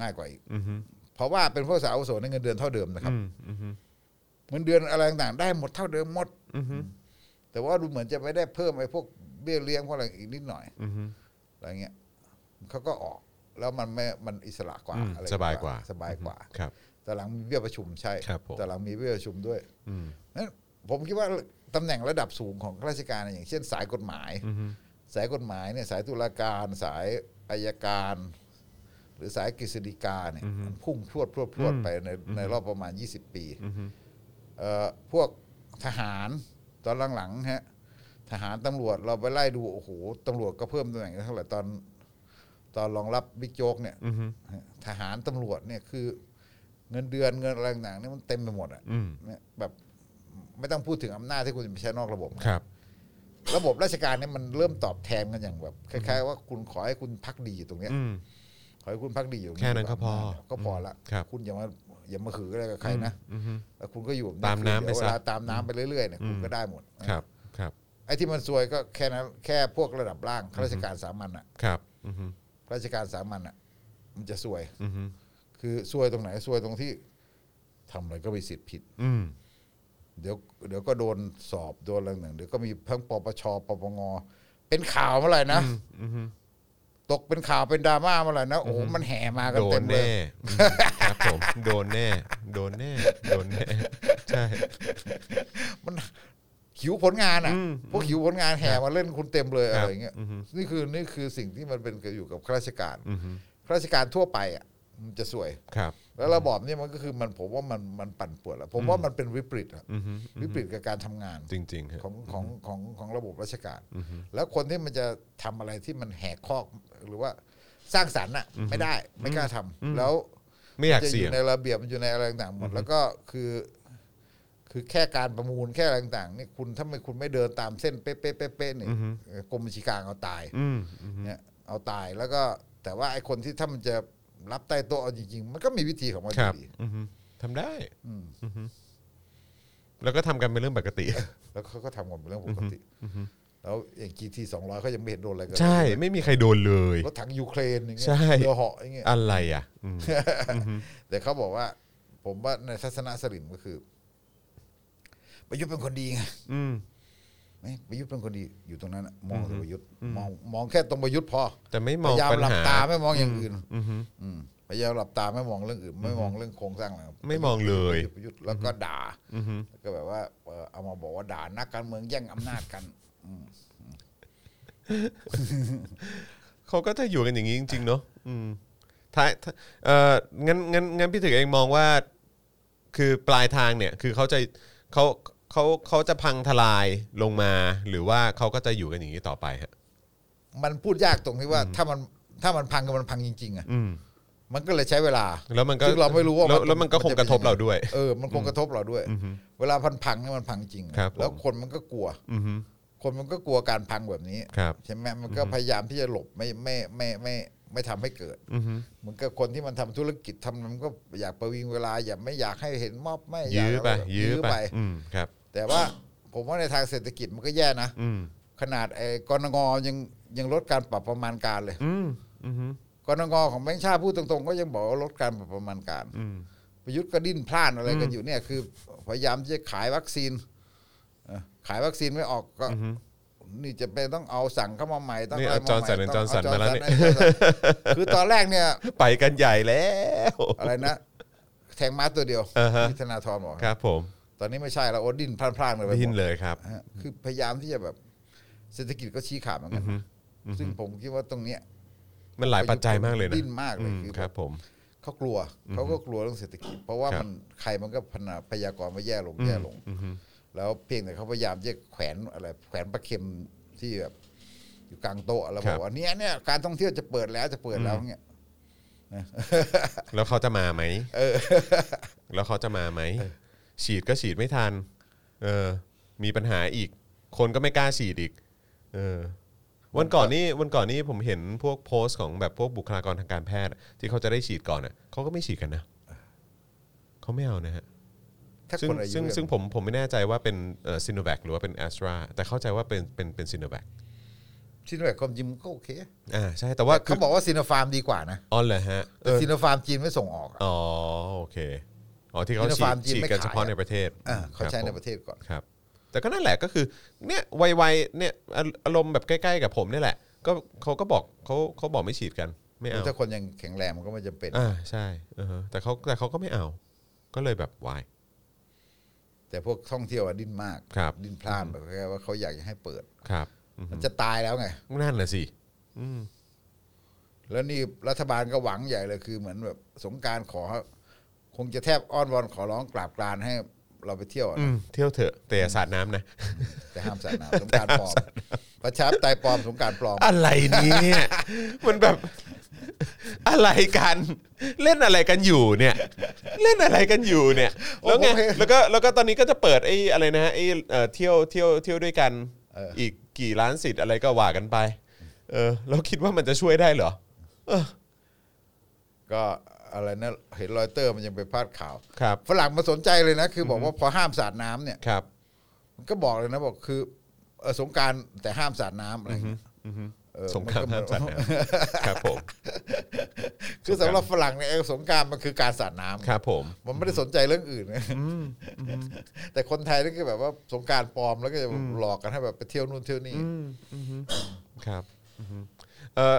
ง่ายกว่าอีก อือฮึ เพราะว่าเป็นผู้ศึกษาอาวุโสในเงินเดือนเท่าเดิมนะครับ อืมอือฮึ เงินเดือนอะไรต่างๆได้หมดเท่าเดิมหมด อือฮึ แต่ว่าดูเหมือนจะไม่ได้เพิ่มไอ้พวกเบี้ยเลี้ยงพวกอะไรอีกนิดหน่อย อือฮึ อะไรเงี้ยเขาก็ออก แล้วมันไม่มันอิสระกว่า อืม อะไร สบายกว่า สบายกว่า ครับ แต่หลังมีเบี้ยประชุมใช่ ครับผม แต่หลังมีเบี้ยประชุมด้วย อืม นั้นผมคิดว่าตำแหน่งระดับสูงของข้าราชการเนี่ยอย่างเช่นสายกฎหมาย อือฮึ สายกฎหมายเนี่ยสายตุลาการ สายอายการ หรือสายกฤษฎีกาเนี่ยมันพุ่งพรวดพรวดพรวดไปในในรอบประมาณ 20 ปี อือฮึ เอ่อพวกทหารตอนหลังๆฮะทหารตำรวจเราไปไล่ดูโอ้โหตำรวจก็เพิ่มตำแหน่งเท่าไหร่ตอนตอนรองรับบิ๊กโจ๊กเนี่ย อือฮึ ฮะทหารตำรวจเนี่ยคือเงินเดือนเงินอะไรต่างๆเนี่ยมันเต็มไปหมดอะ อืม เนี่ยแบบไม่ต้องพูดถึงอำนาจที่คุณจะไปใช้นอกระบบ ครับ ระบบราชการเนี่ยมันเริ่มตอบแทนกันอย่างแบบคล้าย ๆ ว่าคุณขอให้คุณพักดีอยู่ตรงเนี้ย อืม ขอให้คุณพักดีอยู่ แค่นั้นก็พอ ก็พอละ ครับ คุณอย่ามาอย่ามาขืออะไรกับใครนะ อือฮึ แล้วคุณก็อยู่ ตามน้ำไป เดี๋ยว ซะ เวลาตามน้ำไปเรื่อยๆเนี่ย อืม คุณก็ได้หมด ครับครับ ไอ้ที่มันซวยก็แค่นั้นแค่พวกระดับล่างข้าราชการสามัญอะ ครับอือฮึ ข้าราชการสามัญอะมันจะซวย อือฮึ คือซวยตรงไหนซวยตรงที่ทำอะไรก็มีสิทธิ์ผิด อืม เดี๋ยวเดี๋ยวก็โดนสอบโดนอะไรหนึ่างเดี๋ยวก็มีทั้งปปชปปงเป็นข่าวเมื่อไหร่นะ อือฮึ ตกเป็นข่าวเป็นดราม่าเมื่อไหร่นะโอ้โหมันแห่มากัน โด เต็ น มเลย แน่อืมครับผมโดนแน่ โดนแน่ โดนแน่ ใช่ มันหิวผลงานอ่ะ อืม พวกหิวผลงานแห่มาเล่นคุณเต็มเลย ครับอะไรอย่างเงี้ย อือฮึ นี่คือนี่คือสิ่งที่มันเป็นอยู่กับข้าราชการ อือฮึ ข้าราชการทั่วไปอ่ะมันจะสวย ครับ แล้วระบอบเนี่ยมันก็คือมันผมว่ามันมันปั่นป่วนแล้วผมว่ามันเป็นวิปริตอะ อือฮึ วิปริตกับการทำงาน จริงๆฮะ ของของของของระบบราชการ แล้วคนที่มันจะทำอะไรที่มันแหกคอกหรือว่าสร้างสรรค์น่ะไม่ได้ไม่กล้าทำแล้ว ไม่อยาก จะอ เสี่ย ยู่ ง ในระเบียบมันอยู่ในอะไรต่างๆหมดแล้วก็คือ คือแค่การประมูลแค่อะไรต่างๆนี่คุณถ้าไม่คุณไม่เดินตามเส้นเป๊ะๆเป๊ะๆเนี่ยกรมบัญชีกลางเอาตาย อืมอือฮึ เนี่ยเอาตายแล้วก็แต่ว่าไอ้คนที่ถ้ามันจะรับใต้โต๊ะเอาจริงๆ มันก็มีวิธีของมันอ ครั ยู่ บ ดี อือฮึทำได้อือฮึแล้วก็ทำกันเป็นเรื่องปกติ แล้วเขาก็ทำกันเป็นเรื่องปกติแล้วอย่างกีทีสองร้อยเขายังไม่เห็นโดนอะไรกันเลย ใช่ไม่มีใครโดนเลย รถถังยูเครนอย่างเงี้ ใช่ ยเรือเหาะอย่างเงี้ย อะไรอ่ะอืม แต่เขาบอกว่า ผมว่าในทัศนะสลิมก็คือประยุทธ์เป็นคนดีไง อืม ไหมประยุทธ์เป็นคนดีอยู่ตรงนั้นน่ะมองแต่ประยุทธ์มองมองแค่ตรงประยุทธ์พอ แต่ไม่ม พ อง ยายาม ปัญ หลับ หา ตาไม่มองอย่างอื่น อือฮึ อืมพยายามหลับตาไม่มองเรื่องอื่น ไม่มองเรื่องโครงสร้างอะไร ไม่มองเลย ประยุทธ์แล้วก็ด่า อือฮึ แล้วก็แบบว่าเอ่อเอามาบอกว่าด่านักการเมืองแย่งอำนาจกันอืม เขาก็จะอยู่กันอย่างนี้จริง ๆ เนอะอืมท้ายท้ายเอ่องั้นงั้นงั้นพี่ถึกเองมองว่า คือปลายทางเนี่ย คือเขาจะเขาเขาเขาจะพังทลายลงมา หรือว่าเขาก็จะอยู่กันอย่างนี้ต่อไปฮะ มันพูดยากตรงที่ว่าถ้ามันถ้ามันพังก็มันพังจริงๆอ่ะ อืม มันก็เลยใช้เวลา แล้วมันก็ ซึ่งเราไม่รู้ว่า แล้ว มัน แล้วมันก็คง มันจะ ก เป็น ระทบ ยังไง เราด้วย เออ มันคงกระทบเราด้วย เวลาพันพังเนี่ยมันพังจริงอะ ครับผม แล้วคนมันก็กลัว อือฮึ คนมันก็กลัวการพังแบบนี้ ครับ ใช่ไหมมันก็พยายามที่จะหลบไม่ไม่ไม่ไม่ไม่ไม่ทำให้เกิด อือฮึ เหมือนกับคนที่มันทำธุรกิจทำมันก็อยากประวิงเวลา อยากไม่อยากให้เห็นมอบไม่อาก ยื้อไป ะรแบบ ยื้อไป อืมครับ แต่ว่าผมว่าในทางเศรษฐกิจมันก็แย่นะ อืม ขนาดไอ้กรงยังยังลดการปรับประมาณการเลย อืมอือฮึ กรงของแบงค์ชาติพูดตรงๆ ก็ยังบอกว่าลดการปรับประมาณการ อืม ประยุทธ์ก็ดิ้นพลานอะไรกันอยู่เนี่ยคือพยายามที่จะขายวัคซีนเอ่อขายวัคซีนไม่ออกก็ นี่จะเป็นต้องเอาสั่งเข้ามาใหม่ต้อง นี่ อะไร เอา มาใหม่ Johnson and ต้อง Johnson เอ มาแล้ว Johnson เนี่ย and Johnson คือตอนแรกเนี่ย ไปกันใหญ่แล้ว อะไรนะ แทงม้าตัวเดียว อ่าฮะ ที่ธนาธรบอก ครับผม ตอนนี้ไม่ใช่แล้วโอ้ดิ้นพลานพลานๆกันไปหมด ได้ยินเลยครับ ฮะคือพยายามที่จะแบบ เศรษฐกิจก็ชี้ขาดเหมือนกันซึ่งผมคิดว่าตรงเนี้ย มันหลายปัจจัยมากเลยนะ ดิ้นมากเลย อื คือ ครับ ผม เขากลัวเขาก็กลัวเรื่องเศรษฐกิจ เพราะว่า ครับ มันใครมันก็พนาพยากรณ์ว่าแย่ลงแย่ลง อือฮึ แล้วเพียงแต่เขาพยายามจะแขวนอะไรแขวนประเข็มที่แบบอยู่กลางโต๊ะแล้วคบอรั ก บ ว่าเนี่ยเนี่ยการท่องเที่ยวจะเปิดแล้วจะเปิดแล้วเนี่ย แล้วเขาจะมาไหม แล้วเขาจะมาไหม ฉีดก็ฉีดไม่ทัน เออ มีปัญหาอีก คนก็ไม่กล้าฉีดอีก เออ วันก่อนนี่วันก่อนนี่ผมเห็นพวกโพสต์ของแบบพวกบุคลากรทางการแพทย์อะที่เขาจะได้ฉีดก่อนอ่ะเขาก็ไม่ฉีดกันนะเขาไม่เอานะฮะ ถ้า ซึ่ง คนอายุ ซึ่ง เยอะ ซึ่งผมผมไม่แน่ใจว่าเป็นซิน o v ว c หรือว่าเป็นแอสตราแต่เข้าใจว่าเป็นเป็นเป็นซินโนแวค ซิโนแวคความจริงมันก็โอเค อ่าใช่แต่ว่าคื เขา อ บอกว่าซิโนฟาร์มดีกว่านะ อ๋อเหรอฮะเอ แต่ อ ซิโนฟาร์มจีนไม่ส่งออกอะ อ๋อโอเคอ๋อที่เขา ซิฉีโนฟาร์ ด ม ฉีดกัน จีนไม่ขาย เฉพาะในประเทศ อ่าเขาใช้ คบ ใน ผม ประเทศก่อน ครับ แต่ก็นั่นแหละก็คือเนี่ยวัยๆเนี่ยอารอารมณ์แบบใกล้ๆกับผมเนี่ยแหละ ก็เขาก็บอกเขาเขาบอกไม่ฉีดกันไม่เอา ถ้าคนยังแข็งแรงมันก็ไม่จำเป็น อ่าใช่เออแต่เขาแต่เขาก็ไม่เอา ก็เลยแบบวาย แต่พวกท่องเที่ยวอะดิ้นมาก ครับ ดิ้นพลานแบบแค่ว่าเขาอยากจะให้เปิด ครับอืม มันจะตายแล้วไง นั่นแหละสิอืม แล้วนี่รัฐบาลก็หวังใหญ่เลยคือเหมือนแบบสงกรารขอ คงจะแทบอ้อนวอนขอร้องกราบกรานให้เราไปเที่ยวอะ อืมเที่ยวเถอะแต่อย่าสาดน้ำนะ แต่ห้ามสาด น้ำสงกรารปลอม ประชาธิปไตยปลอมสงกรารปลอม อะไรเนี่ย มันแบบอะไรกัน เล่นอะไรกันอยู่เนี่ย เล่นอะไรกันอยู่เนี่ยแล้วไง โอ้โห แล้วก็แล้วก็ตอนนี้ก็จะเปิดไอ้อะไรนะฮะไอ้เอ่อเที่ยวเที่ยวเที่ยวด้วยกัน เอออีอีกกี่ล้านสิทธิ์อะไรก็ว่ากันไป เออแล้วคิดว่ามันจะช่วยได้เหรอ ก็อะไรนะเห็นรอยเตอร์มันยังไปพาดข่าว ครับ ฝรั่งมาสนใจเลยนะ คือบอกว่าพอห้ามสาดน้ำเนี่ย ครับ มันก็บอกเลยนะบอกคือเอ่อสงกรารแต่ห้ามสาดน้ำอะไรอย่างเงี้ยเออ สงคราม น ห้ามสัตว์นะค รับผม คือสำหรับฝรั่งเนี่ยเออสงกรารมันคือการสาดน้ำ ครับผม มันไม่ได้สนใจเรื่องอื่น นะแต่คนไทยนี่คือแบบว่าสงกรารปลอมแล้วก็จะหลอกกันให้แบบไปเที่ยวนู่นเที่ยวนี่ ครับอือฮึเออ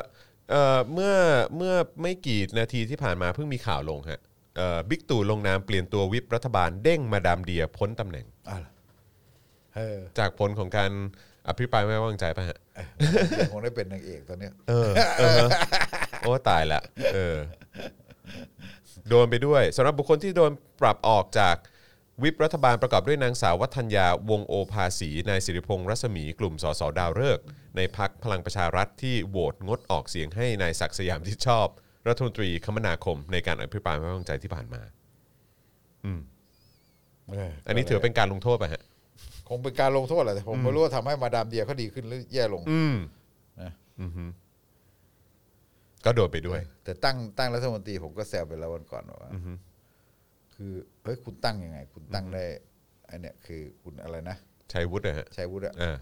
เออเมื่อเมื่อไม่กี่นาทีที่ผ่านมาเพิ่งมีข่าวลงฮะเอ่อบิ๊กตู่ลงนามเปลี่ยนตัววิปรัฐบาลเด้งมาดามเดียพ้นตำแหน่ง อ่ะเออ จากผลของการอภิปรายไม่ไว้วางใจป่ะฮะ เดี๋ยวคงได้เป็นนางเอกตอนเนี้ย เออ เออ โอ้ตายละ เออ โดนไปด้วยสำหรับบุคคลที่โดนปรับออกจากวิปรัฐบาลประกอบด้วยนางสาววัฒนยาวงโอภาสี นายสิริพงษ์รัศมีกลุ่มสสดาวฤกษ์ในพักพลังประชารัฐที่โหวตงดออกเสียงให้นายศักดิ์สยามที่ชอบ รัฐมนตรีคมนาคมในการอภิปรายไม่ไว้วางใจที่ผ่านมา เ อันนี้ถือเป็นการลงโทษไปะฮะ คงเป็นการลงโทษแหละแต่ผมไม่รู้ว่าทำให้มาดามเดียเขาดีขึ้นหรือแย่ลง อืม นะ อือฮึก็โดนไปด้วย แต่ตั้งตั้งรัฐมนตรีผมก็แซวไปแล้ววันก่อนว่าคือเฮ้ยคุณตั้งยังไง คุณตั้งได้ไอเนี่ยคือคุณอะไรนะ ชัยวุฒินะฮะ ชัยวุฒิอะ อ่า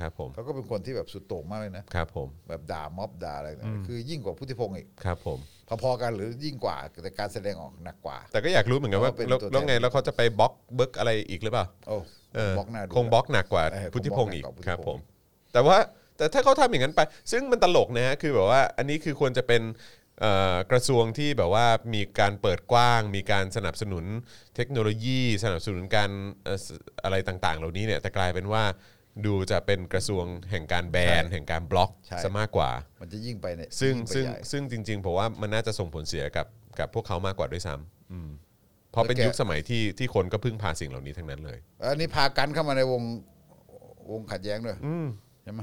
ครับผม เขาก็เป็นคนที่แบบสุดโต่งมากเลยนะครับ ผม แบบด่าม็อบด่าอะไรเนี่ยคือยิ่งกว่าพุทธิพงศ์อีก ครับผม พอๆกันหรือยิ่งกว่าแต่การแสดงออกหนักกว่า แต่ก็อยากรู้เหมือนกันว่า เพราะว่าเป็น แล้ว ตัแล้ววแทนไงแล้วเขาจะไปบล็อกเบิกอะไรอีกหรือเปล่า โอ้ เออบ ล็อกหน้าดู คงบล็อกหนักกว่า เออคงบล็อก พุทธิพงศ์อีก หนักกว่า ครับ พุทธิ ผ พ ม งศ์ แต่ว่าแต่ถ้าเขาทำอย่างนั้นไป ซึ่งมันตลกนะฮะคือแบบว่าอันนี้คือควรจะเป็นเอ่อกระทรวงที่แบบว่ามีการเปิดกว้าง มีการสนับสนุนเทคโนโลยี สนับสนุนการเอ่อสอะไรต่างๆ เหล่านี้เนี่ยแต่กลายเป็นว่าดูจะเป็นกระทรวงแห่งการแบน ใช่ แห่งการบล็อก ใช่ ซะมากกว่า มันจะยิ่งไปเนี่ย ซึ่ง ยิ่ไป ซึ่ง ใหญ่ ซึ่งจริง ๆ ผมว่ามันน่าจะส่งผลเสียกับกับพวกเขามากกว่าด้วยซ้ำอืมเพราะเป็น แล้วแก ยุคสมัยที่ที่คนก็พึ่งพาสิ่งเหล่านี้ทั้งนั้นเลย อันนี้พากันเข้ามาในวงวงขัดแย้งด้วยใช่ไหม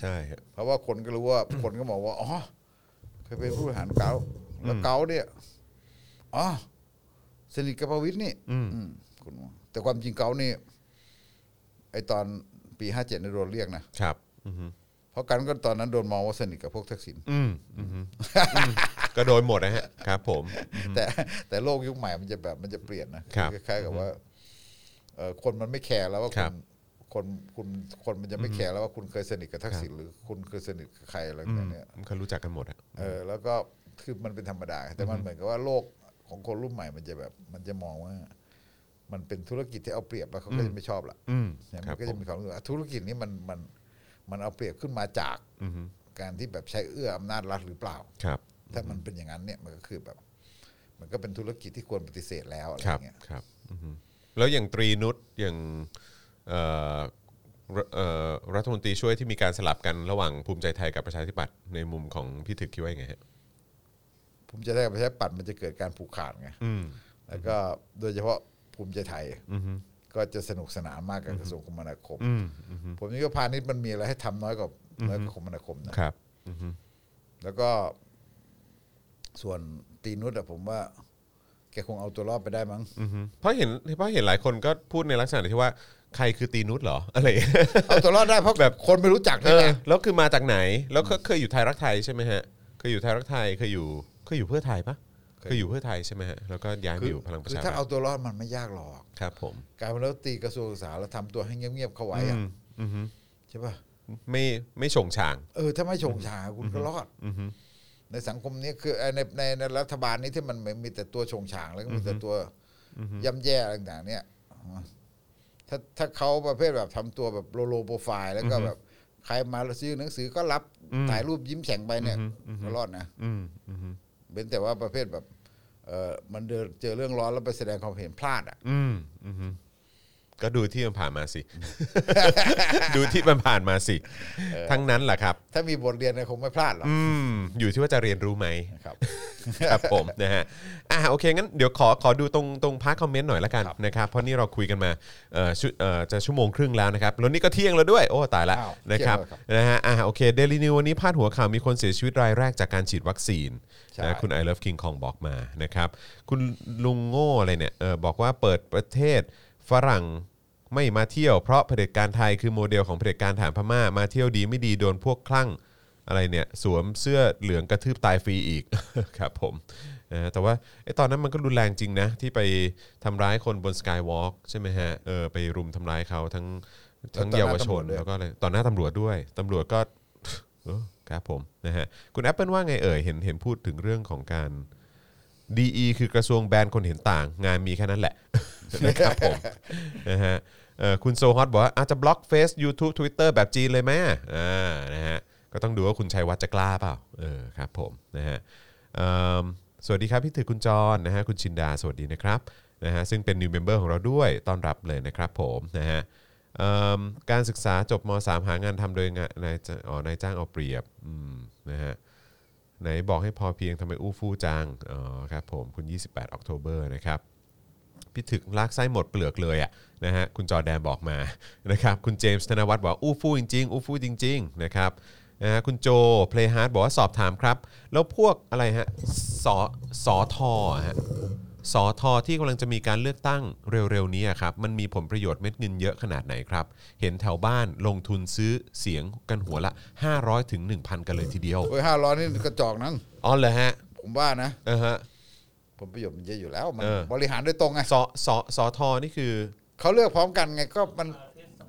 ใช่ครับ เพราะว่าคนก็รู้ว่า คนก็บอกว่าอ๋อเคยเป็นผู้บริหารเกาแล้วเกาเนี่ยอ๋อสนิทกับประวิทย์นี่อืมคุณหมอแต่ความจริงเกานี่ไอตอนปีห้าเจ็ดนี่โดนเรียกนะครับ อือฮึ เพราะกันก็ตอนนั้นโดนมองว่าสนิทกับพวกทักษิณ อืมอือฮึอืมก็โดนหมดนะฮะครับ ผม แต่ แต่โลกยุคใหม่มันจะแบบมันจะเปลี่ยนนะครับคล้ายๆกับว่าเออคนมันไม่แคร์แล้วว่า ครั คุ บ ณคนคุณคนมันจะไม่แคร์แล้วว่าคุณเคยสนิทกับทักษิณหรือคุณเคยสนิทกับใครอะไร อื แบ ม บเนี้ย ก็รู้จักกันหมดอะ เออแล้วก็คือมันเป็นธรรมดา แต่มันเหมือนกับว่าโลกของคนรุ่นใหม่มันจะแบบ มันจะมองว่า มันเป็นธุรกิจที่เอาเปรียบแล้วเขาก็จะไม่ชอบละ อืม ใช่ไหม ครับ มันก็ ผ จะ ม มีความรู้สึกว่าธุรกิจนี้มันมันมันเอาเปรียบขึ้นมาจาก อือฮึ การที่แบบใช้เอื้ออำนาจรัฐหรือเปล่า ครับ ถ้ามันเป็นอย่างนั้นเนี่ยมันก็คือแบบ มันก็เป็นธุรกิจที่ควรปฏิเสธแล้วอะไร ค อ รับ ย่างเงี้ย ครับอือฮึแล้วอย่างตรีนุชอย่างเอ่อรัเอ่อรัฐมนตรีช่วยที่มีการสลับกันระหว่างภูมิใจไทยกับประชาธิปัตย์ในมุมของพี่ถึกคิดว่ายังไงฮะ ภูมิใจไทยกับประชาธิปัตย์มันจะเกิดการผูกขาดไง อืม แล้วก็โดยเฉพาะภูมิใจไทย อือฮึ ก ก็จะสนุกสนานมากกับกระทรวงคมนาคม อืมอืม ผมนี่ก็พาณิชย์มันมีอะไรให้ทำน้อยกว่าน้อยกว่าคมนาคมนะ ครับอืม แล้วก็ ส่วนตีนุชอะผมว่า แกคงเอาตัวรอดไปได้มั้ง อืมเพราะเห็นเพราะเห็นหลายคนก็พูดในลักษณะที่ว่าใครคือตีนุชเหรออะไรอย่างเงี้ย เอาตัวรอดได้เพราะแบบคนไม่รู้จัก เอ นี่อแหละ แล้วคือมาจากไหน แล้วก็เคยอยู่ไทยรักไทยใช่ไหมฮะ เคยอยู่ไทยรักไทย เคยอยู่เคยอยู่เพื่อไทยปะเคยอยู่เพื่อไทยใช่ไหมฮะ แล้วก็ย้ายไป คือ อยู่พลังประ คือ ชา ถ้า รั เอา ฐ ตัวรอดมันไม่ยากหรอก ครับผม การเป็นรัฐมนตรีกระทรวงศึกษาแล้วทำตัวให้เงียบๆเข้าไว้ อื อะ มอืม ใช่ป่ะ ไม่ไม่ชงชาง เออถ้าไม่ชงชางคุณก็รอด อืม ในสังคมนี้คือเอ่อในในในรัฐบาลนี้ที่มันมีแต่ตัวชงฉางแล้วก็มีแต่ตัวย่ำแย่อะไรต่างๆ เนี่ยถ้าถ้าเขาประเภทแบบทำตัวแบบโลโลโปรไฟล์แล้วก็แบบใครมาซื้อหนังสือก็รับถ่ายรูปยิ้มแฉ่งไปเนี่ยก็รอดนะ อืมอืม เป็นแต่ว่าประเภทแบบ เออมันเดินเจอเรื่องร้อนแล้วไปแสดงความเห็นพลาดอ่ะ อืมอืมก็ดูที่มันผ่านมาสิ ดูที่มันผ่านมาสิ ทั้งนั้นแหละครับ ถ้ามีบทเรียนเนี่ยคงไม่พลาดหรอก อืมอยู่ที่ว่าจะเรียนรู้ไหม นะครับ ครับผมนะฮะอ่ะโอเคงั้นเดี๋ยวขอขอดูตรงตรงพาร์ทคอมเมนต์หน่อยละกันนะครับเพราะนี่เราคุยกันมาเอ่อชุเอ่อจะชั่วโมงครึ่งแล้วนะครับแล้วนี่ก็เที่ยงแล้วด้วยโอ้ตายละ อ้าว นะครับ เที่ยงแล้วคนะรับฮะอ่ะโอเคเดลินิววันนี้พาดหัวข่าวมีคนเสียชีวิตรายแรกจากการฉีดวัคซีน ใช่ นะคุณ I love King Kong บอกมานะครับคุณลุงโง่อะไรเนี่ยเออบอกว่าเปิดประเทศฝรั่งไม่มาเที่ยวเพราะเผด็จการไทยคือโมเดลของเผด็จการฐานพม่ามาเที่ยวดีไม่ดีโดนพวกคลั่ง อะไรเนี่ยสวมเสื้อเหลืองกระทืบตายฟรีอีก ครับผมนะฮะแต่ว่าไอ้ตอนนั้นมันก็รุนแรงจริงนะ ที่ไปทำร้ายคนบนสกายวอล์กใช่ไหมฮะเออไปรุมทำร้ายเขาทั้งทั้ง แล้วต่อเยาหน้าวชน ตำรวจด้วย แล้วก็อะไรต่อหน้าตำรวจด้วยตำรวจก็ เออครับผมนะฮะคุณ Apple ว่าไงเอ่ยเห็นเห็นพูดถึงเรื่องของการ DE คือกระทรวงแบนคนเห็นต่าง งานมีแค่นั้นแหละ นะครับผม นะฮะเอ่อคุณโซฮอตบอกว่าอาจจะบล็อกเฟซ YouTube Twitter แบบจีนเลยไหมอ่ะอ่านะฮะก็ต้องดูว่าคุณชัยวัฒน์จะกล้าเปล่าเออครับผมนะฮะเอิ่มสวัสดีครับพี่ถือคุณจรนะฮะคุณชินดาสวัสดีนะครับนะฮะซึ่งเป็น new member ของเราด้วยต้อนรับเลยนะครับผมนะฮะเอิ่มการศึกษาจบม .3 หางานทำโดยงะนายจ้างอ๋อนายจ้างเอาเปรียบอืมนะฮะ ไหนบอกให้พอเพียงทำไมอู้ฟู่จังอ๋อครับผมคุณ 28 ออกโทเบอร์นะครับพี่ถึกลากไส้หมดเปลือกเลยอ่ะนะฮะคุณจอแดนบอกมานะครับคุณเจมส์ธนวัฒน์บอกว่าอู้ฟู่จริงๆอู้ฟู่จริงๆนะครับนะฮะคุณโจเพลย์ฮาร์ดบอกว่าสอบถามครับ แล้วพวกอะไรฮะสอสอทอฮะสอทอที่กำลังจะมีการเลือกตั้งเร็วๆนี้อะครับมันมีผลประโยชน์เม็ดเงินเยอะขนาดไหนครับ เห็นแถวบ้านลงทุนซื้อเสียงกันหัวละ 500ถึง1,000 กันเลยทีเดียว โอ้ยห้าร้อยนี่กระจอกนั้น อ๋อเหรอฮะ ผมว่านะ อ่าฮะ ผลประโยชน์มันเยอะอยู่แล้ว มัน เออ บริหารโดยตรงไง สสสทนี่คือ เขาเลือกพร้อมกันไงก็มัน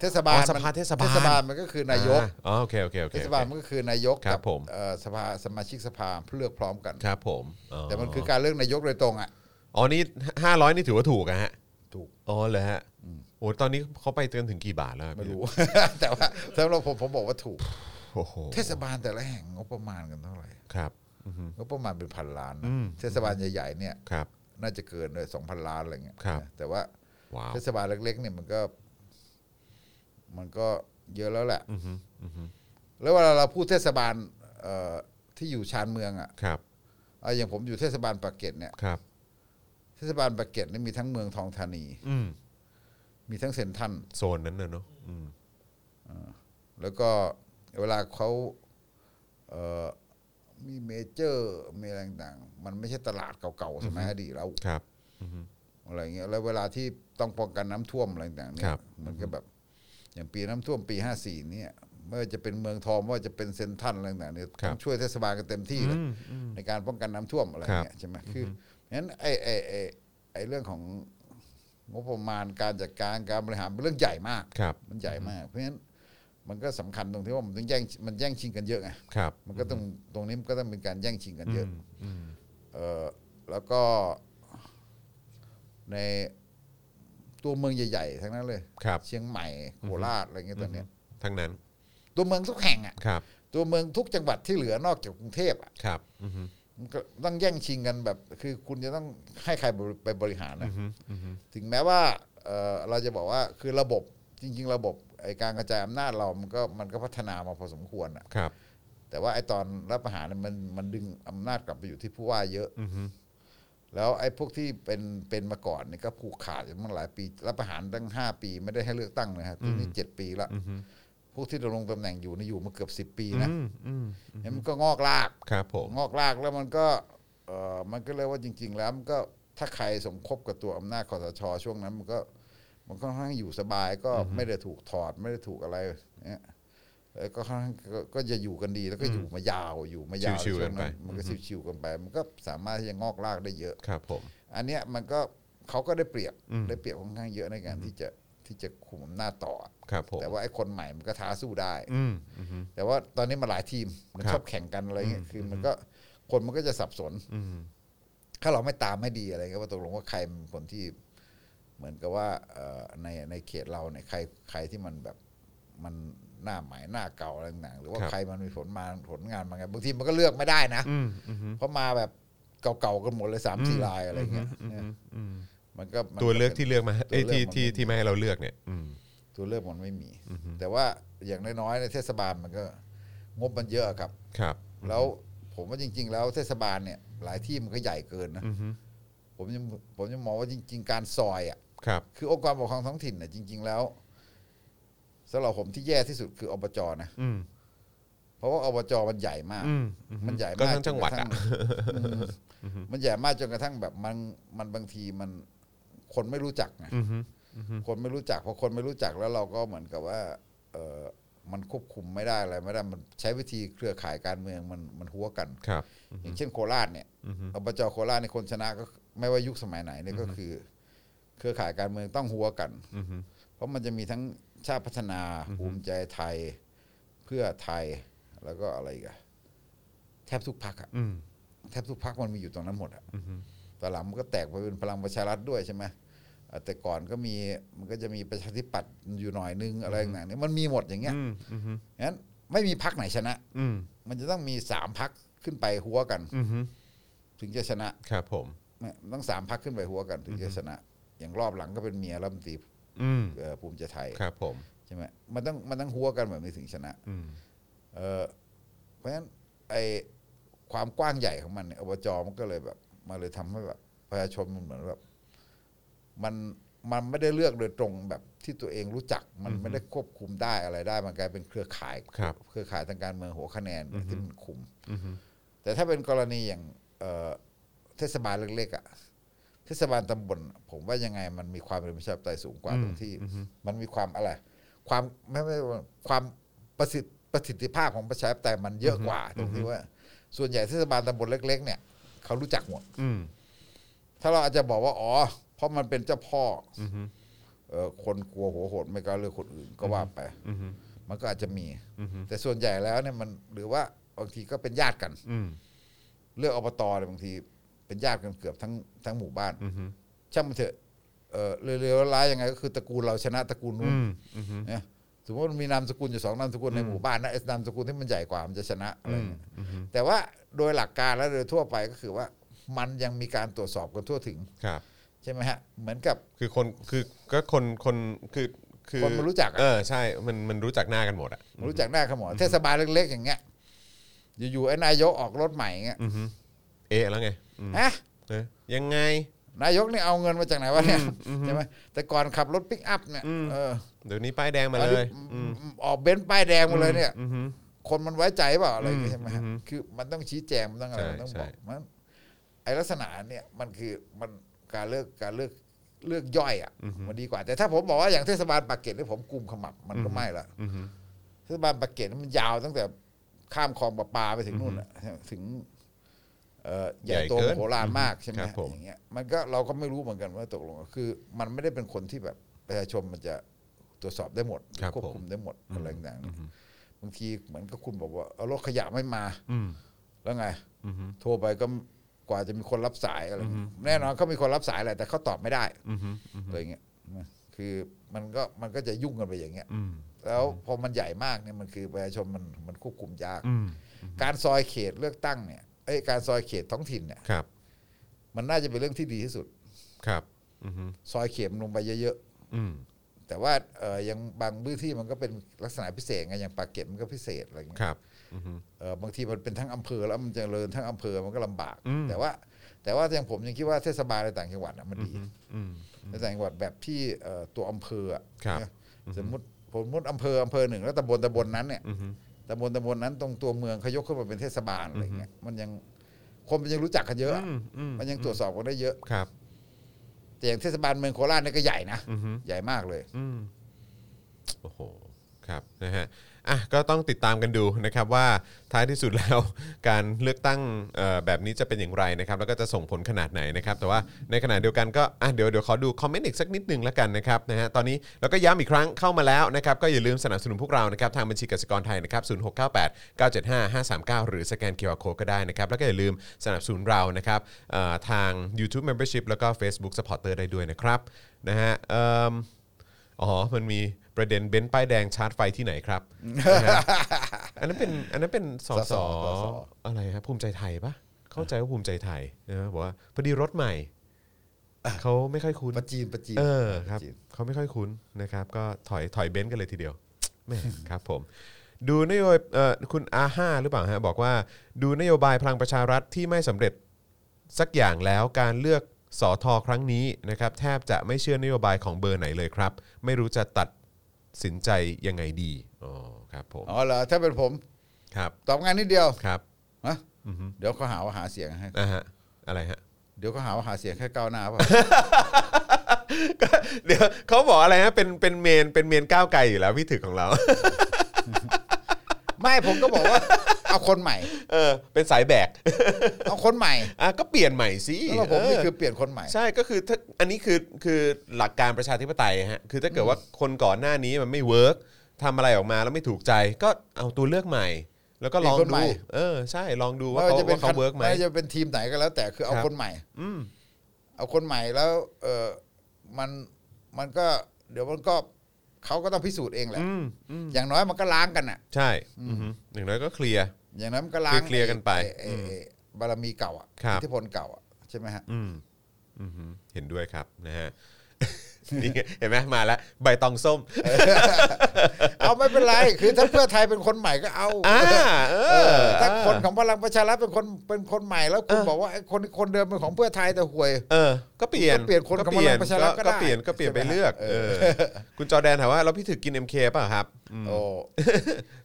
เทศบาล อ๋อสภาเทศบาล เทศบาลมันก็คือนายก อ่อ๋อโอเค โอเค โอเค เทศบาลมันก็คือนายก ครั กับ ผม เอ่อสภาสมาชิกสภาเลือกพร้อมกัน ครับผม แต่มันคือการเลือกนายกโดยตรงอ่ะ อ๋อ นี่ห้าร้อยนี่ถือว่าถูกอะฮะ ถูก อ๋อเหรอฮะโอ้ตอนนี้เขาไปเตือนถึงกี่บาทแล้ว ไม่รู้ แต่ว่าสำหรับผมผมบอกว่าถูก โอ้โห เทศบาลแต่ละแห่งงบประมาณกันเท่าไหร่ ครับ งบประมาณเป็นพันล้านนะ อืม เทศบาลใหญ่ๆเนี่ย ครับ น่าจะเกินเลยสองพันล้านอะไรเงี้ย ครับ แต่ว่า ว้าว เทศบาลเล็ก ๆ เนี่ยมันก็ มันก็เยอะแล้วแหละ อือฮึอือฮึ แล้วเวลาเราพูดเทศบาลเอ่อที่อยู่ชานเมืองอ่ะ ครับ เอาอย่างผมอยู่เทศบาลปากเกร็ดเนี่ย ครับ เทศบาลปากเกร็ดเนี่ยมีทั้งเมืองทองธานี อืม มีทั้งเซนทรัน โซนนั้นน่ะเนาะอืม แล้วก็เวลาเขาเอ่อมีเมเจอร์มีอะไรต่างๆมันไม่ใช่ตลาดเก่าๆสมัยอดีตเรา ครับ อะไรเงี้ยแล้วเวลาที่ต้องป้องกันน้ำท่วมอะไรต่างๆเนี่ ครั ย บ มันก็แบบอย่างปีน้ำท่วมปีห้าสี่เนี่ยไม่ว่าจะเป็นเมืองทองไม่ว่าจะเป็นเซนทรันอะไรต่างๆเนี่ยต้องช่วยเทศบาลกันเต็มที่เลย อืมอืม ในการป้องกันน้ำท่วมอะไร ครับ เงี้ยใช่ไหมคืองั้นไอ้ไอ้ไอ้ไอ้เรื่องของงบประมาณการจัดการการบริหารเป็นเรื่องใหญ่มาก ครับ มันใหญ่มาก เพราะฉะนั้นมันก็สำคัญตรงที่ว่ามันต้องแย่งมันแย่งชิงกันเยอะไง ครับ มันก็ต้องตรงนี้มันก็ต้องเป็นการแย่งชิงกันเยอะ อืมอืม เออแล้วก็ในตัวเมืองใหญ่ๆทั้งนั้นเลย ครับ เชียงใหม่โคราชอะไรเงี้ยตอนเนี้ย ทั้งนั้น ตัวเมืองทุกแห่งอ่ะ ครับ ตัวเมืองทุกจังหวัดที่เหลือนอกจากกรุงเทพอ่ะ ครับอือฮึ มันก็ต้องแย่งชิงกันแบบ คือคุณจะต้องให้ใครบริไปบริหารอืนะอฮึอือฮึ ถึงแม้ว่าเอ่อเราจะบอกว่าคือระบบจริง ๆ ระบบไอการกระจายอำนาจเรา มันก็มันก็พัฒนามาพอสมควรอะ ครับ แต่ว่าไอตอนรับประหารเนี่ยมันมันดึงอำนาจกลับไปอยู่ที่ผู้ว่าเยอะ อือฮึ แล้วไอ้พวกที่เป็นเป็นมาก่อนเนี่ยก็ผูกขาดกันมาหลายปีรับประหารตั้งห้าปีไม่ได้ให้เลือกตั้งเลยฮะตอนนี้เจ็ดปีละพวกที่ดำรงตำแหน่งอยู่เนี่ยอยู่มาเกือบสิบปีนะ อืมอืม เนี่ยมันก็งอกราก ครับผม งอกรากแล้วมันก็เออมันก็เรียกว่าจริง ๆ แล้วมันก็ถ้าใครสมคบกับตัวอำนาจคอสชช่วงนั้น มันก็มันก็ค่อนข้างอยู่สบายก็ไม่ได้ถูกถอดไม่ได้ถูกอะไรเนี่ยแล้วก็ค่อนข้างก็ก็จะอยู่กันดีแล้วก็อยู่มายาวอยู่มายาว ชิวๆกันไป ช่วงมันก็ชิวๆกันไป มันก็สามารถที่จะงอกรากได้เยอะ ครับผม อันเนี้ยมันก็เขาก็ได้เปรียบได้เปรียบค่อนข้างเยอะในการที่จะที่จะคุมอำนาจต่อ ครับผม แต่ว่าไอ้คนใหม่มันก็ท้าสู้ได้ อืมอืม แต่ว่าตอนนี้มาหลายทีมมัคนรับ ชอบแข่งกันอะไรเงี้ยคือมันก็คนมันก็จะสับสนถ้าเราไม่ตามไม่ดีอะไรก็ว่าตกลงว่าใครเป็นคนที่ เหมือนกับว่าเอ่อในในเขตเราเนี่ยใครใครที่มันแบบมันหน้าหมายหน้าเก่าอะไรต่างๆหรือว่า ครับ ใครมันมีผลมาผลงานมาไงบางทีมันก็เลือกไม่ได้นะ อืมอืม เพราะมาแบบเก่าๆกันหมดเลยสามสี่ลายอะไรเงี้ยเนี่ย อืม มันก็มัน ตัว ป็น เลือกที่เลือกมาเอ้ย ตัวเลื ที่ อกมัที่นที่ไม่ให้เราเลือกเนี่ย อืม ตัวเลือกมันไม่มี แต่ว่าอย่างน้อยๆในเทศบาลมันก็ งบมันเยอะครับ ครับ แล้วผมว่าจริง ๆ แล้วเทศบาลเนี่ย หลายที่มันก็ใหญ่เกินนะ อืม ผมยังผมยังมองว่าจริง ๆ การซอยอ่ะ ครับ คือองค์กรปกครองท้องถิ่นเนี่ยจริง ๆ แล้วสำหรับผมที่แย่ที่สุดคืออบจนะ อืม เพราะว่าอบจมันใหญ่มาก อืมอืม มันใหญ่ ก็ มาก ทั้งจังหวัดอะ นกรทั่ง อืมมันใหญ่มากจนกระทั่งแบบมันมันบางทีมันคนไม่รู้จักไง อืมอืม คนไม่รู้จักพอคนไม่รู้จักแล้วเราก็เหมือนกับว่า เออมันควบคุมไม่ได้อะไรไม่ได้มันใช้วิธีเครือข่ายการเมืองมันมันหัวกัน ครับ อย่างเช่นโคราชเนี่ยอบจโคราชในยคนชนะก็ไม่ว่ายุคสมัยไหนเนี่ยก็คือ เครือข่ายการเมืองต้องหัวกัน อืมอืม เพราะมันจะมีทั้งชาติพัฒนาภูมิใจไทย เพื่อไทยแล้วก็อะไรอีกันแทบทุกพักอะ อืม แทบทุกพักมันมีอยู่ตรงนั้นหมดอะตอนหลังมันก็แตกไปเป็นพลังประชารัฐด้วยใช่ไหมเอ่อแต่ก่อนก็มีมันก็จะมีประชาธิปัตย์อยู่หน่อยนึงอะไรต่างๆเนี่ยมันมีหมดอย่างเงี้ย อืมอืม งั้นไม่มีพักไหนชนะ อืม มันจะต้องมีสามพักขึ้นไปหัวกัน อืม ถึงจะชนะ ครับผม ไม่ต้องสามพักขึ้นไปหัวกันถึงจะชนะ อย่างรอบหลังก็เป็นเมียรัฐมนตรี อืม เอ่อภูมิใจไทย ครับผม ใช่ไหมมันต้องมันต้องหัวกันแบบนี้ถึงชนะ อืม เอ่อเพราะฉะนั้นไอความกว้างใหญ่ของมันเนี่ยอบจมันก็เลยแบบมาเลยทำให้แบบประชาชนมันเหมือนแบบมันมันไม่ได้เลือกโดยตรงแบบที่ตัวเองรู้จักมันไม่ได้ควบคุมได้อะไรได้มันกลายเป็นเครือข่าย ครับ เครือข่ายทางการเมืองหัวคะแนนเนี่ยที่มันคุม อืม แต่ถ้าเป็นกรณีอย่างเอ่อเทศบาลเล็กๆอ่ะเทศบาลตำบลอะผมว่ายังไงมันมีความเป็นประชาธิปไตยสูงกว่าตรงที่ มันมีความอะไร ความไม่ไม่ว่าความประสิทธิประสิทธิภาพของประชาธิปไตยมันเยอะกว่าตรงที่ว่า ส่วนใหญ่เทศบาลตำบลเล็ก ๆ เนี่ยเขารู้จักหมด อืม ถ้าเราอาจจะบอกว่าอ๋อ เพราะมันเป็นเจ้าพ่อ อืม เอ่อคนกลัวหัวโหดไม่กล้าเลือกคนอื่นก็ว่าไป อืม มันก็อาจจะมี อืม แต่ส่วนใหญ่แล้วเนี่ยมันหรือว่าบางทีก็เป็นญาติกัน อืม เลือกอบตเนี่ยบางทีเป็นญาติกันเกือบทั้งทั้งหมู่บ้าน อืม ช่างมันเถอะเออเร็วๆร้ายยังไงก็คือตระกูลเราชนะตระกูลนู้ อื น มอืม นะสมมติมันมีนามสกุลอยู่สองนามสกุลในหมู่บ้านนะไอ้นามสกุลที่มันใหญ่กว่ามันจะชนะอะไรเงี้ยแต่ว่าโดยหลักการแล้วโดยทั่วไปก็คือว่า มันยังมีการตรวจสอบกันทั่วถึง ครับ ใช่ไหมฮะ เหมือนกับ คือคนคือก็คนคนคือคือ คนมันรู้จักอะ เออใช่มันมันรู้จักหน้ากันหมดอ่ะ รู้จักหน้าขมอเทศบาลเล็กๆอย่างเงี้ยอยู่ๆไอ้นายกออกรถใหม่เงี้ย เอะแล้วไงอืม ฮะ เอ๊ะยังไง นายกนี่เอาเงินมาจากไหนวะเนี่ยใช่ไหมแต่ก่อนขับรถปิกอัพเนี่ย อืม เออ เดี๋ยวนี้ป้ายแดงมาเลย อันนี้ออกเบนซ์ป้ายแดงมาเลยเนี่ย อืม คนมันไว้ใจเปล่าอะไรอย่างเงี้ยใช่ไหมฮะ อืม คือมันต้องชี้แจงมันต้องอะไร ใช่ มันต้องบอก ใช่ มันไอลักษณะเนี่ยมันคือมันการเลือกการเลือกเลือกย่อยอ่ะมันดีกว่า แต่ถ้าผมบอกว่าอย่างเทศบาลปากเกร็ดเนี่ยผมกลุ่มขมับมันก็ไม่ละ อืม เทศบาลปากเกร็ดนี่มันยาวตั้งแต่ข้ามคลองประปาไปถึงนู่นอ่ะถึงเอ่อใหญ่โตมโหฬารมากใช่ไหมฮะอย่างเงี้ยมันก็เราก็ไม่รู้เหมือนกันว่าตกลงคือ มันไม่ได้เป็นคนที่แบบประชาชนมันจะตรวจสอบได้หมด ครับ ควบ ผม คุมได้หมดอะไรต่างๆเนี่ย บางทีเหมือนกับคุณบอกว่าเอารถขยะไม่มา อืม แล้วไง อืม โทรไปก็กว่าจะมีคนรับสายอะไรแน่นอนเขามีคนรับสายแหละแต่เขาตอบไม่ได้ อืมอืม อะไรเงี้ยนะคือมันก็มันก็จะยุ่งกันไปอย่างเงี้ย อืม แล้วพอมันใหญ่มากเนี่ยมันคือประชาชนมันมันควบคุมยาก อืม การซอยเขตเลือกตั้งเนี่ยเอ้ยการซอยเขตท้องถิ่นเนี่ย ครับ มันน่าจะเป็นเรื่องที่ดีที่สุด ครับอืม ซอยเขตมันลงไปเยอะ อืม ๆแต่ว่าเออยังบางพื้นที่มันก็เป็นลักษณะพิเศษไงอย่างปากเกร็ดมันก็พิเศษอะไรเงี้ย ครับอืม เอ่อบางทีมันเป็นทั้งอำเภอแล้วมันเจะเริญทั้งอำเภอมันก็ลำบาก อืม แต่ว่า แต่ว่าอย่างผมยังคิดว่าเทศบาลในต่างจังหวัดน่ะมันดี อืม ในต่างจังหวัดแบบที่เอ่อตัวอำเภออะ ครับ นะสมมติผมสมมติอำเภออำเภอหนึ่งแล้วตำบลตำบลนั้นเนี่ย อือฮึ ตำบลตำบลนั้นตรงตัวเมืองเขายกขึ้นมาเป็นเทศบาลอะไรเงี้ยมันยังคนมันยังรู้จักกันเยอะอะ อืมอืม มันยังตรวจสอบกันได้เยอะ ครับ แต่อย่างเทศบาลเมืองโคราชเนี่ยก็ใหญ่นะ อือฮึ ใหญ่มากเลย อืมโอ้โห ครับ นะฮะ อ่ะ ก็ต้องติดตามกันดูนะครับว่าท้ายที่สุดแล้ว การเลือกตั้งเอ่อแบบนี้จะเป็นอย่างไรนะครับ แล้วก็จะส่งผลขนาดไหนนะครับ แต่ว่าในขณะเดียวกันก็ อ่ะ เดี๋ยว เดี๋ยวขอดูคอมเมนต์อีกสักนิดหนึงแล้วกันนะครับ นะฮะ ตอนนี้แล้วก็ย้ำอีกครั้งเข้ามาแล้วนะครับ ก็อย่าลืมสนับสนุนพวกเรา นะครับ ทางบัญชีกสิกรไทยนะครับ 0698 975 539 หรือสแกน QR Code ก็ได้นะครับ แล้วก็อย่าลืมสนับสนุนเรา นะครับเอ่อทาง YouTube Membership แล้วก็ Facebook Supporter ได้ด้วยนะครับ นะฮะเอิ่ม อ๋อ มันมีประเด็นเบนซ์ป้ายแดงชาร์จไฟที่ไหนครับ นะฮะอันนั้นเป็นอันนั้นเป็นสอ ส สอ สส อะไรฮะภูมิใจไทยปะเข้าใจว่าภูมิใจไทยนะบอกว่าพอดีรถใหม่เขาไม่ค่อยคุ้น ประจีนประจีน เออครับ ปะจีน เขาไม่ค่อยคุ้นนะครับ ก็ถอยถอยเบนซ์กันเลยทีเดียวแหม่ครับผม ดูนโยบายเอ่อคุณอาห้าหรือเปล่าฮะบอกว่า ดูนโยบายพลังประชารัฐที่ไม่สำเร็จสักอย่างแล้วการเลือกสอทอครั้งนี้นะครับ แทบจะไม่เชื่อนโยบายของเบอร์ไหนเลยครับ ไม่รู้จะตัดสินใจยังไงดีอ๋อครับผม อ๋อเหรอถ้าเป็นผม ครับ ตอบงานนิดเดียว ครับ ฮะเดี๋ยวเขาหาว่าหาเสียงให้ นะฮะอะไรฮะ เดี๋ยวเขาหาว่าหาเสียงแค่ก้าวหน้าเปล่ะ เดี๋ยวเขาบอกอะไรฮะเป็นเป็นเมนเป็นเมนก้าวไกลอยู่แล้วพี่ถึกของเรา ไม่ผมก็บอกว่า เอาคนใหม่ เออเป็นสายแบก เอาคนใหม่ อ่ะก็เปลี่ยนใหม่สิ แล้วผมนี่ เออ คือเปลี่ยนคนใหม่ ใช่ก็คือถ้าอันนี้คือคือหลักการประชาธิปไตยฮะคือถ้าเกิดว่าคนก่อนหน้านี้มันไม่เวิร์กทำอะไรออกมาแล้วไม่ถูกใจ ก็เอาตัวเลือกใหม่ แล้วก็ลอง มีคนใหม่ ดูเออ ใช่ลองดู ไม่ ว่า ว่า เขา จะเป็น ว่าเขาเวิร์กไหม ไม่ว่าจะเป็นทีมไหนก็แล้วแต่คือเอา ครับ คนใหม่ อืม เอาคนใหม่แล้วเออมันมันก็เดี๋ยวมันก็เขาก็ต้องพิสูจน์เองแหละ อืมอืม อย่างน้อยมันก็ล้างกันอ่ะ ใช่อือฮึอย่างน้อยก็เคลียร์ อย่างน้อยมันก็ล้าง เคลียร์กันไป อ้อ้ไอ้บารมีเก่าอ่ะ ครับ อิทธิพลเก่าอ่ะใช่ไหม ฮะ อืมอือฮึเห็นด้วยครับนะฮะ นี่ไงเห็นไหมมาแล้วใบตองส้ม เอาไม่เป็นไรคือถ้าเพื่อไทยเป็นคนใหม่ก็เอา อ่าเอ เอ อ อถ้าคนของพลังประชารัฐเป็นคนเป็นคนใหม่แล้วคุณบอกว่าไอ้คนคนเดิมเป็นของเพื่อไทยแต่ห่วย เออ ก็เปลี่ยน ก็เปลี่ยนคน ก็เปลี่ยน ของพลังประชารัฐก็ได้ ก็เปลี่ยนก็เปลี่ยนไป ใช่ไหม เลือก เออ คุณจอแดนถามว่าแล้วพี่ถึกกิน MK ป่ะครับ โอ้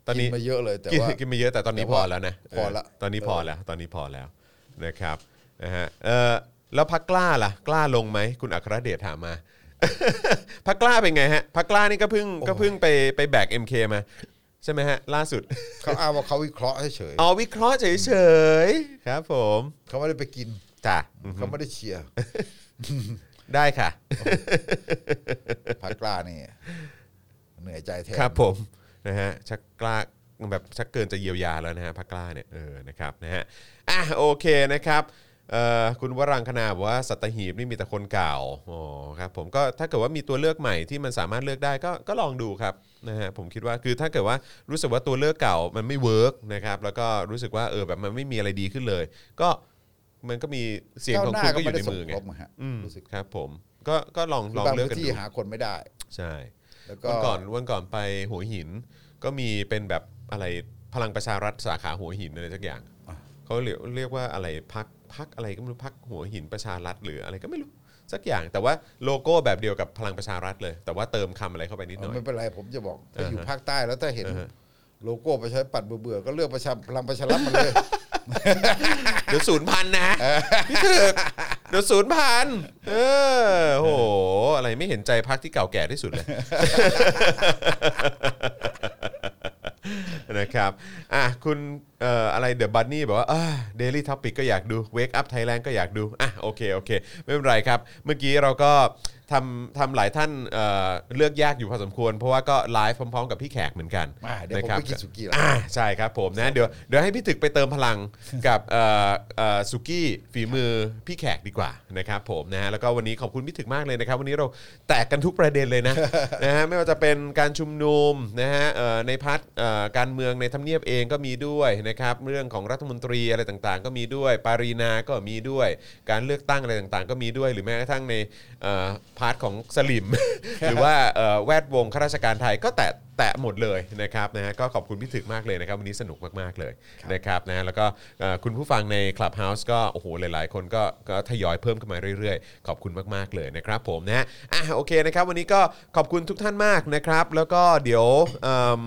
ตอนนี้ กิมาเยอะเลยแต่ กิน ว่า กินมาเยอะแต่ตอนนี้ แต่ พ ว่า อแล้วนะ พอละ เตอนนี้พอแล้ว ตอนนี้พอแล้วนะครับนะฮะเออแล้วพักกล้าล่ะ กล้าลงไหมคุณอัครเดชถามมา พักกล้าเป็นไงฮะพักกล้านี่ก็เพิ่งก็เพิ่งไปไปแบก MK มา ใช่ไหมฮะ ล่าสุด เขาเอาว่าเขาวิเคราะห์เฉย อ๋อวิเคราะห์เฉยๆครับ ผม ๆเขาไม่ได้ไปกิน จ้ะ เขาไม่ได้เชียร์ ได้ค่ะ พักกล้านี่เหนื่อยใจแทน ครับผมนะฮะชักกล้าแบบชักเกินจะเยียวยาแล้วนะฮะพักกล้าเนี่ยเออนะครับนะฮะอ่ะโอเคนะครับเอ่อคุณวรังคณาบอกว่าสัตหีบนี่มีแต่คนเก่าอ๋อครับผมก็ถ้าเกิดว่ามีตัวเลือกใหม่ที่มันสามารถเลือกได้ก็ก็ลองดูครับนะฮะผมคิดว่าคือถ้าเกิดว่ารู้สึกว่าตัวเลือกเก่ามันไม่เวิร์กนะครับแล้วก็รู้สึกว่าเออแบบมันไม่มีอะไรดีขึ้นเลย ก็มันก็มีเสียงของคุณก็อยู่ในมือไง ก้าวหาก็ด้ส่ครบะฮะ อืม รู้สึก ครับผมก็ก็ลองลอง บาง เลือก พื้น กัน ที่ ดู หาคนไม่ได้ ใช่ แล้วก็ วันก่อนวันก่อนไปหัวหิน ก็มีเป็นแบบอะไรพลังประชารัฐสาขาหัวหินอะไรสักอย่างเขาเรียกเรียกว่าอะไรพักพักอะไรก็ไม่รู้พักหัวหินประชารัฐหรืออะไรก็ไม่รู้สักอย่าง แต่ว่าโลโก้แบบเดียวกับพลังประชารัฐเลย แต่ว่าเติมคำอะไรเข้าไปนิดหน่อย ไม่เป็นไรผมจะบอกถ้า อ่าฮะ อยู่ภาคใต้แล้วถ้าเห็น อ่าฮะ โลโก้ประชาธิปัตย์เบื่อๆก็เลือกประชาพลังประชารัฐมาเลย เดี๋ยวศูนย์พันนะพี่ถึกเดี๋ยวศูนย์พันเออโหอะไรไม่เห็นใจพักที่เก่าแก่ที่สุดเลย นะครับอ่ะคุณเอ่ออะไรเดอะบันนี่บอกว่าเดลี่ท็อปิกก็อยากดูเวกอัพไทยแลนด์ก็อยากดูอ่ะโอเคโอเค ไม่เป็นไรครับ เมื่อกี้เราก็ทำทำหลายท่านเอ่อเลือกยากอยู่พอสมควร เพราะว่าก็ไลฟ์พร้อมๆกับพี่แขกเหมือนกัน อ่ะเดี๋ยวผม ะครับ ไปกินสุกี้ละ อ่าใช่ครับผมนะเดี๋ยวเดี๋ยวให้พี่ถึกไปเติมพลัง กับเอ่อเอ่อสุกี้ฝีมือพี่แขกดีกว่านะครับผมนะฮะแล้วก็วันนี้ขอบคุณพี่ถึกมากเลยนะครับ วันนี้เราแตกกันทุกประเด็นเลยนะ นะฮะไม่ว่าจะเป็นการชุมนุมนะฮะเอ่อในพัทการเมืองในทำเนียบเองก็มีด้วยนะครับ นะครับเรื่องของรัฐมนตรีอะไรต่างๆ ก็มีด้วย ปารีนาก็มีด้วย การเลือกตั้งอะไรต่างๆ ก็มีด้วย หรือแม้กระทั่งในเอ่อพาร์ทของสลิม หรือว่าเอ่อแวดวงข้าราชการไทยก็แตะแตะหมดเลยนะครับนะฮะก็ขอบคุณพี่ถึกมากเลยนะครับวันนี้สนุกมากๆเลยนะครับนะฮะแล้วก็เอ่อคุณผู้ฟังใน Clubhouse ก็โอ้โหหลายๆ คนก็ก็ทยอยเพิ่มขึ้นมาเรื่อยๆ ขอบคุณมากๆเลยนะครับผมนะฮะอ่ะโอเคนะครับวันนี้ก็ขอบคุณทุกท่านมากนะครับ แล้วก็เดี๋ยวเอิ่ม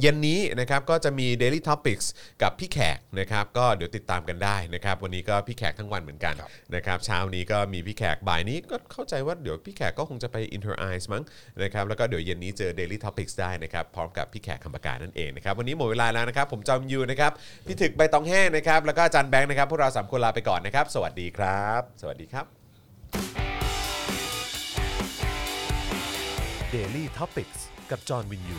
เย็นนี้นะครับก็จะมี Daily Topics กับพี่แขกนะครับก็เดี๋ยวติดตามกันได้นะครับวันนี้ก็พี่แขกทั้งวันเหมือนกันนะครับเช้านี้ก็มีพี่แขกบ่ายนี้ก็เข้าใจว่าเดี๋ยวพี่แขกก็คงจะไป In Her Eyes มั้งนะครับแล้วก็เดี๋ยวเย็นนี้เจอ Daily Topics ได้นะครับพร้อมกับพี่แขกคำประกาศนั่นเองนะครับวันนี้หมดเวลาแล้วนะครับผมจอมยูนะครับพี่ถึกใบตองแห้งนะครับแล้วก็อาจานแบงค์นะครับพวกเราสามคนลาไปก่อนนะครับสวัสดีครับ สวัสดีครับ Daily t o p i c กกับจอห์นวินยู